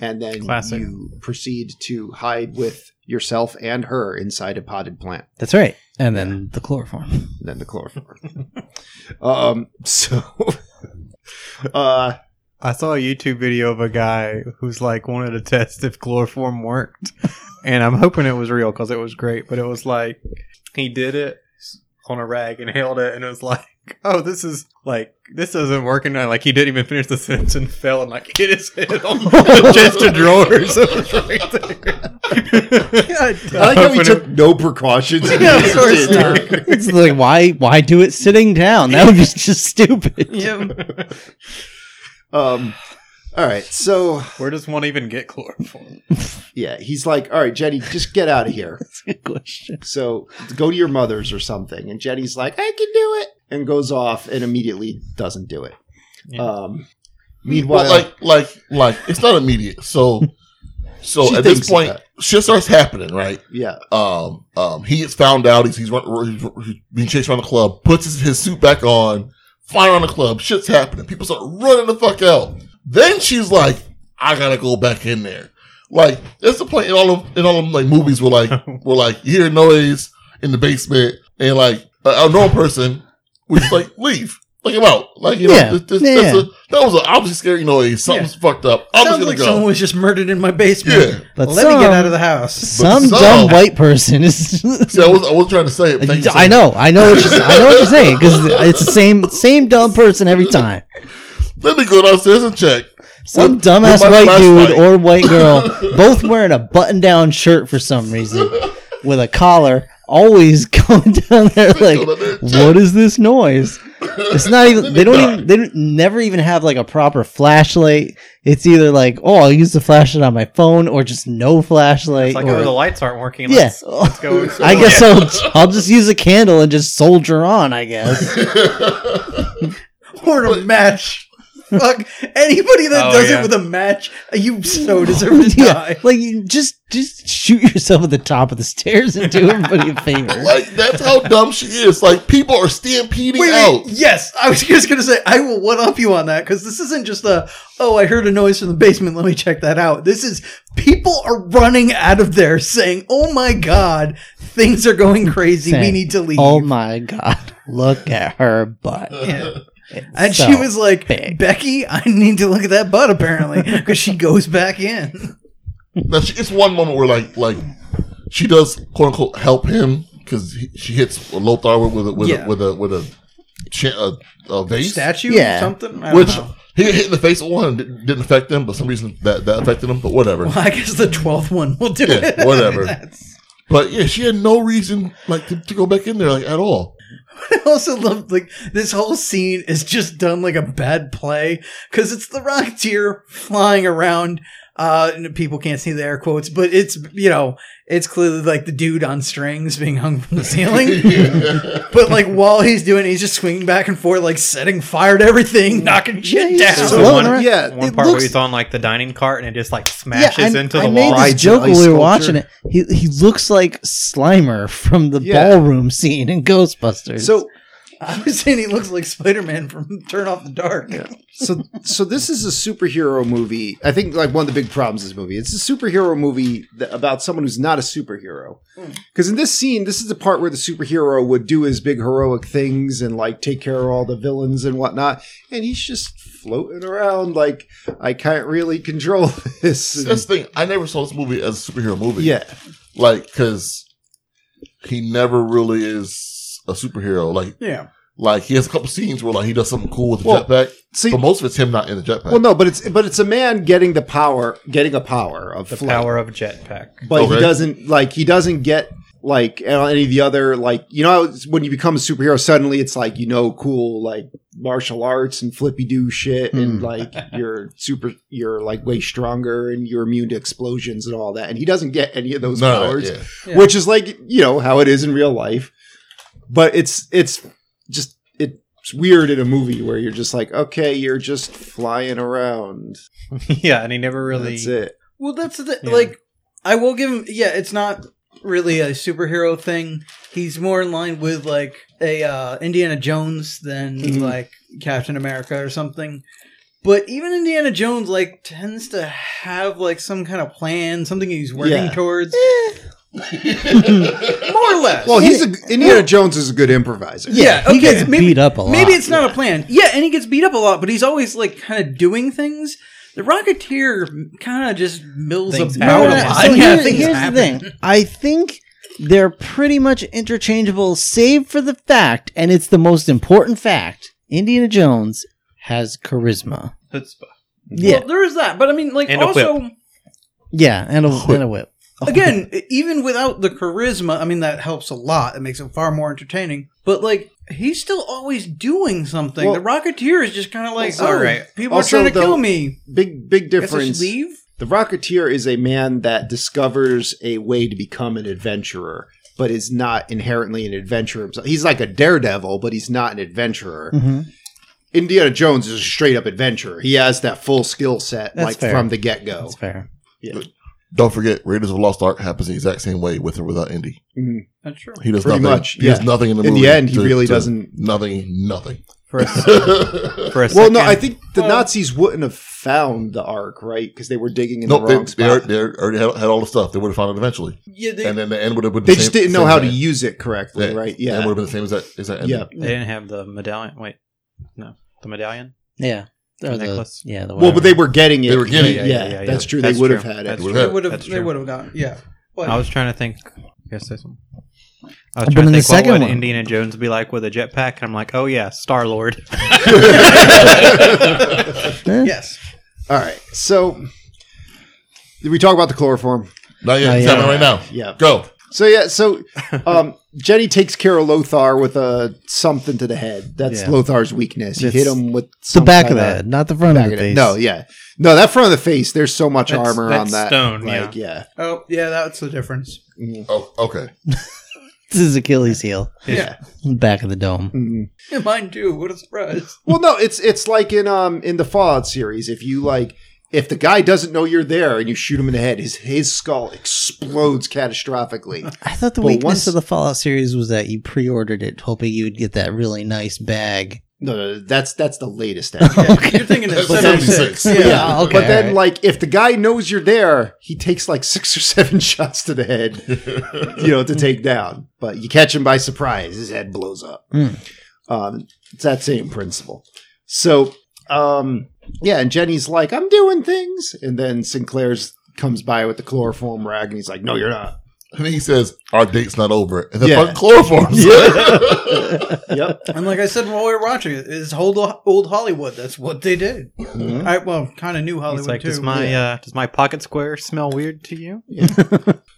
[SPEAKER 6] and then
[SPEAKER 4] Classic.
[SPEAKER 6] you proceed to hide with yourself and her inside a potted plant
[SPEAKER 3] That's right. And then the chloroform.
[SPEAKER 6] and then the chloroform um so uh
[SPEAKER 4] I saw a YouTube video of a guy who's like wanted to test if chloroform worked, and I'm hoping it was real because it was great. But it was like he did it on a rag and held it, and it was like, oh, this is like this isn't working. And, like he didn't even finish the sentence and fell and like hit his head on the chest of drawers. It was right there.
[SPEAKER 6] i like how he
[SPEAKER 4] Hoping
[SPEAKER 6] took no precautions
[SPEAKER 5] Yeah, of course not.
[SPEAKER 3] it's like, why, why do it sitting down? That would be just stupid.
[SPEAKER 5] yeah.
[SPEAKER 6] Um, All right, so
[SPEAKER 4] Where does one even get chloroform?
[SPEAKER 6] yeah, he's like, "All right, Jenny, just get out of here."
[SPEAKER 3] That's a good question.
[SPEAKER 6] So go to your mother's or something. And Jenny's like, I can do it, and goes off and immediately doesn't do it.
[SPEAKER 4] Yeah.
[SPEAKER 6] Um,
[SPEAKER 1] Well,
[SPEAKER 6] meanwhile,
[SPEAKER 1] like, like, like, it's not immediate. So, so
[SPEAKER 6] She
[SPEAKER 1] at this
[SPEAKER 6] thinks
[SPEAKER 1] point,
[SPEAKER 6] that.
[SPEAKER 1] shit starts happening, right?
[SPEAKER 6] yeah,
[SPEAKER 1] Um, um, he gets found out. He's he's, run, he's, he's being chased around the club. Puts his, his suit back on. Fire on the club. Shit's happening. People start running the fuck out. Then she's like, "I gotta go back in there." Like that's the point in all of in all of like movies where like where like you hear noise in the basement and like a, a normal person would just like leave. Like him out. Like you know,
[SPEAKER 3] Yeah.
[SPEAKER 1] this, this,
[SPEAKER 3] Yeah,
[SPEAKER 1] that's a- that was an obviously scary noise. Something's fucked up. I'm just
[SPEAKER 5] Sounds
[SPEAKER 1] gonna
[SPEAKER 5] like
[SPEAKER 1] go.
[SPEAKER 5] someone was just murdered in my basement.
[SPEAKER 1] yeah.
[SPEAKER 3] But
[SPEAKER 5] Let me get out of
[SPEAKER 3] the.
[SPEAKER 5] the house.
[SPEAKER 3] Some,
[SPEAKER 1] some-
[SPEAKER 3] dumb white person is.
[SPEAKER 1] See, I was I was trying to say it. but thank you so
[SPEAKER 3] I
[SPEAKER 1] much.
[SPEAKER 3] know, I know what you're, I know what you're saying because it's the same same dumb person every time.
[SPEAKER 1] Let me go downstairs and check.
[SPEAKER 3] Some
[SPEAKER 1] With-
[SPEAKER 3] dumbass
[SPEAKER 1] with my
[SPEAKER 3] white dude
[SPEAKER 1] flashlight.
[SPEAKER 3] or white girl, both wearing a button-down shirt for some reason, with a collar, always going down there like,
[SPEAKER 1] down there and check.
[SPEAKER 3] "What is this noise?" It's not even. They don't even. They don't, never even have like a proper flashlight. It's either like, "Oh, I'll use the flashlight on my phone," or just no flashlight.
[SPEAKER 4] It's like,
[SPEAKER 3] or-
[SPEAKER 4] oh, the lights aren't working.
[SPEAKER 3] yeah.
[SPEAKER 4] Let's, let's go.
[SPEAKER 3] I guess I'll, I'll just use a candle and just soldier on. I guess.
[SPEAKER 5] Or a match. Fuck anybody that
[SPEAKER 4] Oh,
[SPEAKER 5] does
[SPEAKER 4] yeah.
[SPEAKER 5] it with a match, you so deserve to
[SPEAKER 3] Yeah,
[SPEAKER 5] die.
[SPEAKER 3] like you just just shoot yourself at the top of the stairs and do everybody a favor.
[SPEAKER 1] Like that's how dumb she is. Like people are stampeding
[SPEAKER 5] Wait,
[SPEAKER 1] out.
[SPEAKER 5] wait, yes, I was just gonna say I will one up you on that because this isn't just a oh I heard a noise from the basement, let me check that out. This is people are running out of there saying, Oh my god, things are going crazy, we
[SPEAKER 3] Saying,
[SPEAKER 5] need to leave.
[SPEAKER 3] Oh my god! Look at her butt.
[SPEAKER 5] Yeah.
[SPEAKER 3] It's
[SPEAKER 5] And
[SPEAKER 3] so
[SPEAKER 5] she was like,
[SPEAKER 3] big.
[SPEAKER 5] Becky, I need to look at that butt apparently because she goes back in.
[SPEAKER 1] Now she, it's one moment where like like she does quote unquote help him because she hits Lothar with a, with
[SPEAKER 5] Yeah.
[SPEAKER 1] a, with a with a cha- a, a vase,
[SPEAKER 5] Statue,
[SPEAKER 3] Yeah.
[SPEAKER 5] something, I don't
[SPEAKER 1] which
[SPEAKER 5] know.
[SPEAKER 1] he got hit in the face with one and didn't, didn't affect him, but some reason that that affected him. But whatever.
[SPEAKER 5] Well, I guess the twelfth one will do
[SPEAKER 1] Yeah,
[SPEAKER 5] it.
[SPEAKER 1] whatever.
[SPEAKER 5] That's-
[SPEAKER 1] But yeah, she had no reason like to, to go back in there like at all.
[SPEAKER 5] I also love like this whole scene is just done like a bad play because it's the Rocketeer flying around. Uh, and people can't see the air quotes, but it's you know it's clearly like the dude on strings being hung from the ceiling. but like while he's doing, it, he's just swinging back and forth, like setting fire to everything, knocking shit
[SPEAKER 3] Yeah, he's
[SPEAKER 5] down.
[SPEAKER 4] So
[SPEAKER 3] just floating
[SPEAKER 4] one-
[SPEAKER 3] around.
[SPEAKER 6] yeah,
[SPEAKER 4] One
[SPEAKER 3] It
[SPEAKER 4] part where
[SPEAKER 3] looks-
[SPEAKER 4] he's on like the dining cart and it just like
[SPEAKER 3] Yeah,
[SPEAKER 4] smashes
[SPEAKER 3] I,
[SPEAKER 4] into
[SPEAKER 3] I
[SPEAKER 4] the wall.
[SPEAKER 3] made this
[SPEAKER 6] Rides an
[SPEAKER 3] joke when
[SPEAKER 6] ice
[SPEAKER 3] we were
[SPEAKER 6] sculpture.
[SPEAKER 3] watching it. He he looks like Slimer from the
[SPEAKER 6] Yeah.
[SPEAKER 3] ballroom scene in Ghostbusters.
[SPEAKER 6] so
[SPEAKER 5] I was saying he looks like Spider Man from Turn Off the Dark.
[SPEAKER 6] so so this is a superhero movie. I think like one of the big problems of this movie. It's a superhero movie that, about someone who's not a superhero. Because in this scene, this is the part where the superhero would do his big heroic things and like take care of all the villains and whatnot, and he's just floating around like I can't really control this. And-
[SPEAKER 1] That's the thing. I never saw this movie as a superhero movie.
[SPEAKER 6] yeah,
[SPEAKER 1] like because he never really is a superhero. Like
[SPEAKER 5] Yeah,
[SPEAKER 1] Like he has a couple scenes where like he does something cool with the
[SPEAKER 6] Well,
[SPEAKER 1] jetpack,
[SPEAKER 6] see,
[SPEAKER 1] but most of it's him not in the jetpack.
[SPEAKER 6] well, no, but it's but it's a man getting the power, getting a power of
[SPEAKER 4] the
[SPEAKER 6] flight.
[SPEAKER 4] power of jetpack.
[SPEAKER 6] but
[SPEAKER 1] Okay.
[SPEAKER 6] he doesn't like he doesn't get like any of the other like you know how it's- when you become a superhero suddenly it's like you know cool like martial arts and flippy do shit and
[SPEAKER 3] Hmm.
[SPEAKER 6] like you're super you're like way stronger and you're immune to explosions and all that and he doesn't get any of those
[SPEAKER 1] None of
[SPEAKER 6] powers
[SPEAKER 1] that, yeah.
[SPEAKER 5] Yeah.
[SPEAKER 6] which is like you know how it is in real life but it's it's just it's weird in a movie where you're just like okay you're just flying around
[SPEAKER 4] yeah, and he never really.
[SPEAKER 6] that's it
[SPEAKER 5] Well, that's the
[SPEAKER 4] Yeah.
[SPEAKER 5] like. I will give him. Yeah, it's not really a superhero thing. He's more in line with like a uh, Indiana Jones than
[SPEAKER 6] Mhm.
[SPEAKER 5] like Captain America or something. But even Indiana Jones like tends to have like some kind of plan, something he's working
[SPEAKER 6] Yeah.
[SPEAKER 5] towards, more or less.
[SPEAKER 6] well he's a indiana jones is a good improviser
[SPEAKER 5] yeah,
[SPEAKER 3] he
[SPEAKER 5] okay,
[SPEAKER 3] gets
[SPEAKER 5] maybe-
[SPEAKER 3] beat up a lot.
[SPEAKER 5] Maybe it's not a plan. Yeah, and he gets beat up a lot, but he's always like kind of doing things. The Rocketeer kind of just mills
[SPEAKER 4] Things
[SPEAKER 5] about
[SPEAKER 4] happen.
[SPEAKER 5] a lot.
[SPEAKER 3] So
[SPEAKER 5] Yeah,
[SPEAKER 3] here-
[SPEAKER 5] things
[SPEAKER 3] here's
[SPEAKER 5] happen.
[SPEAKER 3] the thing. I think they're pretty much interchangeable, save for the fact, and it's the most important fact: Indiana Jones has charisma.
[SPEAKER 4] Chutzpah.
[SPEAKER 3] Yeah,
[SPEAKER 5] Well, there is that, but I mean, like
[SPEAKER 4] And a
[SPEAKER 5] also
[SPEAKER 3] yeah, and a, and a whip.
[SPEAKER 5] again, even without the charisma, I mean that helps a lot. It makes it far more entertaining. But like He's still always doing something.
[SPEAKER 6] Well-
[SPEAKER 5] the Rocketeer is just kind of like,
[SPEAKER 6] Well,
[SPEAKER 5] oh,
[SPEAKER 6] all right.
[SPEAKER 5] people
[SPEAKER 6] Also,
[SPEAKER 5] are trying to
[SPEAKER 6] though,
[SPEAKER 5] kill me.
[SPEAKER 6] Big big
[SPEAKER 5] Guess I should
[SPEAKER 6] difference.
[SPEAKER 5] leave.
[SPEAKER 6] The Rocketeer is a man that discovers a way to become an adventurer, but is not inherently an adventurer himself. He's like a daredevil, but he's not an adventurer.
[SPEAKER 3] Hmm. Mm-hmm.
[SPEAKER 6] Indiana Jones is a straight up adventurer. He has that full skill set
[SPEAKER 3] That's
[SPEAKER 6] like
[SPEAKER 3] fair.
[SPEAKER 6] from the get go.
[SPEAKER 3] That's
[SPEAKER 4] Oh.
[SPEAKER 3] fair.
[SPEAKER 1] Don't forget, Raiders of the Lost Ark happens the exact same way with or without Indy.
[SPEAKER 5] That's true.
[SPEAKER 1] He does
[SPEAKER 6] Pretty
[SPEAKER 1] nothing.
[SPEAKER 6] much,
[SPEAKER 1] he does
[SPEAKER 6] yeah.
[SPEAKER 1] nothing in the
[SPEAKER 6] In the
[SPEAKER 1] movie
[SPEAKER 6] end, he really doesn't-
[SPEAKER 1] Nothing. Nothing.
[SPEAKER 4] For a, s-
[SPEAKER 1] nope.
[SPEAKER 4] for a
[SPEAKER 6] Well,
[SPEAKER 4] second,
[SPEAKER 6] no, I think the
[SPEAKER 5] Well-
[SPEAKER 6] Nazis wouldn't have found the Ark, right? Because they were digging in the
[SPEAKER 1] They,
[SPEAKER 6] wrong
[SPEAKER 1] they,
[SPEAKER 6] spot.
[SPEAKER 1] already-
[SPEAKER 6] They,
[SPEAKER 1] they already had, had all the stuff. They would have found it eventually,
[SPEAKER 5] Yeah, they,
[SPEAKER 1] and then the end would have been.
[SPEAKER 6] just didn't know how to use it correctly,
[SPEAKER 1] Yeah.
[SPEAKER 6] right?
[SPEAKER 1] Yeah,
[SPEAKER 6] Yeah,
[SPEAKER 1] would have been the same as that. Is that ending.
[SPEAKER 6] yeah.
[SPEAKER 4] they didn't have the medallion. Wait, no, the medallion.
[SPEAKER 3] Yeah. Or the-
[SPEAKER 4] necklace.
[SPEAKER 3] yeah. The
[SPEAKER 6] Well, but they were getting it.
[SPEAKER 1] They were getting
[SPEAKER 6] yeah,
[SPEAKER 1] it.
[SPEAKER 6] Yeah,
[SPEAKER 4] yeah,
[SPEAKER 6] that's
[SPEAKER 4] yeah.
[SPEAKER 6] true.
[SPEAKER 4] That's
[SPEAKER 6] they would
[SPEAKER 4] true.
[SPEAKER 6] have had
[SPEAKER 4] That's
[SPEAKER 1] They
[SPEAKER 6] it.
[SPEAKER 1] would
[SPEAKER 5] they
[SPEAKER 1] have.
[SPEAKER 5] would have.
[SPEAKER 4] That's
[SPEAKER 5] They
[SPEAKER 4] true.
[SPEAKER 5] would have gone. Yeah. But
[SPEAKER 4] I was trying to think. Yes, this one. I was trying
[SPEAKER 3] But
[SPEAKER 4] to
[SPEAKER 3] in the
[SPEAKER 4] think what
[SPEAKER 3] second
[SPEAKER 4] would
[SPEAKER 3] one-
[SPEAKER 4] Indiana Jones be like with a jetpack, and I'm like, oh yeah, Star Lord.
[SPEAKER 3] Eh,
[SPEAKER 5] yes.
[SPEAKER 6] All right. So did we talk about the chloroform?
[SPEAKER 1] Not yet.
[SPEAKER 3] Not
[SPEAKER 1] It's
[SPEAKER 3] yet.
[SPEAKER 1] happening right now.
[SPEAKER 6] Yeah.
[SPEAKER 1] Go.
[SPEAKER 6] So yeah, so um, Jenny takes care of Lothar with a something to the head. That's
[SPEAKER 3] Yeah.
[SPEAKER 6] Lothar's weakness. You
[SPEAKER 3] It's
[SPEAKER 6] hit him with
[SPEAKER 3] The
[SPEAKER 6] some
[SPEAKER 3] back of the
[SPEAKER 6] kinda
[SPEAKER 3] head, not the front
[SPEAKER 6] back
[SPEAKER 3] of the
[SPEAKER 6] of the-
[SPEAKER 3] face.
[SPEAKER 6] No, yeah, no, that front of the face. There's so much
[SPEAKER 4] That's-
[SPEAKER 6] armor
[SPEAKER 4] that's
[SPEAKER 6] on that
[SPEAKER 4] stone,
[SPEAKER 6] Like, yeah. Mm-hmm.
[SPEAKER 5] Oh, yeah. That's the difference.
[SPEAKER 1] Oh, okay.
[SPEAKER 3] This is Achilles heel.
[SPEAKER 6] yeah,
[SPEAKER 3] Back of the dome.
[SPEAKER 6] Mhm.
[SPEAKER 5] Yeah, mine too. What a surprise.
[SPEAKER 6] Well, no, it's it's like in um in the Fallout series. If you like, if the guy doesn't know you're there and you shoot him in the head, his his skull explodes catastrophically.
[SPEAKER 3] I thought the
[SPEAKER 6] But
[SPEAKER 3] weakness
[SPEAKER 6] once-
[SPEAKER 3] of the Fallout series was that you pre-ordered it, hoping you would get that really nice bag.
[SPEAKER 6] No, no, no, that's that's the latest.
[SPEAKER 5] Yeah, You're thinking of
[SPEAKER 1] That's
[SPEAKER 5] 76.
[SPEAKER 1] 76.
[SPEAKER 5] Yeah.
[SPEAKER 3] Oh, okay.
[SPEAKER 6] But then, like, if the guy knows you're there, he takes like six or seven shots to the head, you know, to take down. But you catch him by surprise, his head blows up.
[SPEAKER 3] Mm.
[SPEAKER 6] Um, it's that same principle. So, um, yeah, and Jenny's like, I'm doing things. And then Sinclair's comes by with the chloroform rag and he's like, No, you're not.
[SPEAKER 1] And then he says, "Our date's not over," and then
[SPEAKER 6] Yeah.
[SPEAKER 1] fucking chloroforms.
[SPEAKER 6] Yep.
[SPEAKER 5] And like I said while we were watching it, it's old old Hollywood. That's what they did. I well, kind of knew Hollywood
[SPEAKER 4] He's Hmm. like,
[SPEAKER 5] too.
[SPEAKER 4] does my uh, does my pocket square smell weird to you?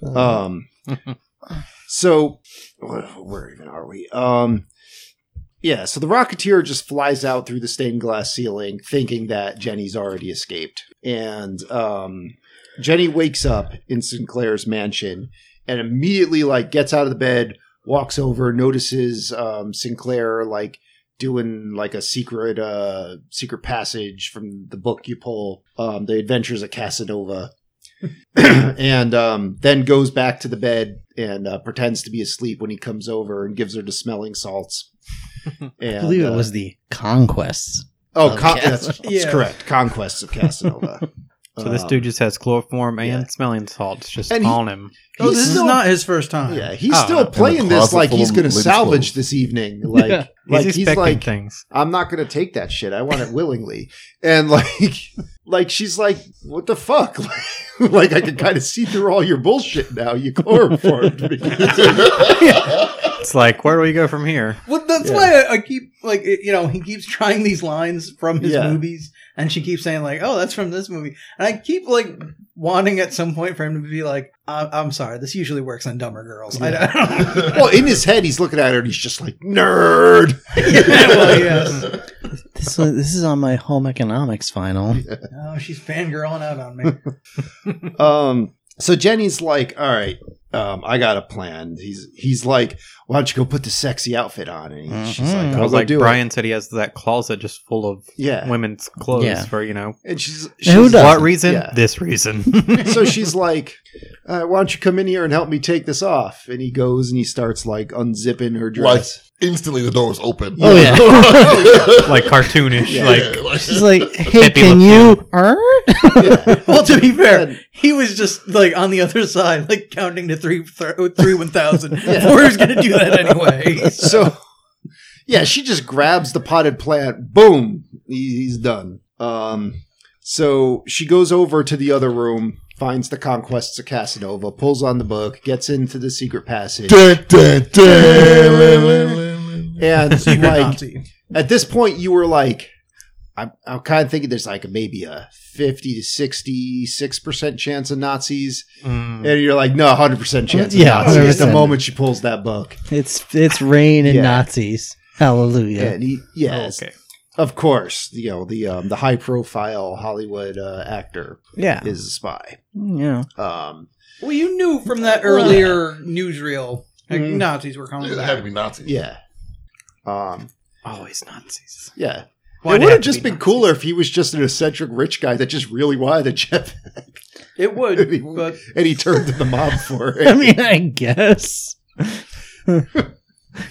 [SPEAKER 6] Um, so where where even are we? Um, yeah, so the Rocketeer just flies out through the stained glass ceiling, thinking that Jenny's already escaped. And um, Jenny wakes up in Sinclair's mansion and immediately like gets out of the bed, walks over, notices um, Sinclair like doing like a secret uh secret passage from the book you pull um the adventures of casanova and um then goes back to the bed and uh, pretends to be asleep when he comes over and gives her the smelling salts and,
[SPEAKER 3] I believe it
[SPEAKER 6] uh,
[SPEAKER 3] was the conquests.
[SPEAKER 6] oh
[SPEAKER 3] of
[SPEAKER 6] Con-
[SPEAKER 3] Cas-
[SPEAKER 6] that's, that's
[SPEAKER 5] Yeah.
[SPEAKER 6] correct conquests of casanova
[SPEAKER 4] So this
[SPEAKER 6] Um,
[SPEAKER 4] dude just has chloroform and
[SPEAKER 6] yeah.
[SPEAKER 4] smelling salts just
[SPEAKER 6] And he-
[SPEAKER 4] on him.
[SPEAKER 5] oh,
[SPEAKER 6] he's
[SPEAKER 5] this
[SPEAKER 6] still-
[SPEAKER 5] is not his first time.
[SPEAKER 6] yeah he's
[SPEAKER 4] Oh,
[SPEAKER 6] still
[SPEAKER 4] in the
[SPEAKER 6] playing this
[SPEAKER 1] closet
[SPEAKER 6] like
[SPEAKER 1] full
[SPEAKER 6] he's
[SPEAKER 1] of
[SPEAKER 6] gonna
[SPEAKER 1] ladies'
[SPEAKER 6] salvage
[SPEAKER 1] clothes.
[SPEAKER 6] this evening like
[SPEAKER 4] Yeah.
[SPEAKER 6] like
[SPEAKER 4] he's
[SPEAKER 6] he's,
[SPEAKER 4] expecting
[SPEAKER 6] like
[SPEAKER 4] things.
[SPEAKER 6] I'm not gonna take that shit. I want it willingly. And like, like she's like, what the fuck? Like, I can kind of see through all your bullshit now. You chloroformed me.
[SPEAKER 4] It's like, where do we go from here?
[SPEAKER 5] Well, that's
[SPEAKER 6] Yeah.
[SPEAKER 5] why I, I keep like it- you know he keeps trying these lines from his
[SPEAKER 6] Yeah.
[SPEAKER 5] movies, and she keeps saying like, "Oh, that's from this movie," and I keep like wanting at some point for him to be like, "I- "I'm sorry, this usually works on dumber girls." I don't.
[SPEAKER 6] well, in his head, he's looking at her and he's just like, nerd.
[SPEAKER 5] yeah, well, yes.
[SPEAKER 3] This was, this is on my home economics final.
[SPEAKER 5] Oh, she's fangirling out on me.
[SPEAKER 6] Um, so Jenny's like, all right, um, I got a plan. He's he's like, why don't you go put the sexy outfit on? And he- she's
[SPEAKER 3] Mhm.
[SPEAKER 6] like,
[SPEAKER 4] Mm-hmm. I
[SPEAKER 6] I'll
[SPEAKER 4] was
[SPEAKER 6] go
[SPEAKER 4] like,
[SPEAKER 6] do
[SPEAKER 4] Brian said he has that closet just full of
[SPEAKER 6] it. Yeah.
[SPEAKER 4] women's clothes
[SPEAKER 3] Yeah.
[SPEAKER 4] for you know
[SPEAKER 6] And she's, she's
[SPEAKER 3] Who does?
[SPEAKER 4] what reason?
[SPEAKER 6] Yeah.
[SPEAKER 4] This reason.
[SPEAKER 6] so she's like, uh, "Why don't you come in here and help me take this off?" And he goes and he starts like unzipping her dress.
[SPEAKER 1] Instantly, the door was open.
[SPEAKER 3] Oh yeah.
[SPEAKER 4] like cartoonish.
[SPEAKER 6] Yeah.
[SPEAKER 4] Like
[SPEAKER 3] She's like, hey,
[SPEAKER 4] Pepe
[SPEAKER 3] can
[SPEAKER 4] Le
[SPEAKER 3] you earn?
[SPEAKER 6] Yeah.
[SPEAKER 5] Well, to be fair,
[SPEAKER 6] And-
[SPEAKER 5] he was just like on the other side, like counting to three, th- three, one thousand. Who's gonna do that anyway?
[SPEAKER 6] so yeah, she just grabs the potted plant. Boom, he, he's done. Um, so she goes over to the other room, finds the conquests of Casanova, pulls on the book, gets into the secret passage,
[SPEAKER 1] Dun, dun, dun.
[SPEAKER 6] and
[SPEAKER 5] You're
[SPEAKER 6] like
[SPEAKER 5] Nazi.
[SPEAKER 6] at this point you were like I'm, I'm kind of thinking there's like maybe a 50 to 66% chance of Nazis.
[SPEAKER 4] mm,
[SPEAKER 6] And you're like, no, 100% chance.
[SPEAKER 3] Yeah,
[SPEAKER 6] Yeah, Nazis. At the
[SPEAKER 3] 100%.
[SPEAKER 6] moment she pulls that book.
[SPEAKER 3] It's it's rain and
[SPEAKER 6] Yeah.
[SPEAKER 3] Nazis. Hallelujah.
[SPEAKER 6] And he, yes,
[SPEAKER 4] Oh, okay.
[SPEAKER 6] of course, you know the um, the high profile Hollywood uh, actor
[SPEAKER 3] Yeah.
[SPEAKER 6] is a spy.
[SPEAKER 3] Yeah.
[SPEAKER 6] Um,
[SPEAKER 5] Well, you knew from that earlier newsreel like,
[SPEAKER 6] Mhm.
[SPEAKER 5] Nazis were coming
[SPEAKER 1] It had to
[SPEAKER 5] back.
[SPEAKER 1] be Nazis.
[SPEAKER 6] yeah, um,
[SPEAKER 4] Always Nazis.
[SPEAKER 6] yeah.
[SPEAKER 4] Why'd
[SPEAKER 6] it
[SPEAKER 4] it
[SPEAKER 6] would have
[SPEAKER 4] have to
[SPEAKER 6] just
[SPEAKER 4] be
[SPEAKER 6] been cooler if he was just an eccentric rich guy that just really wanted a jet,
[SPEAKER 5] It would, but
[SPEAKER 6] and he turned to the mob for it.
[SPEAKER 3] I mean, I guess.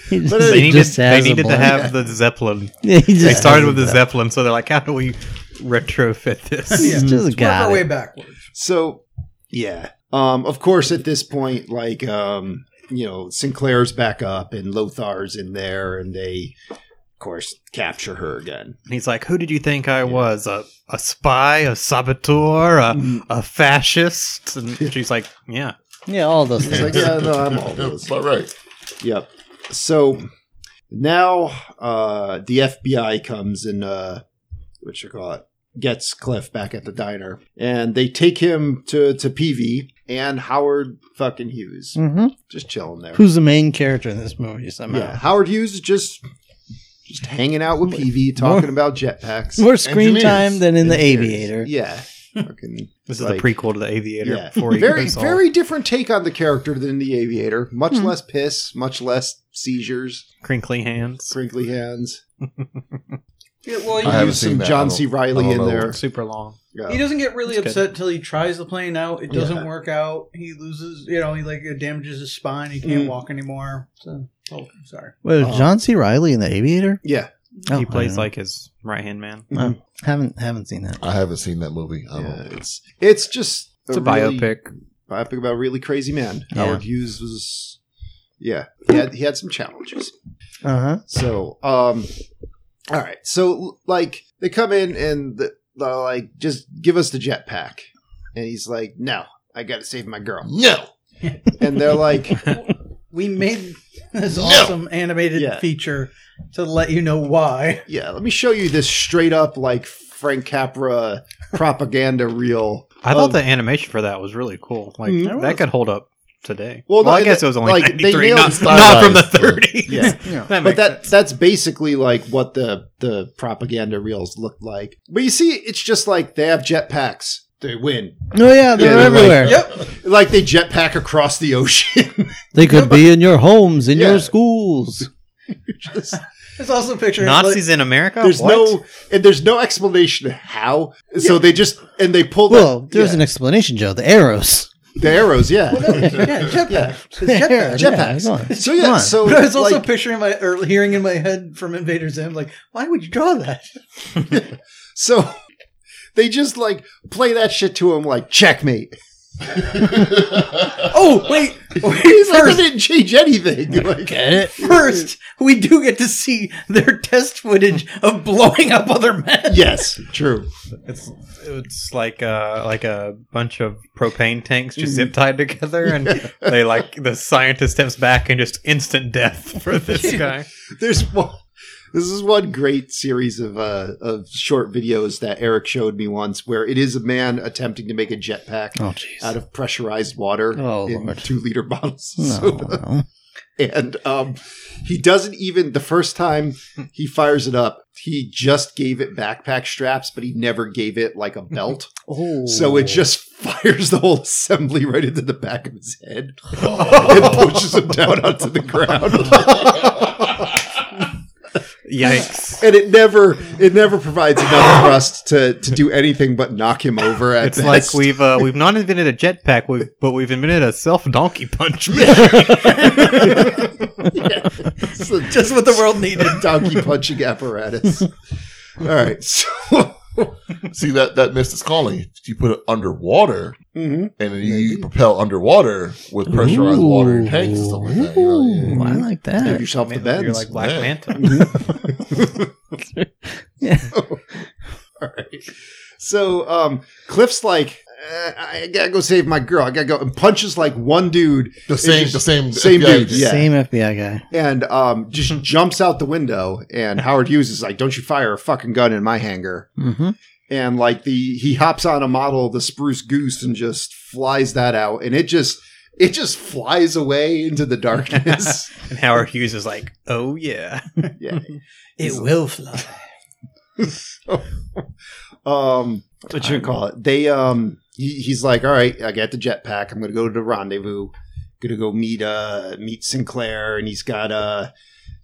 [SPEAKER 3] He just-
[SPEAKER 6] They
[SPEAKER 4] They
[SPEAKER 3] he
[SPEAKER 4] needed,
[SPEAKER 3] just
[SPEAKER 4] they
[SPEAKER 3] has a
[SPEAKER 4] needed to
[SPEAKER 3] blunt.
[SPEAKER 4] have the Zeppelin.
[SPEAKER 3] Yeah, he
[SPEAKER 4] They
[SPEAKER 3] just
[SPEAKER 4] started with the
[SPEAKER 3] has a
[SPEAKER 4] Zeppelin, so they're like, how do we retrofit this?
[SPEAKER 5] yeah,
[SPEAKER 3] It's just
[SPEAKER 5] let's work
[SPEAKER 3] got
[SPEAKER 5] our way
[SPEAKER 3] it.
[SPEAKER 5] backwards.
[SPEAKER 6] So yeah. Um of course at this point like um you know Sinclair's back up and Lothar's in there and they of course capture her again.
[SPEAKER 4] And he's like, who did you think I was? A, a spy? A saboteur? A,
[SPEAKER 6] Mm.
[SPEAKER 4] a fascist? And she's like, yeah.
[SPEAKER 3] blunt. Yeah, all those
[SPEAKER 6] He's
[SPEAKER 3] things.
[SPEAKER 6] like, yeah, no, I'm all
[SPEAKER 1] That's
[SPEAKER 6] those.
[SPEAKER 1] about right.
[SPEAKER 6] Yep. So now uh the FBI comes and uh what you call it gets Cliff back at the diner and they take him to to PV and Howard fucking Hughes.
[SPEAKER 3] hmm
[SPEAKER 6] Just chilling there.
[SPEAKER 3] Who's the main character in this movie somehow?
[SPEAKER 6] yeah, Howard Hughes is just just hanging out with PV, talking about jetpacks.
[SPEAKER 3] More screen
[SPEAKER 1] Engineers.
[SPEAKER 3] time than in The
[SPEAKER 6] Engineers.
[SPEAKER 3] Aviator.
[SPEAKER 6] Yeah. Fucking,
[SPEAKER 4] This
[SPEAKER 6] like,
[SPEAKER 4] is the prequel to The Aviator.
[SPEAKER 6] yeah.
[SPEAKER 4] Before he
[SPEAKER 6] very,
[SPEAKER 4] goes all-
[SPEAKER 6] very different take on the character than the Aviator. Much
[SPEAKER 3] Hmm.
[SPEAKER 6] less piss, much less seizures,
[SPEAKER 4] crinkly hands.
[SPEAKER 6] crinkly hands.
[SPEAKER 5] Yeah, well,
[SPEAKER 1] I
[SPEAKER 5] he,
[SPEAKER 1] haven't
[SPEAKER 6] Use
[SPEAKER 1] seen
[SPEAKER 6] some
[SPEAKER 1] that. I
[SPEAKER 6] John
[SPEAKER 1] don't-
[SPEAKER 6] C.
[SPEAKER 1] I
[SPEAKER 6] Riley in
[SPEAKER 1] don't know.
[SPEAKER 6] there.
[SPEAKER 4] Super long.
[SPEAKER 6] Yeah.
[SPEAKER 5] he doesn't get really
[SPEAKER 4] That's
[SPEAKER 5] upset till he tries the plane out. It
[SPEAKER 6] Yeah.
[SPEAKER 5] doesn't work out. He loses, you know, he like it damages his spine. He can't walk anymore. So, oh, sorry.
[SPEAKER 3] Wait,
[SPEAKER 6] Oh.
[SPEAKER 3] was John C. Riley in The Aviator?
[SPEAKER 6] Yeah.
[SPEAKER 3] Oh, I
[SPEAKER 4] he
[SPEAKER 3] don't
[SPEAKER 4] plays
[SPEAKER 3] know.
[SPEAKER 4] like his right hand man.
[SPEAKER 3] Oh, haven't haven't seen that.
[SPEAKER 1] I haven't seen that movie. I
[SPEAKER 6] Yeah,
[SPEAKER 1] don't.
[SPEAKER 6] It's it's just
[SPEAKER 4] It's a
[SPEAKER 6] really-
[SPEAKER 4] biopic.
[SPEAKER 6] Biopic about a really crazy man.
[SPEAKER 3] Yeah.
[SPEAKER 6] Howard Hughes was yeah. He had he had some challenges.
[SPEAKER 3] Uh huh.
[SPEAKER 6] So, um, all right. So, like, they come in and the, they're like, just give us the jetpack. And he's like, no, I got to save my girl.
[SPEAKER 1] No.
[SPEAKER 6] And they're like,
[SPEAKER 5] We made this
[SPEAKER 1] No.
[SPEAKER 5] awesome animated
[SPEAKER 6] Yeah.
[SPEAKER 5] feature to let you know why.
[SPEAKER 6] yeah, let me show you this straight up, like, Frank Capra propaganda reel.
[SPEAKER 4] I thought
[SPEAKER 6] of-
[SPEAKER 4] the animation for that was really cool. Like
[SPEAKER 6] Mhm.
[SPEAKER 4] that could hold up today.
[SPEAKER 6] Well,
[SPEAKER 4] Well,
[SPEAKER 6] no,
[SPEAKER 4] I guess
[SPEAKER 6] they-
[SPEAKER 4] it was only
[SPEAKER 6] like, they
[SPEAKER 4] 93,
[SPEAKER 6] nailed
[SPEAKER 4] not,
[SPEAKER 6] it.
[SPEAKER 4] not from the
[SPEAKER 1] Stylized, but-
[SPEAKER 4] 30s.
[SPEAKER 6] Yeah.
[SPEAKER 3] Yeah.
[SPEAKER 4] That
[SPEAKER 6] But
[SPEAKER 4] makes
[SPEAKER 6] that
[SPEAKER 4] sense.
[SPEAKER 6] that's basically like what the the propaganda reels looked like. But you see, it's just like they have jetpacks. They win.
[SPEAKER 3] Oh yeah, they're
[SPEAKER 6] they're like-
[SPEAKER 3] everywhere.
[SPEAKER 5] Yep.
[SPEAKER 6] Like they jetpack across the ocean.
[SPEAKER 3] They could be in your homes, in
[SPEAKER 6] Yeah.
[SPEAKER 3] your schools.
[SPEAKER 6] Just-
[SPEAKER 5] It's also a picture. of,
[SPEAKER 4] Nazis in America?
[SPEAKER 6] there's
[SPEAKER 4] What?
[SPEAKER 6] no and there's no explanation of how. So they just and they pull
[SPEAKER 3] Well,
[SPEAKER 6] the,
[SPEAKER 3] there's an explanation, Joe. The arrows.
[SPEAKER 6] the arrows, yeah.
[SPEAKER 5] like- yeah, jetpack.
[SPEAKER 6] Yeah.
[SPEAKER 5] It's jetpack.
[SPEAKER 3] Yeah,
[SPEAKER 6] Jetpacks.
[SPEAKER 3] come on.
[SPEAKER 6] so
[SPEAKER 3] Come
[SPEAKER 6] yeah,
[SPEAKER 3] on.
[SPEAKER 6] so
[SPEAKER 5] But I was also
[SPEAKER 6] like,
[SPEAKER 5] picturing in my or hearing in my head from Invader Zim, like, why would you draw that?
[SPEAKER 6] so they just like play that shit to him like checkmate.
[SPEAKER 5] Oh, wait.
[SPEAKER 6] He's
[SPEAKER 5] wait
[SPEAKER 6] like, they
[SPEAKER 5] first,
[SPEAKER 6] didn't change anything. Like,
[SPEAKER 5] first, we do get to see their test footage of blowing up other men.
[SPEAKER 6] yes, true.
[SPEAKER 4] It's it's like uh like a bunch of propane tanks
[SPEAKER 6] Mm-hmm.
[SPEAKER 4] just zip tied together, and they like the scientist steps back and just instant death for this guy.
[SPEAKER 6] There's one. This is one great series of uh, of short videos that Eric showed me once, where it is a man attempting to make a jetpack
[SPEAKER 3] Oh jeez.
[SPEAKER 6] out of pressurized water
[SPEAKER 3] Oh,
[SPEAKER 6] in
[SPEAKER 3] Lord.
[SPEAKER 6] two liter bottles. of
[SPEAKER 3] No,
[SPEAKER 6] soda.
[SPEAKER 3] no.
[SPEAKER 6] and um, he doesn't even the first time he fires it up he just gave it backpack straps but he never gave it like a belt
[SPEAKER 3] Oh.
[SPEAKER 6] so it just fires the whole assembly right into the back of his head and pushes him down onto the ground
[SPEAKER 4] Yikes!
[SPEAKER 6] and it never it never provides enough thrust to to do anything but knock him over at
[SPEAKER 4] It's like
[SPEAKER 6] best.
[SPEAKER 4] we've uh, we've not invented a jetpack, we've, but we've invented a self donkey punch. machine.
[SPEAKER 6] It's a-
[SPEAKER 5] Just what the world needed.
[SPEAKER 6] donkey punching apparatus all right so
[SPEAKER 1] See that that mist is calling. If you put it underwater
[SPEAKER 6] Mhm.
[SPEAKER 1] and then you, you propel underwater with pressurized water and tanks and stuff like that. You know, yeah.
[SPEAKER 3] Ooh, I like
[SPEAKER 6] give
[SPEAKER 3] that.
[SPEAKER 6] yourself the bends
[SPEAKER 4] You're like Black
[SPEAKER 1] Yeah.
[SPEAKER 4] Manta.
[SPEAKER 6] All right. So um, Cliff's like, uh, I gotta go save my girl. I gotta go, and punches like one dude,
[SPEAKER 1] The same,
[SPEAKER 6] just-
[SPEAKER 1] the same,
[SPEAKER 6] same
[SPEAKER 1] FBI
[SPEAKER 6] dude,
[SPEAKER 1] agent.
[SPEAKER 6] yeah.
[SPEAKER 3] Same FBI guy.
[SPEAKER 6] and um, just jumps out the window. And Howard Hughes is like, "Don't you fire a fucking gun in my hangar?"
[SPEAKER 3] Mm-hmm.
[SPEAKER 6] And like the he hops on a model of the Spruce Goose and just flies that out, and it just it just flies away into the darkness.
[SPEAKER 4] And Howard Hughes is like, oh yeah.
[SPEAKER 6] yeah.
[SPEAKER 5] It will fly.
[SPEAKER 6] Um, what you call it? They um, he, he's like, all right, I got the jetpack. I'm gonna go to the rendezvous. Gonna go meet uh meet Sinclair, and he's got uh,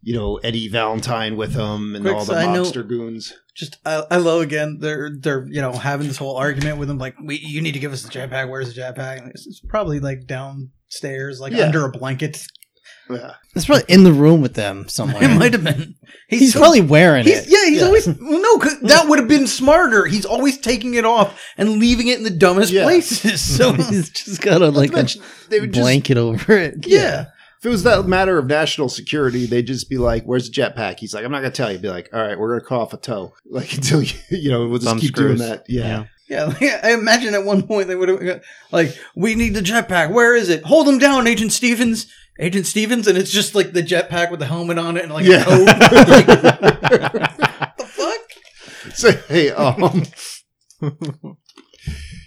[SPEAKER 6] you know Eddie Valentine with him, and
[SPEAKER 5] Quick
[SPEAKER 6] all the
[SPEAKER 5] side note.
[SPEAKER 6] monster goons.
[SPEAKER 5] Just I, I love again. They're they're you know having this whole argument with him like we you need to give us the jetpack. Where's the jetpack? And It's, it's probably like downstairs, like
[SPEAKER 6] Yeah.
[SPEAKER 5] under a blanket.
[SPEAKER 6] Yeah.
[SPEAKER 3] It's probably in the room with them somewhere.
[SPEAKER 5] It might have been.
[SPEAKER 3] he's
[SPEAKER 5] so-
[SPEAKER 3] probably wearing
[SPEAKER 5] He's,
[SPEAKER 3] it.
[SPEAKER 5] yeah, he's
[SPEAKER 6] Yeah.
[SPEAKER 5] always well, no. 'cause That would have been smarter. He's always taking it off and leaving it in the dumbest
[SPEAKER 6] Yeah.
[SPEAKER 5] places. So
[SPEAKER 3] So he's just got a like a
[SPEAKER 6] Mention- they would just
[SPEAKER 3] blanket over it.
[SPEAKER 5] yeah,
[SPEAKER 6] if it was that matter of national security, they'd just be like, "Where's the jetpack?" He's like, "I'm not gonna tell you." Be like, "All right, we're gonna cut off a toe, like until you, you know, we'll just
[SPEAKER 4] Thumb
[SPEAKER 6] keep
[SPEAKER 4] screws.
[SPEAKER 6] doing that." Yeah,
[SPEAKER 5] yeah. like, I imagine at one point they would have like, "We need the jetpack. Where is it? Hold him down, Agent Stevens." Agent Stevens, and it's just like the jetpack with the helmet on it and like
[SPEAKER 6] Yeah.
[SPEAKER 5] a coat. Like, what the fuck?
[SPEAKER 6] So hey, um,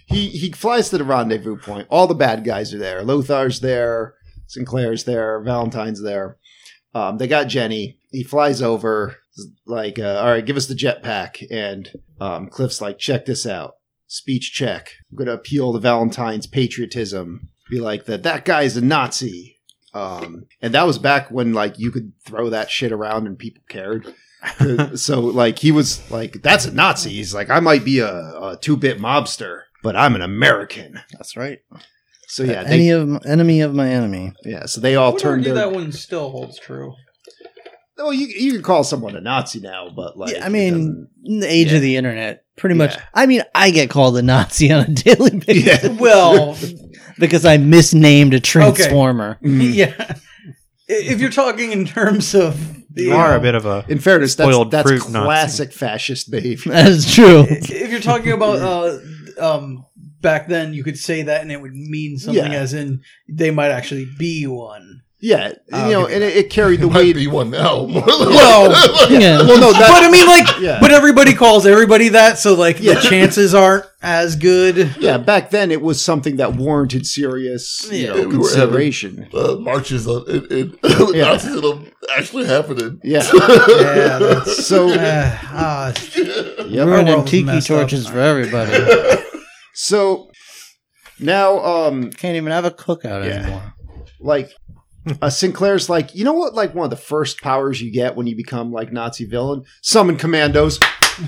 [SPEAKER 6] he he flies to the rendezvous point. All the bad guys are there. Lothar's there. Sinclair's there. Valentine's there. Um, they got Jenny. He flies over. Like, uh, all right, give us the jetpack. And um, Cliff's like, check this out. Speech check. I'm gonna appeal to Valentine's patriotism. Be like that. That guy's a Nazi. Um, and that was back when like you could throw that shit around and people cared so like he was like that's a nazi he's like i might be a, a two-bit mobster but i'm an american
[SPEAKER 3] that's right.
[SPEAKER 6] so yeah
[SPEAKER 3] Uh, Any
[SPEAKER 6] they,
[SPEAKER 3] of my, enemy of my enemy.
[SPEAKER 6] yeah so they all
[SPEAKER 5] I would
[SPEAKER 6] turned
[SPEAKER 5] argue
[SPEAKER 6] their,
[SPEAKER 5] that one still holds true.
[SPEAKER 6] well you, you can call someone a nazi now but like
[SPEAKER 3] yeah, I
[SPEAKER 6] it
[SPEAKER 3] mean,
[SPEAKER 6] doesn't-
[SPEAKER 3] in the age
[SPEAKER 6] yeah.
[SPEAKER 3] of the internet, pretty much.
[SPEAKER 6] Yeah.
[SPEAKER 3] I mean, I get called a Nazi on a daily basis
[SPEAKER 6] yeah
[SPEAKER 5] Well,
[SPEAKER 3] because I misnamed a transformer.
[SPEAKER 6] Mm.
[SPEAKER 5] yeah. I- If you're talking in terms of the,
[SPEAKER 4] You are a bit of a
[SPEAKER 6] in fairness that's,
[SPEAKER 4] Spoiled
[SPEAKER 6] that's
[SPEAKER 4] fruit Nazi.
[SPEAKER 6] classic fascist behavior
[SPEAKER 3] That is true.
[SPEAKER 5] if you're talking about uh, um, back then, you could say that and it would mean something,
[SPEAKER 6] Yeah.
[SPEAKER 5] as in they might actually be one.
[SPEAKER 6] yeah
[SPEAKER 5] I'll
[SPEAKER 3] Oh,
[SPEAKER 6] you know
[SPEAKER 5] give you
[SPEAKER 6] and it, it carried the
[SPEAKER 1] It might
[SPEAKER 6] weight
[SPEAKER 1] be one now.
[SPEAKER 5] Well,
[SPEAKER 3] Yeah.
[SPEAKER 6] well no that
[SPEAKER 5] but I mean, like,
[SPEAKER 6] Oh, yeah
[SPEAKER 5] but everybody calls everybody that, so like
[SPEAKER 6] Yeah.
[SPEAKER 5] the chances aren't as good.
[SPEAKER 6] yeah back then it was something that warranted serious you
[SPEAKER 5] Yeah.
[SPEAKER 6] know,
[SPEAKER 1] We were having-
[SPEAKER 6] consideration
[SPEAKER 1] uh, marches on it, it, the
[SPEAKER 6] Yeah.
[SPEAKER 1] Nazis it'll actually happening.
[SPEAKER 6] yeah
[SPEAKER 5] Yeah, that's,
[SPEAKER 6] so
[SPEAKER 5] uh, ah,
[SPEAKER 6] yep.
[SPEAKER 5] Our
[SPEAKER 3] Burning
[SPEAKER 5] world is
[SPEAKER 3] tiki
[SPEAKER 5] messed up.
[SPEAKER 3] torches for everybody.
[SPEAKER 6] so now um
[SPEAKER 3] Can't even have a cookout
[SPEAKER 6] Yeah.
[SPEAKER 3] anymore.
[SPEAKER 6] like uh, Sinclair's like, you know what? Like one of the first powers you get when you become like Nazi villain, summon commandos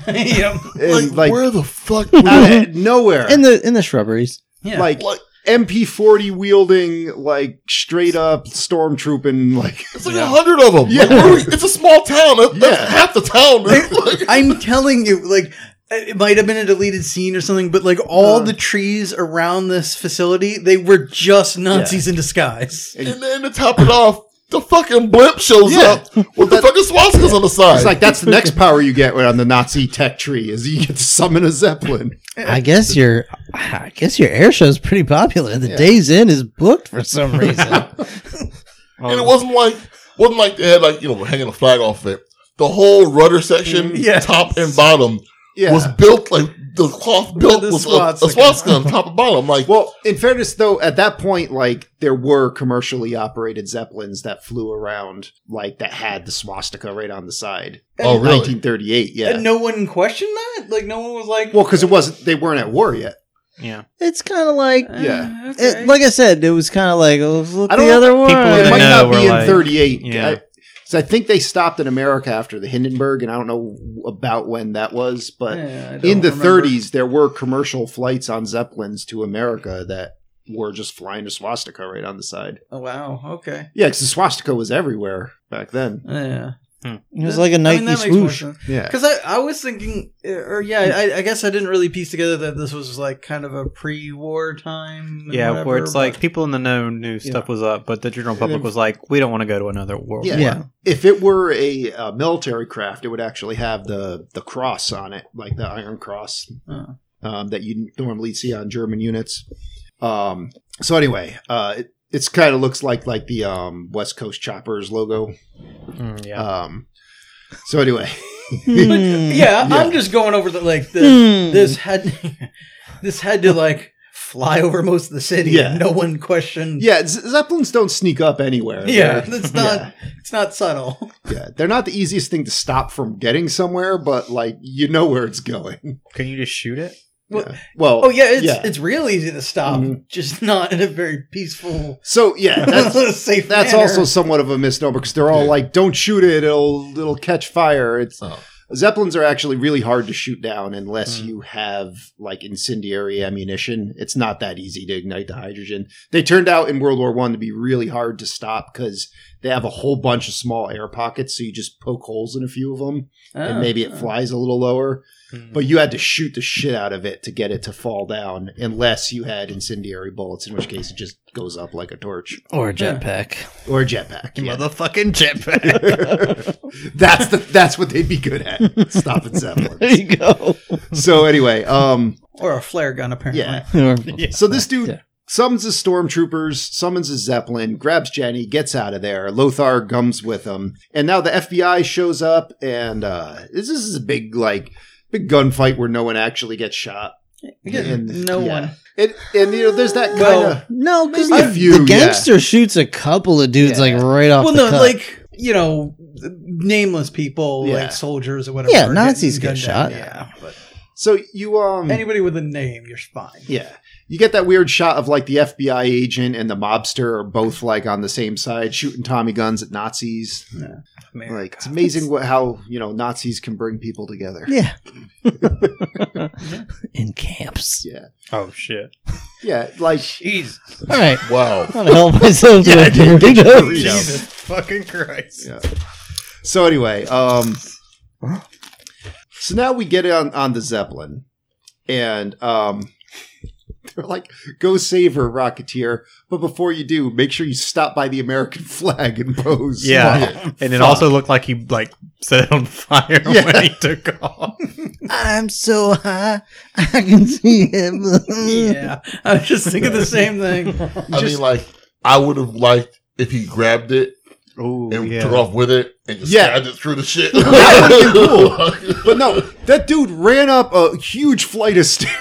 [SPEAKER 5] yep.
[SPEAKER 6] and like,
[SPEAKER 1] where the fuck?
[SPEAKER 6] out of nowhere,
[SPEAKER 3] In the in the shrubberies.
[SPEAKER 5] yeah.
[SPEAKER 6] like
[SPEAKER 1] Like-
[SPEAKER 6] MP40 wielding, like straight up stormtrooping, like
[SPEAKER 1] It's like a hundred of them.
[SPEAKER 6] Yeah.
[SPEAKER 1] Like, where we- it's a small town. That,
[SPEAKER 6] Yeah.
[SPEAKER 1] That's half the town. Like,
[SPEAKER 5] I'm telling you, like it might have been a deleted scene or something, but like all
[SPEAKER 6] Uh.
[SPEAKER 5] the trees around this facility, they were just Nazis in disguise.
[SPEAKER 1] and then to top it off, the fucking blimp shows
[SPEAKER 6] Yeah.
[SPEAKER 1] up with the fucking swastikas on the side.
[SPEAKER 6] it's like that's the next power you get on the Nazi tech tree is you get to summon a zeppelin.
[SPEAKER 3] I guess your I guess your air show's pretty popular. The Days Inn is booked for some reason.
[SPEAKER 1] and
[SPEAKER 6] um,
[SPEAKER 1] it wasn't like wasn't like they had like you know hanging a flag off it. The whole rudder section,
[SPEAKER 5] Yes.
[SPEAKER 1] top and bottom,
[SPEAKER 6] Mm, Yeah.
[SPEAKER 1] was built like the cloth built
[SPEAKER 5] the
[SPEAKER 1] was a, a
[SPEAKER 5] swastika.
[SPEAKER 1] swastika on top and bottom. Like,
[SPEAKER 6] well, in fairness, though, at that point, like there were commercially operated zeppelins that flew around, like that had the swastika right on the side.
[SPEAKER 1] oh
[SPEAKER 6] In
[SPEAKER 1] really?
[SPEAKER 6] 1938, yeah.
[SPEAKER 5] And no one questioned that. Like no one was like,
[SPEAKER 6] Well, because it wasn't they weren't at war yet.
[SPEAKER 4] yeah.
[SPEAKER 3] it's kind of like
[SPEAKER 5] "Eh,
[SPEAKER 6] yeah.
[SPEAKER 5] okay."
[SPEAKER 3] it, like I said, it was kind of like oh, look
[SPEAKER 6] I
[SPEAKER 3] at
[SPEAKER 6] don't
[SPEAKER 3] the other one.
[SPEAKER 4] people
[SPEAKER 6] It
[SPEAKER 4] in
[SPEAKER 6] might
[SPEAKER 4] know
[SPEAKER 6] not
[SPEAKER 4] we're
[SPEAKER 6] be in
[SPEAKER 4] like-
[SPEAKER 6] thirty eight.
[SPEAKER 4] yeah.
[SPEAKER 6] I, so I think they stopped in America after the Hindenburg, and I don't know about when that was, but
[SPEAKER 5] Yeah, I don't
[SPEAKER 6] in the
[SPEAKER 5] remember.
[SPEAKER 6] thirties there were commercial flights on Zeppelins to America that were just flying a swastika right on the side.
[SPEAKER 5] Oh wow. Okay.
[SPEAKER 6] Yeah, because the swastika was everywhere back then.
[SPEAKER 5] Yeah.
[SPEAKER 3] It was like a Nike swoosh.
[SPEAKER 6] Yeah.
[SPEAKER 5] Because I, I was thinking, uh, or yeah, I, I guess I didn't really piece together that this was like kind of a pre-war time. and
[SPEAKER 4] Yeah, where
[SPEAKER 5] whatever,
[SPEAKER 4] it's like
[SPEAKER 5] but-
[SPEAKER 4] people in the know knew stuff was up, but the general public was like, we don't want to go to another world.
[SPEAKER 6] Yeah.
[SPEAKER 4] war.
[SPEAKER 3] Yeah.
[SPEAKER 6] If it were a, uh military craft, it would actually have the the cross on it, like the Iron Cross
[SPEAKER 5] Oh.
[SPEAKER 6] um, that you normally see on German units. Um, so anyway, uh, it it's kind of looks like like the um, West Coast Choppers logo.
[SPEAKER 4] Mm, yeah.
[SPEAKER 6] Um, so anyway,
[SPEAKER 5] Hmm. yeah, I'm just going over the like the
[SPEAKER 3] Hmm.
[SPEAKER 5] this had this had to like fly over most of the city.
[SPEAKER 6] Yeah.
[SPEAKER 5] and no one questioned.
[SPEAKER 6] Yeah, Z- zeppelins don't sneak up anywhere.
[SPEAKER 5] yeah,
[SPEAKER 6] They're-
[SPEAKER 5] that's not it's not subtle.
[SPEAKER 6] yeah, they're not the easiest thing to stop from getting somewhere, but like you know where it's going.
[SPEAKER 4] Can you just shoot it?
[SPEAKER 6] Well,
[SPEAKER 5] Oh yeah, it's
[SPEAKER 6] yeah.
[SPEAKER 5] it's real easy to stop,
[SPEAKER 6] Mhm.
[SPEAKER 5] just not in a very peaceful,
[SPEAKER 6] so yeah, that's
[SPEAKER 5] safe.
[SPEAKER 6] that's
[SPEAKER 5] manner.
[SPEAKER 6] also somewhat of a misnomer because they're all
[SPEAKER 1] Yeah.
[SPEAKER 6] like, "Don't shoot it; it'll it'll catch fire." It's
[SPEAKER 1] Oh.
[SPEAKER 6] zeppelins are actually really hard to shoot down unless
[SPEAKER 4] Mm.
[SPEAKER 6] you have like incendiary ammunition. It's not that easy to ignite the hydrogen. They turned out in World War One to be really hard to stop because they have a whole bunch of small air pockets, so you just poke holes in a few of them, and
[SPEAKER 5] Oh.
[SPEAKER 6] maybe it flies a little lower. But you had to shoot the shit out of it to get it to fall down, unless you had incendiary bullets, in which case it just goes up like a torch
[SPEAKER 3] Or a jetpack.
[SPEAKER 6] or a jetpack. yeah.
[SPEAKER 3] Motherfucking jetpack.
[SPEAKER 6] that's the that's what they'd be good at stopping
[SPEAKER 3] there
[SPEAKER 6] zeppelins.
[SPEAKER 3] you go.
[SPEAKER 6] So anyway, um,
[SPEAKER 5] or a flare gun apparently.
[SPEAKER 6] Yeah. so this dude summons his stormtroopers, summons his zeppelin, grabs Jenny, gets out of there. Lothar comes with him, and now the FBI shows up, and uh, this this is a big like big gunfight where no one actually gets shot.
[SPEAKER 5] Again,
[SPEAKER 6] And-
[SPEAKER 5] no
[SPEAKER 6] yeah.
[SPEAKER 5] one.
[SPEAKER 6] And, and you know, there's that kind
[SPEAKER 5] Well,
[SPEAKER 6] of
[SPEAKER 3] No, because
[SPEAKER 6] Maybe a
[SPEAKER 3] the,
[SPEAKER 6] few,
[SPEAKER 3] the
[SPEAKER 6] yeah.
[SPEAKER 3] gangster shoots a couple of dudes
[SPEAKER 6] Yeah.
[SPEAKER 3] like right off.
[SPEAKER 5] Well,
[SPEAKER 3] the
[SPEAKER 5] no,
[SPEAKER 3] cuff.
[SPEAKER 5] like you know, nameless people,
[SPEAKER 6] Yeah.
[SPEAKER 5] like soldiers or whatever.
[SPEAKER 3] Yeah,
[SPEAKER 5] are getting
[SPEAKER 3] Nazis get
[SPEAKER 5] gunned
[SPEAKER 3] shot.
[SPEAKER 5] down. Yeah, but
[SPEAKER 6] so you um
[SPEAKER 5] anybody with a name, you're fine.
[SPEAKER 6] Yeah. You get that weird shot of like the FBI agent and the mobster are both like on the same side shooting Tommy guns at Nazis.
[SPEAKER 5] Man.
[SPEAKER 6] Like it's amazing what, how, you know, Nazis can bring people together.
[SPEAKER 3] yeah, in camps.
[SPEAKER 6] Yeah.
[SPEAKER 4] Oh shit!
[SPEAKER 6] Yeah, like
[SPEAKER 3] All right,
[SPEAKER 1] Wow.
[SPEAKER 3] I'm gonna help myself to a dinner.
[SPEAKER 6] Jesus
[SPEAKER 4] fucking Christ!
[SPEAKER 6] yeah. So anyway, um So now we get on on the Zeppelin and um they're like, go save her, Rocketeer. But before you do, make sure you stop by the American flag and pose.
[SPEAKER 4] Yeah. And it also looked like he like set it on fire
[SPEAKER 6] Yeah.
[SPEAKER 4] when he took off.
[SPEAKER 3] I'm so high, I can see him.
[SPEAKER 5] yeah, I was just thinking the same thing.
[SPEAKER 1] I mean, like, I would have liked if he grabbed it
[SPEAKER 4] Oh
[SPEAKER 1] and took off with it and just
[SPEAKER 6] Yeah.
[SPEAKER 1] stabbed it through the shit.
[SPEAKER 6] That would've But no, that dude ran up a huge flight of stairs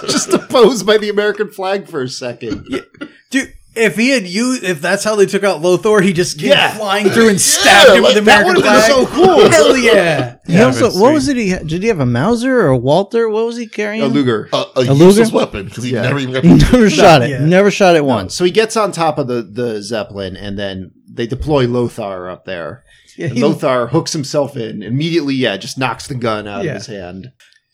[SPEAKER 6] just to pose by the American flag for a second.
[SPEAKER 5] Dude, if he had used, if that's how they took out Lothor, he just came
[SPEAKER 6] Yeah.
[SPEAKER 5] flying through and stabbed him
[SPEAKER 1] like,
[SPEAKER 5] with the
[SPEAKER 1] that
[SPEAKER 5] American
[SPEAKER 1] would've been
[SPEAKER 5] flag.
[SPEAKER 1] so cool.
[SPEAKER 5] Hell yeah!
[SPEAKER 3] He
[SPEAKER 4] Yeah,
[SPEAKER 3] also,
[SPEAKER 4] that's
[SPEAKER 3] what
[SPEAKER 4] sweet.
[SPEAKER 3] was it? He had- did he have a Mauser or a Walter? What was he carrying?
[SPEAKER 6] A Luger.
[SPEAKER 5] Oh,
[SPEAKER 1] a, a,
[SPEAKER 3] A
[SPEAKER 1] useless
[SPEAKER 3] Luger?
[SPEAKER 1] weapon because he
[SPEAKER 6] Yeah.
[SPEAKER 1] never even got
[SPEAKER 3] He
[SPEAKER 1] to
[SPEAKER 3] never shot it.
[SPEAKER 5] yeah.
[SPEAKER 3] Never shot it once.
[SPEAKER 6] So he gets on top of the, the Zeppelin and then they deploy Lothar up there.
[SPEAKER 5] Yeah,
[SPEAKER 6] And
[SPEAKER 5] he-
[SPEAKER 6] Lothar hooks himself in immediately, yeah, just knocks the gun out
[SPEAKER 5] Yeah.
[SPEAKER 6] of his hand.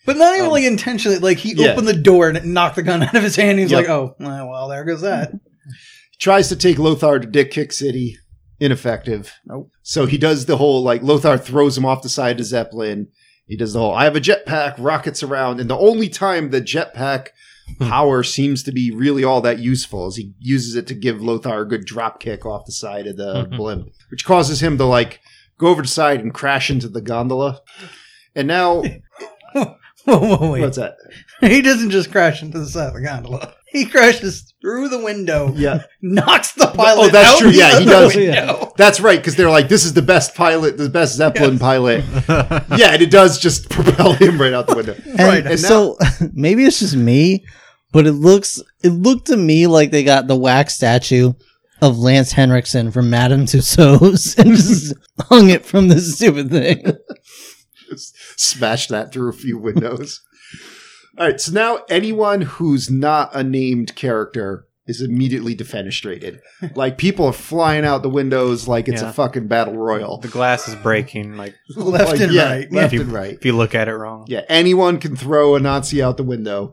[SPEAKER 5] but not even
[SPEAKER 6] um,
[SPEAKER 5] like intentionally. Like he
[SPEAKER 6] yeah.
[SPEAKER 5] opened the door and it knocked the gun out of his hand. He's
[SPEAKER 6] Yep.
[SPEAKER 5] like, "Oh, well, well, there goes that."
[SPEAKER 6] Tries to take Lothar to Dick Kick City. Ineffective.
[SPEAKER 5] Nope.
[SPEAKER 6] So he does the whole like Lothar throws him off the side of Zeppelin. He does the whole I have a jetpack, rockets around, and the only time the jetpack power seems to be really all that useful is he uses it to give Lothar a good drop kick off the side of the blimp, which causes him to like go over the side and crash into the gondola. And now
[SPEAKER 5] Whoa, whoa, wait!
[SPEAKER 6] what's that?
[SPEAKER 5] He doesn't just crash into the side of the gondola. He crashes through the window,
[SPEAKER 6] Yeah.
[SPEAKER 5] knocks the pilot.
[SPEAKER 6] Oh, that's
[SPEAKER 5] out
[SPEAKER 6] true. Yeah, he
[SPEAKER 5] the
[SPEAKER 6] does.
[SPEAKER 5] window.
[SPEAKER 6] That's right, because they're like, this is the best pilot, the best Zeppelin pilot. yeah, and it does just propel him right out the window.
[SPEAKER 3] And
[SPEAKER 5] Right,
[SPEAKER 6] and
[SPEAKER 3] so maybe it's just me, but it looks it looked to me like they got the wax statue of Lance Henriksen from Madame Tussauds and just hung it from this stupid thing.
[SPEAKER 6] Just smash that through a few windows. All right, so now anyone who's not a named character is immediately defenestrated. Like people are flying out the windows like it's
[SPEAKER 4] Yeah.
[SPEAKER 6] a fucking battle royal.
[SPEAKER 4] The glass is breaking. Like
[SPEAKER 5] Left
[SPEAKER 6] Like,
[SPEAKER 5] and
[SPEAKER 6] yeah,
[SPEAKER 5] right.
[SPEAKER 6] Left
[SPEAKER 4] Yeah.
[SPEAKER 6] and right.
[SPEAKER 4] if you look at it wrong.
[SPEAKER 6] Yeah, anyone can throw a Nazi out the window.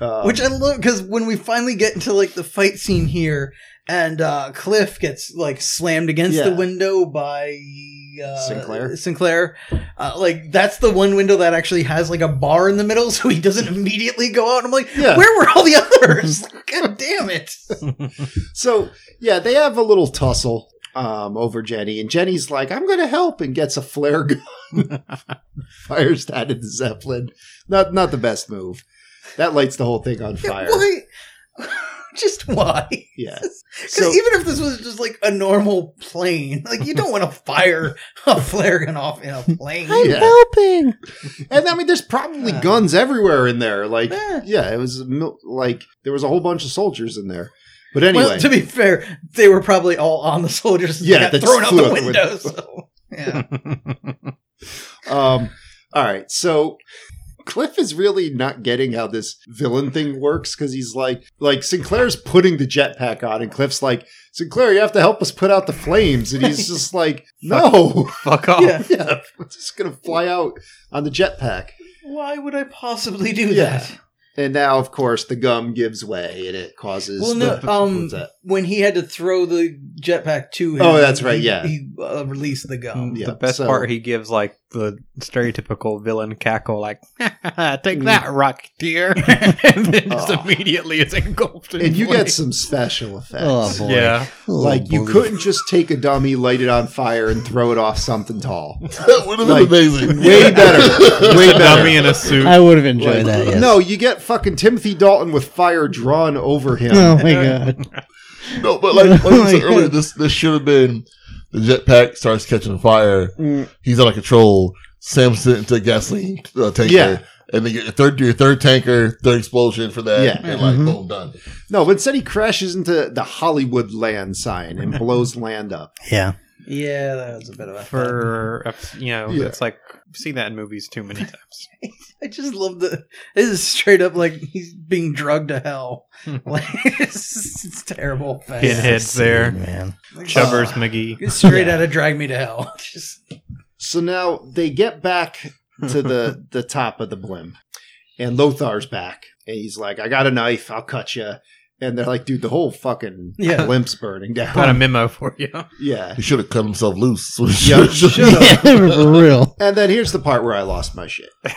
[SPEAKER 6] Um,
[SPEAKER 5] Which I love because when we finally get into like the fight scene here, and uh, Cliff gets like slammed against
[SPEAKER 6] Yeah.
[SPEAKER 5] the window by uh,
[SPEAKER 6] Sinclair?
[SPEAKER 5] Sinclair, uh, like that's the one window that actually has like a bar in the middle, so he doesn't immediately go out. I'm like,
[SPEAKER 6] Yeah.
[SPEAKER 5] where were all the others? God damn it!
[SPEAKER 6] So yeah, they have a little tussle um, over Jenny, and Jenny's like, "I'm going to help," and gets a flare gun, fires that at the zeppelin. Not not the best move. That lights the whole thing on fire.
[SPEAKER 5] Why? Just why?
[SPEAKER 6] Yeah.
[SPEAKER 5] Because
[SPEAKER 6] So
[SPEAKER 5] even if this was just like a normal plane, like you don't want to fire a flare gun off in a plane.
[SPEAKER 6] Yeah.
[SPEAKER 3] Helping.
[SPEAKER 6] and I mean, there's probably
[SPEAKER 5] Yeah.
[SPEAKER 6] guns everywhere in there. Like,
[SPEAKER 5] Yeah.
[SPEAKER 6] yeah, it was a mil- like there was a whole bunch of soldiers in there. But anyway,
[SPEAKER 5] Well, to be fair, they were probably all on the soldiers.
[SPEAKER 6] Yeah,
[SPEAKER 5] Yeah, got
[SPEAKER 6] that's
[SPEAKER 5] thrown out
[SPEAKER 6] flew
[SPEAKER 5] the
[SPEAKER 6] out the
[SPEAKER 5] window.
[SPEAKER 6] window.
[SPEAKER 5] so, yeah,
[SPEAKER 6] um, all right, so. Cliff is really not getting how this villain thing works because he's like, like Sinclair's putting the jetpack on, and Cliff's like, Sinclair, you have to help us put out the flames, and he's just like, no,
[SPEAKER 4] Fuck
[SPEAKER 6] Oh.
[SPEAKER 4] off.
[SPEAKER 5] yeah.
[SPEAKER 6] yeah, we're just gonna fly out on the jetpack.
[SPEAKER 5] Why would I possibly do
[SPEAKER 6] Yeah.
[SPEAKER 5] that?
[SPEAKER 6] And now, of course, the gum gives way, and it causes.
[SPEAKER 5] Well, no.
[SPEAKER 6] the-
[SPEAKER 5] Um,
[SPEAKER 6] what's that?
[SPEAKER 5] when he had to throw the jetpack to him.
[SPEAKER 6] Oh, that's right,
[SPEAKER 5] he-
[SPEAKER 6] yeah. Mm.
[SPEAKER 5] he uh, released the gum.
[SPEAKER 6] Yeah,
[SPEAKER 4] Um, the best
[SPEAKER 6] so-
[SPEAKER 4] part he gives like the stereotypical villain cackle, like
[SPEAKER 6] Mm.
[SPEAKER 4] "Take that, Rocketeer," and then just
[SPEAKER 6] Oh.
[SPEAKER 4] immediately it's engulfed. In
[SPEAKER 6] and you
[SPEAKER 4] flames.
[SPEAKER 6] get some special effects.
[SPEAKER 3] Oh boy.
[SPEAKER 4] yeah,
[SPEAKER 3] Oh,
[SPEAKER 6] like you
[SPEAKER 3] boy.
[SPEAKER 6] couldn't just take a dummy, light it on fire, and throw it off something tall.
[SPEAKER 1] that would have been
[SPEAKER 6] Like,
[SPEAKER 1] amazing.
[SPEAKER 6] Way better. Way better.
[SPEAKER 4] dummy in a suit.
[SPEAKER 3] I would have enjoyed
[SPEAKER 6] Like,
[SPEAKER 3] that. Yes.
[SPEAKER 6] No, you get fucking Timothy Dalton with fire drawn over him.
[SPEAKER 3] Oh my god.
[SPEAKER 1] No, but like, like you said
[SPEAKER 3] Oh my
[SPEAKER 1] earlier,
[SPEAKER 3] God.
[SPEAKER 1] this this should have been the jetpack starts catching fire.
[SPEAKER 6] Mm.
[SPEAKER 1] He's out of control. Sam's into a gasoline uh, tanker.
[SPEAKER 6] Yeah.
[SPEAKER 1] And then your third your third tanker, third explosion for that.
[SPEAKER 6] Yeah. Mm-hmm.
[SPEAKER 1] And like,
[SPEAKER 3] Mhm.
[SPEAKER 1] boom, done.
[SPEAKER 6] No, but instead he crashes into the Hollywood land sign and blows land up.
[SPEAKER 3] Yeah.
[SPEAKER 5] Yeah, that was a bit of a.
[SPEAKER 4] for a- you know,
[SPEAKER 6] Yeah.
[SPEAKER 4] it's like I've seen that in movies too many times.
[SPEAKER 5] I just love the. This is straight up like he's being drugged to hell.
[SPEAKER 6] Hmm.
[SPEAKER 5] Like it's, it's terrible. Fast.
[SPEAKER 4] Pinhead's there,
[SPEAKER 3] Man.
[SPEAKER 5] Like,
[SPEAKER 4] Chubbers
[SPEAKER 5] uh,
[SPEAKER 4] McGee.
[SPEAKER 5] it's straight out of Drag Me to Hell. Just,
[SPEAKER 6] So now they get back to the the top of the blimp, and Lothar's back, and he's like, "I got a knife. I'll cut you." And they're like, "Dude, the whole fucking
[SPEAKER 5] Yeah.
[SPEAKER 6] blimp's burning down."
[SPEAKER 4] Got a memo for you.
[SPEAKER 6] yeah.
[SPEAKER 1] He should have cut himself loose.
[SPEAKER 6] Yeah, shut up.
[SPEAKER 3] Yeah, for real.
[SPEAKER 6] And then here's the part where I lost my shit.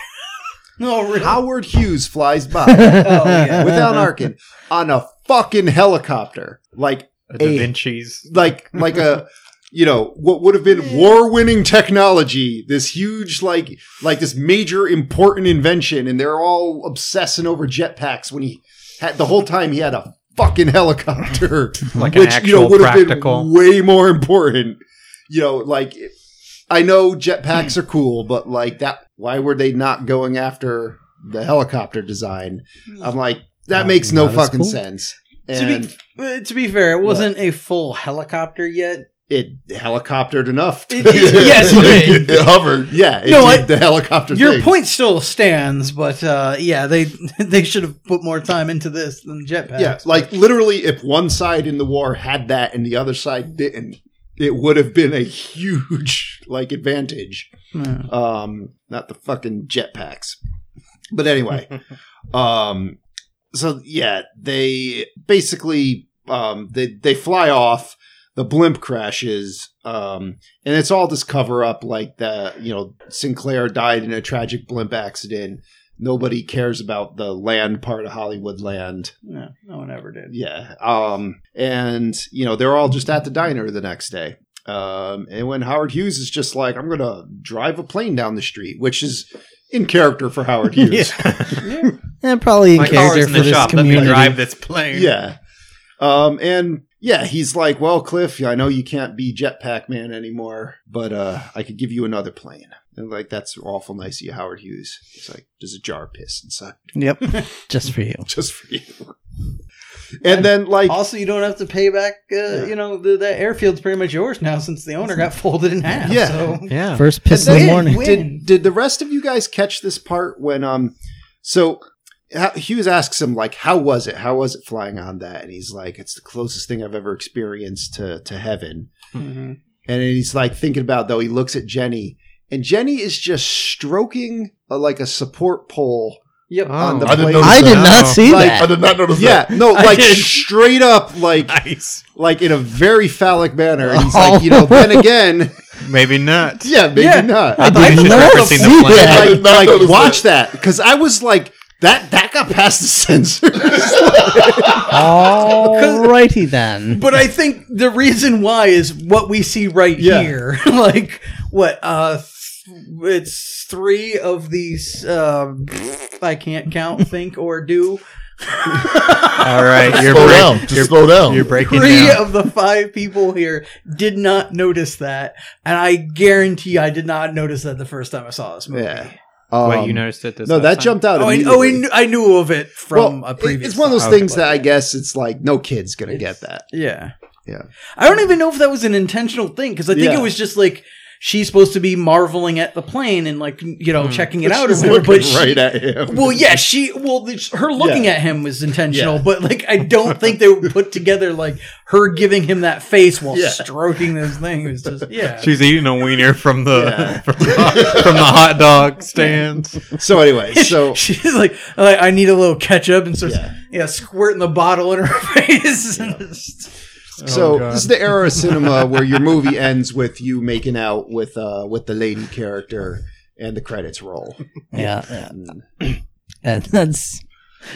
[SPEAKER 5] no, really.
[SPEAKER 6] Howard Hughes flies by
[SPEAKER 5] yeah.
[SPEAKER 6] Oh, without Arkin on a fucking helicopter, like
[SPEAKER 4] A Da
[SPEAKER 6] Hey.
[SPEAKER 4] Vinci's.
[SPEAKER 6] like like a you know what would have been war-winning technology this huge like like this major important invention and they're all obsessing over jetpacks when he had the whole time he had a fucking helicopter
[SPEAKER 4] Like an
[SPEAKER 6] which you know
[SPEAKER 4] actual
[SPEAKER 6] would have
[SPEAKER 4] practical-
[SPEAKER 6] been way more important you know like i know jetpacks are cool but like that why were they not going after the helicopter design i'm like that
[SPEAKER 3] Um,
[SPEAKER 6] makes no
[SPEAKER 3] not as
[SPEAKER 6] fucking
[SPEAKER 3] cool.
[SPEAKER 6] sense
[SPEAKER 5] To be-
[SPEAKER 6] and
[SPEAKER 5] Uh, to be fair, it wasn't a full helicopter yet.
[SPEAKER 6] it helicoptered enough to-
[SPEAKER 5] It- it- yes, it
[SPEAKER 1] it hovered.
[SPEAKER 6] Yeah, it
[SPEAKER 5] No,
[SPEAKER 6] did
[SPEAKER 5] I-
[SPEAKER 6] the helicopter.
[SPEAKER 5] Your
[SPEAKER 6] thing.
[SPEAKER 5] point still stands, but uh, yeah, they they should have put more time into this than jetpack.
[SPEAKER 6] Yeah, like literally, if one side in the war had that and the other side didn't, it would have been a huge like advantage.
[SPEAKER 5] Hmm.
[SPEAKER 6] Um, not the fucking jetpacks, but anyway. um, so yeah, they basically um they they fly off. The blimp crashes, um, and it's all this cover up. Like the you know Sinclair died in a tragic blimp accident. Nobody cares about the land part of Hollywood land.
[SPEAKER 5] no, no one ever did.
[SPEAKER 6] Yeah. Um, and you know, they're all just at the diner the next day. Um, and when Howard Hughes is just like, I'm gonna drive a plane down the street, which is in character for Howard Hughes.
[SPEAKER 3] And probably in
[SPEAKER 4] My car's
[SPEAKER 3] character
[SPEAKER 4] in
[SPEAKER 3] for
[SPEAKER 4] the
[SPEAKER 3] this
[SPEAKER 4] shop. Let me
[SPEAKER 3] community.
[SPEAKER 4] drive this plane.
[SPEAKER 6] yeah. Um, and yeah, he's like, Well, Cliff, I know you can't be jetpack man anymore, but uh I could give you another plane. And like, that's awful nice of you, Howard Hughes. He's like, There's a jar of piss inside
[SPEAKER 3] Yep. Just for you.
[SPEAKER 6] just for you. And then like
[SPEAKER 5] Also, you don't have to pay back. Uh, You know, the, that airfield's pretty much yours now since the owner got folded in half.
[SPEAKER 6] Yeah.
[SPEAKER 5] So.
[SPEAKER 4] Yeah.
[SPEAKER 3] First piss
[SPEAKER 6] And
[SPEAKER 3] in the
[SPEAKER 6] then-
[SPEAKER 3] morning.
[SPEAKER 6] Did, did the rest of you guys catch this part when um so Ha- Hughes asks him like how was it how was it flying on that and he's like it's the closest thing I've ever experienced to to heaven
[SPEAKER 5] Mhm.
[SPEAKER 6] and then he's like thinking about it, though he looks at Jenny and Jenny is just stroking a, like a support pole
[SPEAKER 5] Yep.
[SPEAKER 6] on the
[SPEAKER 1] I didn't
[SPEAKER 6] plane.
[SPEAKER 1] notice
[SPEAKER 3] I did
[SPEAKER 1] No.
[SPEAKER 4] Oh.
[SPEAKER 3] not see
[SPEAKER 6] Like,
[SPEAKER 1] I
[SPEAKER 3] that.
[SPEAKER 1] did not notice
[SPEAKER 6] yeah
[SPEAKER 1] that.
[SPEAKER 6] no
[SPEAKER 4] I
[SPEAKER 6] like
[SPEAKER 4] did.
[SPEAKER 6] straight up like
[SPEAKER 4] Nice.
[SPEAKER 6] like in a very phallic manner and he's like you know then again
[SPEAKER 4] Maybe not.
[SPEAKER 6] yeah maybe
[SPEAKER 5] Yeah.
[SPEAKER 6] not
[SPEAKER 4] I thought
[SPEAKER 3] did
[SPEAKER 4] you should
[SPEAKER 3] not
[SPEAKER 4] referencing
[SPEAKER 3] see
[SPEAKER 4] the plane.
[SPEAKER 3] that.
[SPEAKER 1] I
[SPEAKER 6] like,
[SPEAKER 1] did not
[SPEAKER 6] like,
[SPEAKER 1] notice
[SPEAKER 6] watch that because I was like that that got past the censors.
[SPEAKER 3] Alrighty then.
[SPEAKER 5] But I think the reason why is what we see right
[SPEAKER 6] Yeah.
[SPEAKER 5] here. like what? Uh, th- it's three of these. Um, I can't count, think, or do.
[SPEAKER 4] All right, you're
[SPEAKER 1] slow
[SPEAKER 4] break-
[SPEAKER 1] down. Just
[SPEAKER 4] you're-
[SPEAKER 1] slow down.
[SPEAKER 4] You're breaking
[SPEAKER 5] Three
[SPEAKER 4] down.
[SPEAKER 5] of the five people here did not notice that, and I guarantee I did not notice that the first time I saw this movie.
[SPEAKER 6] Yeah.
[SPEAKER 4] Wait, you
[SPEAKER 6] Um,
[SPEAKER 4] noticed it this?
[SPEAKER 6] No,
[SPEAKER 4] last
[SPEAKER 6] that
[SPEAKER 4] time?
[SPEAKER 6] jumped out.
[SPEAKER 5] Oh, I, oh I,
[SPEAKER 6] immediately.
[SPEAKER 5] knew, I knew of it from
[SPEAKER 6] Well,
[SPEAKER 5] a
[SPEAKER 6] it-
[SPEAKER 5] previous.
[SPEAKER 6] It's one of those
[SPEAKER 5] time.
[SPEAKER 4] time.
[SPEAKER 6] things that I guess it's like no kid's gonna
[SPEAKER 5] It's-
[SPEAKER 6] get that.
[SPEAKER 5] Yeah.
[SPEAKER 6] Yeah.
[SPEAKER 5] I don't even know if that was an intentional thing because I think
[SPEAKER 6] Yeah.
[SPEAKER 5] it was just like she's supposed to be marveling at the plane and like you know
[SPEAKER 4] Hmm.
[SPEAKER 5] checking it out or
[SPEAKER 1] She's
[SPEAKER 5] whatever.
[SPEAKER 1] looking
[SPEAKER 5] But she,
[SPEAKER 1] right at him.
[SPEAKER 5] well, yeah, she well the, her looking at him was intentional,
[SPEAKER 1] Yeah.
[SPEAKER 5] but like I don't think they were put together like her giving him that face while
[SPEAKER 1] Yeah.
[SPEAKER 5] stroking this thing was just yeah.
[SPEAKER 4] She's eating a wiener from the
[SPEAKER 6] Yeah.
[SPEAKER 4] from, the hot, from the hot dog stands.
[SPEAKER 6] So anyway, so
[SPEAKER 5] she's like, like, I need a little ketchup and starts
[SPEAKER 6] Yeah.
[SPEAKER 5] yeah, squirting the bottle in her face.
[SPEAKER 6] so
[SPEAKER 4] Oh, God.
[SPEAKER 6] this is the era of cinema where your movie ends with you making out with uh with the lady character and the credits roll.
[SPEAKER 3] Yeah, yeah.
[SPEAKER 6] And
[SPEAKER 5] Mm.
[SPEAKER 3] And that's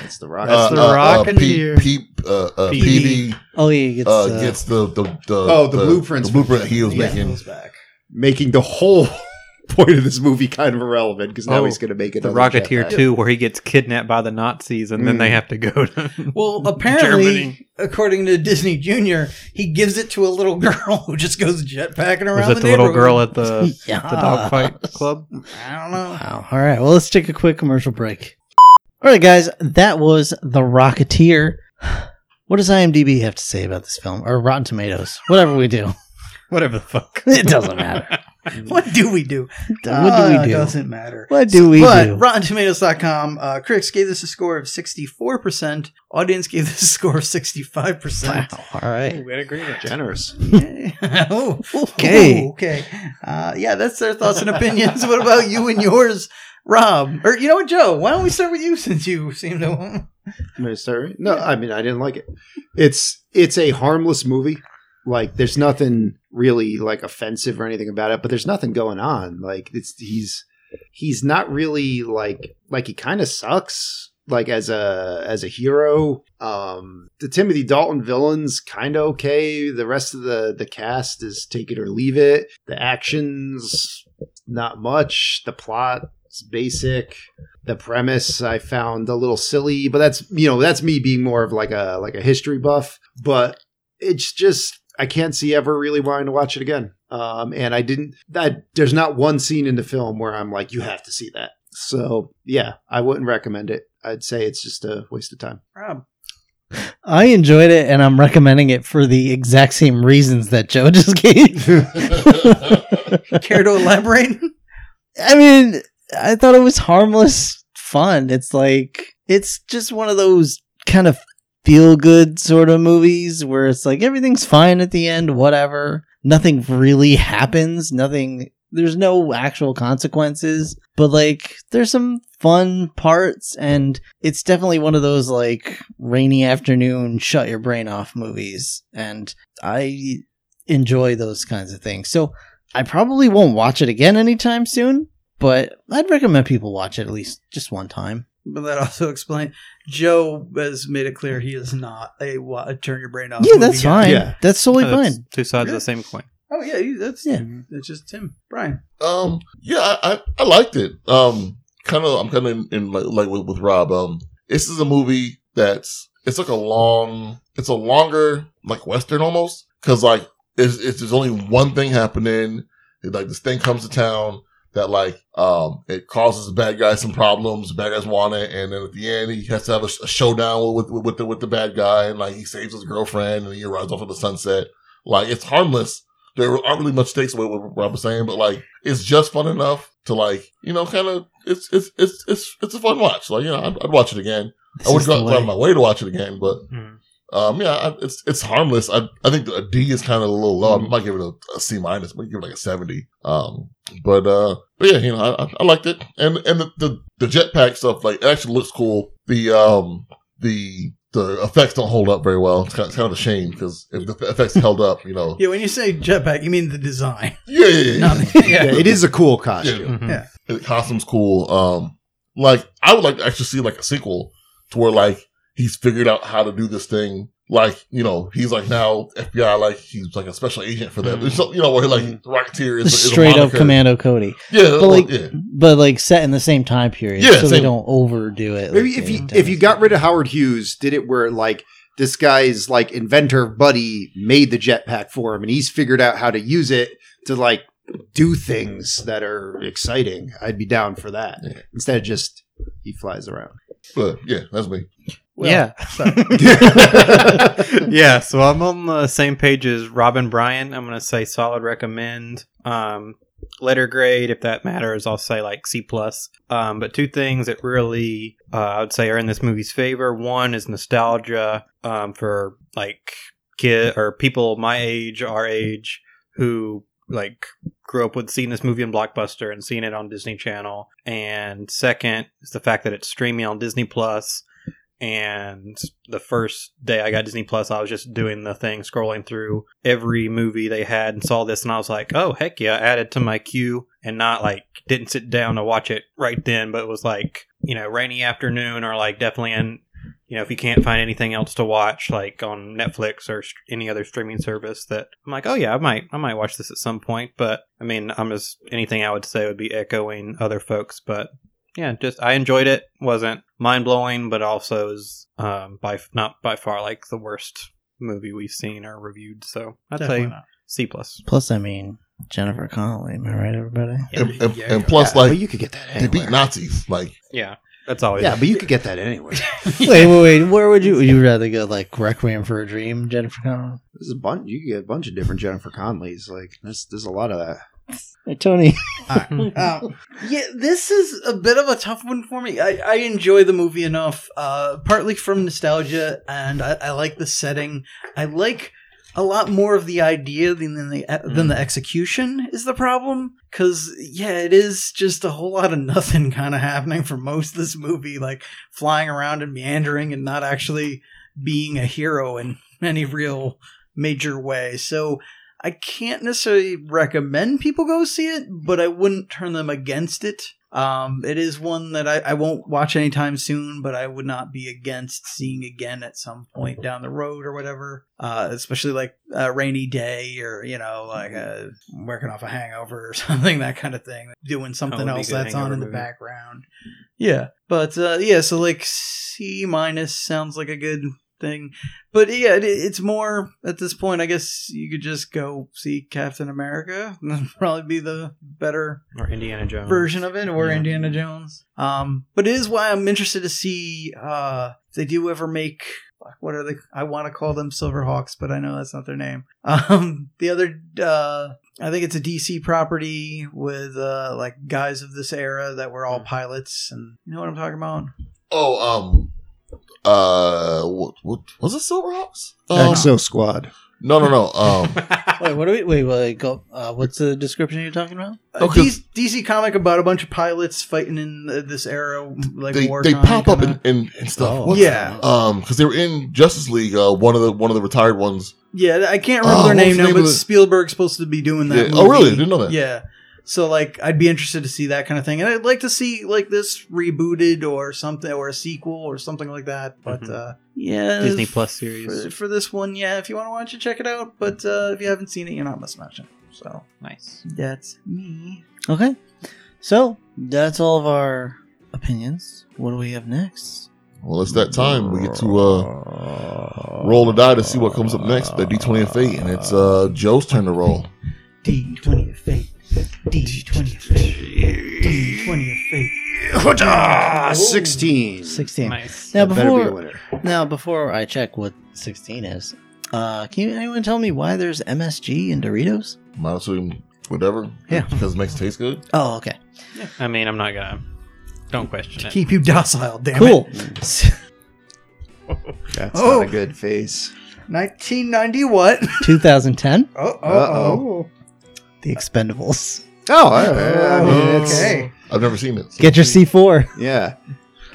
[SPEAKER 6] That's the rock.
[SPEAKER 1] Uh,
[SPEAKER 4] That's the
[SPEAKER 1] uh,
[SPEAKER 4] rock
[SPEAKER 1] uh,
[SPEAKER 4] in
[SPEAKER 1] P-
[SPEAKER 4] here.
[SPEAKER 1] P- uh, uh,
[SPEAKER 4] PD.
[SPEAKER 1] PD
[SPEAKER 3] oh yeah, gets,
[SPEAKER 1] uh,
[SPEAKER 3] uh,
[SPEAKER 1] gets the the, the
[SPEAKER 6] Oh, the blueprints.
[SPEAKER 1] the blueprint he was
[SPEAKER 6] Yeah.
[SPEAKER 1] making.
[SPEAKER 5] back.
[SPEAKER 6] making the whole point of this movie kind of irrelevant because now
[SPEAKER 4] Oh,
[SPEAKER 6] he's going to make it
[SPEAKER 4] The Rocketeer Two, where he gets kidnapped by the Nazis, and then
[SPEAKER 6] Mm.
[SPEAKER 4] they have to go to.
[SPEAKER 5] Well, apparently,
[SPEAKER 4] Germany.
[SPEAKER 5] according to Disney Junior, he gives it to a little girl who just goes jetpacking around.
[SPEAKER 4] Was it the little girl at the
[SPEAKER 3] yeah.
[SPEAKER 4] the dogfight club?
[SPEAKER 5] I don't know.
[SPEAKER 3] Wow. All right. Well, let's take a quick commercial break. All right, guys. That was The Rocketeer. What does IMDb have to say about this film? Or Rotten Tomatoes? Whatever we do.
[SPEAKER 4] Whatever the fuck.
[SPEAKER 3] It doesn't matter.
[SPEAKER 5] What do we do?
[SPEAKER 3] what
[SPEAKER 5] Ah,
[SPEAKER 3] do we do?
[SPEAKER 5] Doesn't matter.
[SPEAKER 3] What do we
[SPEAKER 5] but
[SPEAKER 3] do?
[SPEAKER 5] RottenTomatoes.com, uh, critics gave this a score of 64%. Audience gave this a score of 65%.
[SPEAKER 3] Wow. All right.
[SPEAKER 6] generous.
[SPEAKER 5] oh,
[SPEAKER 3] Okay.
[SPEAKER 5] Ooh, okay. Uh, yeah, that's their thoughts and opinions. what about you and yours, Rob? Or, you know what, Joe? Why don't we start with you since you seem to.
[SPEAKER 6] No, I mean I didn't like it. It's it's a harmless movie. Like there's nothing really like offensive or anything about it, but there's nothing going on. Like it's he's he's not really like like he kind of sucks like as a as a hero. Um the Timothy Dalton villain's kind of okay. The rest of the the cast is take it or leave it. The actions not much. The plot is basic the premise I found a little silly, but that's you know that's me being more of like a like a history buff. But it's just I can't see ever really wanting to watch it again. Um, and I didn't. That there's not one scene in the film where I'm like, you have to see that. So yeah, I wouldn't recommend it. I'd say it's just a waste of time.
[SPEAKER 5] Rob.
[SPEAKER 3] I enjoyed it, and I'm recommending it for the exact same reasons that Joe just gave.
[SPEAKER 5] Care to elaborate?
[SPEAKER 3] I mean, I thought it was harmless fun. It's like it's just one of those kind of feel good sort of movies where it's like everything's fine at the end, whatever. Nothing really happens, nothing there's no actual consequences, but like there's some fun parts and it's definitely one of those like rainy afternoon shut your brain off movies and I enjoy those kinds of things. So I probably won't watch it again anytime soon, but I'd recommend people watch it at least just one time.
[SPEAKER 5] But that also explains Joe has made it clear he is not a, wa- a turn your brain off.
[SPEAKER 3] yeah,
[SPEAKER 5] movie
[SPEAKER 3] that's
[SPEAKER 5] guy.
[SPEAKER 3] fine.
[SPEAKER 6] Yeah.
[SPEAKER 3] That's totally
[SPEAKER 4] No, that's
[SPEAKER 3] fine.
[SPEAKER 4] Two sides of
[SPEAKER 5] Yeah.
[SPEAKER 4] the same coin.
[SPEAKER 5] Oh yeah, he- that's
[SPEAKER 3] Yeah.
[SPEAKER 5] yeah. It's just him, Brian.
[SPEAKER 1] um, yeah, I, I, I liked it. Um, kind of, I'm kind of in, in like, like with, with Rob. Um, this is a movie that's it's like a long, it's a longer like western almost because like it's, it's there's only one thing happening. It, like this thing comes to town that like um it causes the bad guys some problems. The bad guys want it, and then at the end he has to have a, sh- a showdown with, with with the with the bad guy, and like he saves his girlfriend, and he rides off into the sunset. Like it's harmless. There aren't really much stakes with what Rob was saying, but like it's just fun enough to like you know kind of it's it's it's it's it's a fun watch. Like you know I'd, I'd watch it again.
[SPEAKER 3] This
[SPEAKER 1] I would
[SPEAKER 3] is
[SPEAKER 1] go
[SPEAKER 3] the
[SPEAKER 1] out out of
[SPEAKER 3] way.
[SPEAKER 1] my way to watch it again, but
[SPEAKER 4] Hmm.
[SPEAKER 1] um, yeah, I, it's it's harmless. I I think a D is kind of a little low.
[SPEAKER 3] Hmm.
[SPEAKER 1] I might give it a, a C minus, but give it like a seventy. Um, but uh, but yeah, you know, I, I- I liked it, and and the the, the jetpack stuff like it actually looks cool. The um the the effects don't hold up very well. It's kind of, it's kind of a shame because if the effects held up, you know,
[SPEAKER 5] Yeah, when you say jetpack, you mean the design.
[SPEAKER 1] yeah, yeah, yeah, yeah.
[SPEAKER 5] Not the-
[SPEAKER 6] Yeah,
[SPEAKER 5] yeah.
[SPEAKER 6] it is a cool costume.
[SPEAKER 4] Mhm.
[SPEAKER 5] Yeah.
[SPEAKER 1] the costume's cool. Um, like I would like to actually see like a sequel to where like he's figured out how to do this thing. Like, you know, he's like now FBI, like he's like a special agent for
[SPEAKER 5] Mm-hmm.
[SPEAKER 1] that.
[SPEAKER 4] Mhm.
[SPEAKER 1] So, you know, where like Rocketeer is, is a
[SPEAKER 3] Straight up
[SPEAKER 1] moniker.
[SPEAKER 3] Commando Cody.
[SPEAKER 1] Yeah,
[SPEAKER 3] But like,
[SPEAKER 1] yeah.
[SPEAKER 3] but like set in the same time period,
[SPEAKER 1] Yeah,
[SPEAKER 3] so they
[SPEAKER 1] same.
[SPEAKER 3] don't overdo it.
[SPEAKER 6] Maybe
[SPEAKER 3] like
[SPEAKER 6] if
[SPEAKER 3] they
[SPEAKER 6] you
[SPEAKER 3] did
[SPEAKER 6] if you
[SPEAKER 3] with-
[SPEAKER 6] got rid of Howard Hughes, did it where like this guy's like inventor buddy made the jetpack for him, and he's figured out how to use it to like do things that are exciting. I'd be down for that
[SPEAKER 1] Yeah.
[SPEAKER 6] instead of just he flies around.
[SPEAKER 1] But yeah, that's me.
[SPEAKER 4] yeah. yeah, so I'm on the same page as Robin Bryan. I'm gonna say solid recommend. Um letter grade, if that matters, I'll say like C plus. Um, but two things that really uh, I would say are in this movie's favor. One is nostalgia um, for like kid or people my age, our age, who like grew up with seeing this movie in Blockbuster and seeing it on Disney Channel. And second is the fact that it's streaming on Disney Plus and the first day I got Disney Plus, I was just doing the thing, scrolling through every movie they had and saw this, and I was like, oh, heck yeah, added to my queue and not like didn't sit down to watch it right then, but it was like, you know, rainy afternoon or like definitely in, you know, if you can't find anything else to watch, like on Netflix or st- any other streaming service that I'm like, oh yeah, I might, I might watch this at some point. But I mean, I'm just, anything I would say would be echoing other folks, but yeah, just I enjoyed it. wasn't mind blowing, but also is um, by f- not by far like the worst movie we've seen or reviewed. So I'd
[SPEAKER 5] Definitely
[SPEAKER 4] say
[SPEAKER 5] not.
[SPEAKER 4] C plus.
[SPEAKER 3] Plus, I mean Jennifer Connelly. Am I right, everybody?
[SPEAKER 1] And, and,
[SPEAKER 5] Yeah.
[SPEAKER 1] and plus,
[SPEAKER 6] Yeah,
[SPEAKER 1] like,
[SPEAKER 6] but you could get that
[SPEAKER 1] they beat
[SPEAKER 6] anywhere.
[SPEAKER 1] Nazis. Like,
[SPEAKER 4] Yeah, that's always
[SPEAKER 6] yeah, but you could get that anywhere.
[SPEAKER 3] Wait, wait, wait. Where would you? Would you rather go like Requiem for a Dream, Jennifer Connelly?
[SPEAKER 6] There's a bunch. You could get a bunch of different Jennifer Conleys. Like there's there's a lot of that.
[SPEAKER 3] Hey, Tony.
[SPEAKER 5] Um, yeah, this is a bit of a tough one for me. I, I enjoy the movie enough, uh, partly from nostalgia, and I, I like the setting. I like a lot more of the idea than than the e-, than the execution is the problem. Because yeah, it is just a whole lot of nothing kind of happening for most of this movie, like flying around and meandering and not actually being a hero in any real major way. So I can't necessarily recommend people go see it, but I wouldn't turn them against it. Um, it is one that I, I won't watch anytime soon, but I would not be against seeing again at some point down the road or whatever. Uh, especially like a rainy day or, you know, like uh working off a hangover or something, that kind of thing. Doing
[SPEAKER 4] would
[SPEAKER 5] something
[SPEAKER 4] be a
[SPEAKER 5] else
[SPEAKER 4] good
[SPEAKER 5] that's on
[SPEAKER 4] hangover
[SPEAKER 5] in the
[SPEAKER 4] movie.
[SPEAKER 5] background. Yeah. But uh, yeah, so like C minus sounds like a good thing. But yeah, it, it's more at this point. I guess you could just go see Captain America. That'd probably be the better
[SPEAKER 4] or Indiana Jones
[SPEAKER 5] version of it, or
[SPEAKER 4] Yeah.
[SPEAKER 5] Indiana Jones. Um, but it is why I'm interested to see uh, if they do ever make fuck, what are they? I want to call them Silverhawks, but I know that's not their name. Um, the other, uh, I think it's a DC property with uh, like guys of this era that were
[SPEAKER 4] Hmm.
[SPEAKER 5] all pilots, and you know what I'm talking about.
[SPEAKER 1] oh, um, uh, what, what was it? Silverhawks? Um,
[SPEAKER 6] Exo Squad.
[SPEAKER 1] no, no, no. Um,
[SPEAKER 3] Wait, what are we? Wait, wait. Go. Uh, what's the description you're talking about?
[SPEAKER 5] A
[SPEAKER 1] Okay.
[SPEAKER 5] DC, DC comic about a bunch of pilots fighting in uh, this era, like
[SPEAKER 1] they
[SPEAKER 5] war.
[SPEAKER 1] they
[SPEAKER 5] time
[SPEAKER 1] pop up
[SPEAKER 5] kinda.
[SPEAKER 1] and, and, and stuff.
[SPEAKER 3] Oh.
[SPEAKER 1] What's-
[SPEAKER 5] yeah,
[SPEAKER 1] Um, because they were in Justice League. Uh, one of the one of the retired ones.
[SPEAKER 5] yeah. I can't
[SPEAKER 1] Oh,
[SPEAKER 5] remember their
[SPEAKER 1] what was the
[SPEAKER 5] name now,
[SPEAKER 1] name
[SPEAKER 5] but
[SPEAKER 1] of the-
[SPEAKER 5] Spielberg's supposed to be doing that.
[SPEAKER 1] Yeah. Oh, really? I
[SPEAKER 5] movie.
[SPEAKER 1] didn't know that.
[SPEAKER 5] Yeah. So like, I'd be interested to see that kind of thing, and I'd like to see like this rebooted or something, or a sequel or something like that. But
[SPEAKER 4] Mhm.
[SPEAKER 5] uh, yeah,
[SPEAKER 4] Disney
[SPEAKER 5] f-
[SPEAKER 4] Plus series.
[SPEAKER 5] for, for this one, yeah. If you want to watch it, check it out. But uh, if you haven't seen it, you're not missing much. So
[SPEAKER 4] Nice.
[SPEAKER 5] that's me.
[SPEAKER 3] Okay. So that's all of our opinions. What do we have next?
[SPEAKER 1] Well, it's that time we get to uh roll a die to see what comes up next. The D twenty of fate, and it's uh Joe's turn to roll.
[SPEAKER 5] D twenty of fate. D twenty of fate. D twenty of fate.
[SPEAKER 6] Ah, sixteen.
[SPEAKER 3] Sixteen.
[SPEAKER 4] Nice.
[SPEAKER 3] Now
[SPEAKER 6] That better be a
[SPEAKER 3] before
[SPEAKER 6] winner.
[SPEAKER 3] now before I check what sixteen is, uh, can you, anyone tell me why there's MSG in Doritos?
[SPEAKER 1] Might as well whatever.
[SPEAKER 3] Yeah.
[SPEAKER 1] because it makes it taste good.
[SPEAKER 3] Oh, okay.
[SPEAKER 4] I mean, I'm not gonna. Don't question it.
[SPEAKER 5] Keep you docile, damn it.
[SPEAKER 3] Cool.
[SPEAKER 6] That's
[SPEAKER 5] Oh.
[SPEAKER 6] not a good face.
[SPEAKER 5] 1990 what?
[SPEAKER 3] 2010,
[SPEAKER 5] Oh,
[SPEAKER 6] Uh-oh.
[SPEAKER 3] The Expendables.
[SPEAKER 6] Oh, I, I
[SPEAKER 1] Oh,
[SPEAKER 6] mean, it's,
[SPEAKER 5] okay.
[SPEAKER 1] I've never seen it.
[SPEAKER 3] Get your C4.
[SPEAKER 6] Yeah,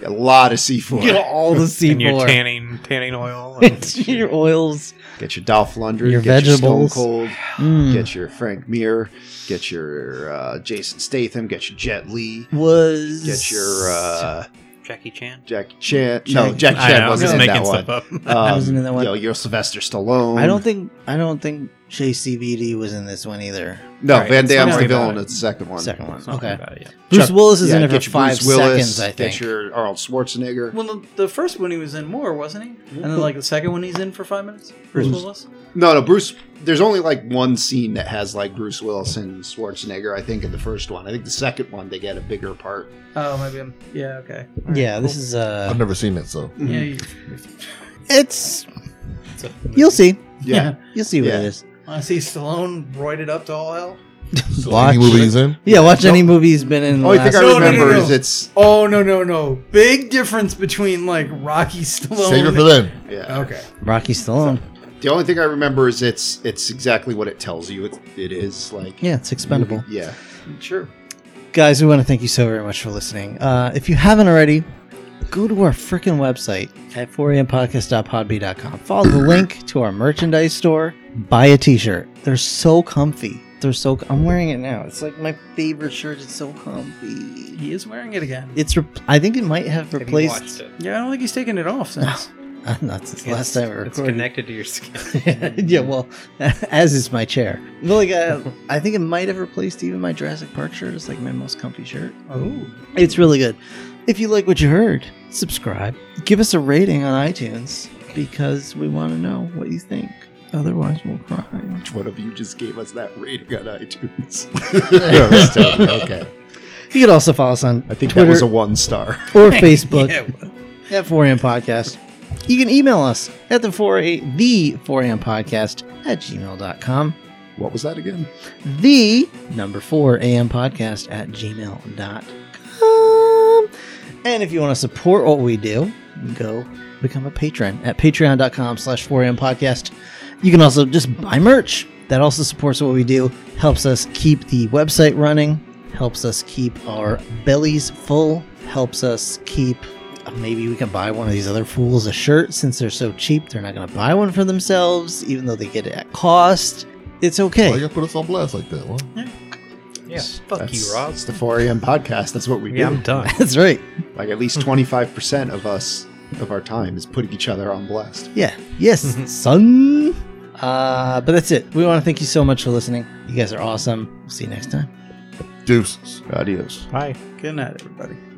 [SPEAKER 6] a lot of C four.
[SPEAKER 3] Get all the
[SPEAKER 4] and your
[SPEAKER 3] C4.
[SPEAKER 4] tanning tanning oil.
[SPEAKER 3] It's your oils.
[SPEAKER 6] Get your Dolph Lundgren,
[SPEAKER 3] Your
[SPEAKER 6] get your Stone
[SPEAKER 3] vegetables.
[SPEAKER 6] Cold,
[SPEAKER 3] Mm.
[SPEAKER 6] get your Frank Mir, get your uh, Jason Statham, get your Jet Li,
[SPEAKER 3] was
[SPEAKER 6] get your uh,
[SPEAKER 4] Jackie Chan.
[SPEAKER 6] Jackie Chan. No,
[SPEAKER 3] Jack-
[SPEAKER 6] Jackie
[SPEAKER 4] I
[SPEAKER 6] Chan
[SPEAKER 4] know, I'm
[SPEAKER 6] wasn't
[SPEAKER 4] just
[SPEAKER 6] in
[SPEAKER 4] making
[SPEAKER 6] that one.
[SPEAKER 4] stuff up.
[SPEAKER 6] Um,
[SPEAKER 3] I wasn't in that one.
[SPEAKER 6] You know, you're Sylvester Stallone.
[SPEAKER 3] I don't think I don't think JCVD was in this one either.
[SPEAKER 6] No,
[SPEAKER 4] Right,
[SPEAKER 6] Van
[SPEAKER 4] let's
[SPEAKER 6] Damme's
[SPEAKER 5] not
[SPEAKER 6] the
[SPEAKER 5] worry
[SPEAKER 6] villain.
[SPEAKER 4] about it.
[SPEAKER 6] It's the second one.
[SPEAKER 3] Second one.
[SPEAKER 4] Let's not worry
[SPEAKER 3] Okay.
[SPEAKER 4] about it yet.
[SPEAKER 3] Bruce
[SPEAKER 6] Chuck-
[SPEAKER 3] Willis is
[SPEAKER 6] yeah,
[SPEAKER 3] in it
[SPEAKER 6] get
[SPEAKER 3] for
[SPEAKER 6] your
[SPEAKER 3] five
[SPEAKER 6] Bruce Willis,
[SPEAKER 3] seconds, I think.
[SPEAKER 6] Get your Arnold Schwarzenegger.
[SPEAKER 5] Well, the, the first one he was in more, wasn't he? And then like the second one he's in for five minutes. Bruce Willis.
[SPEAKER 6] No, no, Bruce. There's only like one scene that has like Bruce Willis and Schwarzenegger. I think in the first one. I think the second one they get a bigger part.
[SPEAKER 5] Oh, maybe I'm. Yeah, okay.
[SPEAKER 3] Yeah, this is uh
[SPEAKER 1] I've never seen it, so
[SPEAKER 5] Yeah,
[SPEAKER 6] Mm-hmm.
[SPEAKER 5] you,
[SPEAKER 3] it's
[SPEAKER 4] It's a-
[SPEAKER 3] you'll see.
[SPEAKER 5] yeah.
[SPEAKER 3] You'll see what
[SPEAKER 6] Yeah.
[SPEAKER 3] it is.
[SPEAKER 5] I see Stallone roided up to all hell.
[SPEAKER 1] so
[SPEAKER 3] Watch
[SPEAKER 1] any movie
[SPEAKER 3] it.
[SPEAKER 1] he's in.
[SPEAKER 3] Yeah, watch any movie he's been in. the
[SPEAKER 6] Only thing
[SPEAKER 3] last-
[SPEAKER 6] Oh, I
[SPEAKER 5] No, no, no,
[SPEAKER 6] remember
[SPEAKER 5] no.
[SPEAKER 6] is it's
[SPEAKER 5] Oh no no no! Big difference between like Rocky Stallone.
[SPEAKER 1] Save it for then.
[SPEAKER 6] yeah.
[SPEAKER 5] Okay.
[SPEAKER 3] Rocky Stallone.
[SPEAKER 4] Oh.
[SPEAKER 6] The only thing I remember is it's it's exactly what it tells you. It, it is like
[SPEAKER 3] Yeah, it's expendable.
[SPEAKER 6] yeah.
[SPEAKER 5] Sure.
[SPEAKER 3] Guys, we want to thank you so very much for listening. Uh, if you haven't already, go to our freaking website at 4ampodcast.podbay.com. Follow the link to our merchandise store. Buy a t-shirt. They're so comfy. They're so. I'm wearing it now. It's like my favorite shirt. It's so comfy.
[SPEAKER 5] He is wearing it again.
[SPEAKER 3] It's. Re- I think it might have
[SPEAKER 4] Have you watched
[SPEAKER 3] replaced.
[SPEAKER 4] it?
[SPEAKER 5] Yeah, I don't think he's taken it off since.
[SPEAKER 3] That's the last time I
[SPEAKER 4] It's
[SPEAKER 3] recorded.
[SPEAKER 4] connected to your skin.
[SPEAKER 3] yeah, well, as is my chair. But like, uh, I think it might have replaced even my Jurassic Park shirt. It's like my most comfy shirt.
[SPEAKER 5] Oh.
[SPEAKER 3] It's really good. If you like what you heard, subscribe. Give us a rating on iTunes because we want to know what you think. Otherwise, we'll cry.
[SPEAKER 6] Which one of you just gave us that rating on iTunes? okay,
[SPEAKER 3] You can also follow us on
[SPEAKER 6] I think
[SPEAKER 3] Twitter
[SPEAKER 6] that was a one star.
[SPEAKER 3] or Facebook at 4am Podcast. You can email us at the 4A, the 4am Podcast at gmail.com.
[SPEAKER 6] What was that again?
[SPEAKER 3] the number four am podcast at gmail.com and if you want to support what we do go become a patron at patreon.com slash 4am podcast you can also just buy merch that also supports what we do helps us keep the website running helps us keep our bellies full helps us keep uh, maybe we can buy one of these other fools a shirt since they're so cheap they're not going to buy one for themselves even though they get it at cost it's okay
[SPEAKER 1] Why you gotta put us on blast like that? Well,
[SPEAKER 4] Yeah. Fuck you, Rob.
[SPEAKER 6] It's the 4 a.m. podcast. That's what we
[SPEAKER 4] Yeah,
[SPEAKER 6] do.
[SPEAKER 4] I'm done.
[SPEAKER 3] That's right.
[SPEAKER 6] Like at least 25% of us, of our time, is putting each other on blast.
[SPEAKER 3] Yeah. Yes, son. Mm-hmm. Uh, but that's it. We want to thank you so much for listening. You guys are awesome. See you next time.
[SPEAKER 1] deuces.
[SPEAKER 6] Adios.
[SPEAKER 4] Bye.
[SPEAKER 5] Good night, everybody.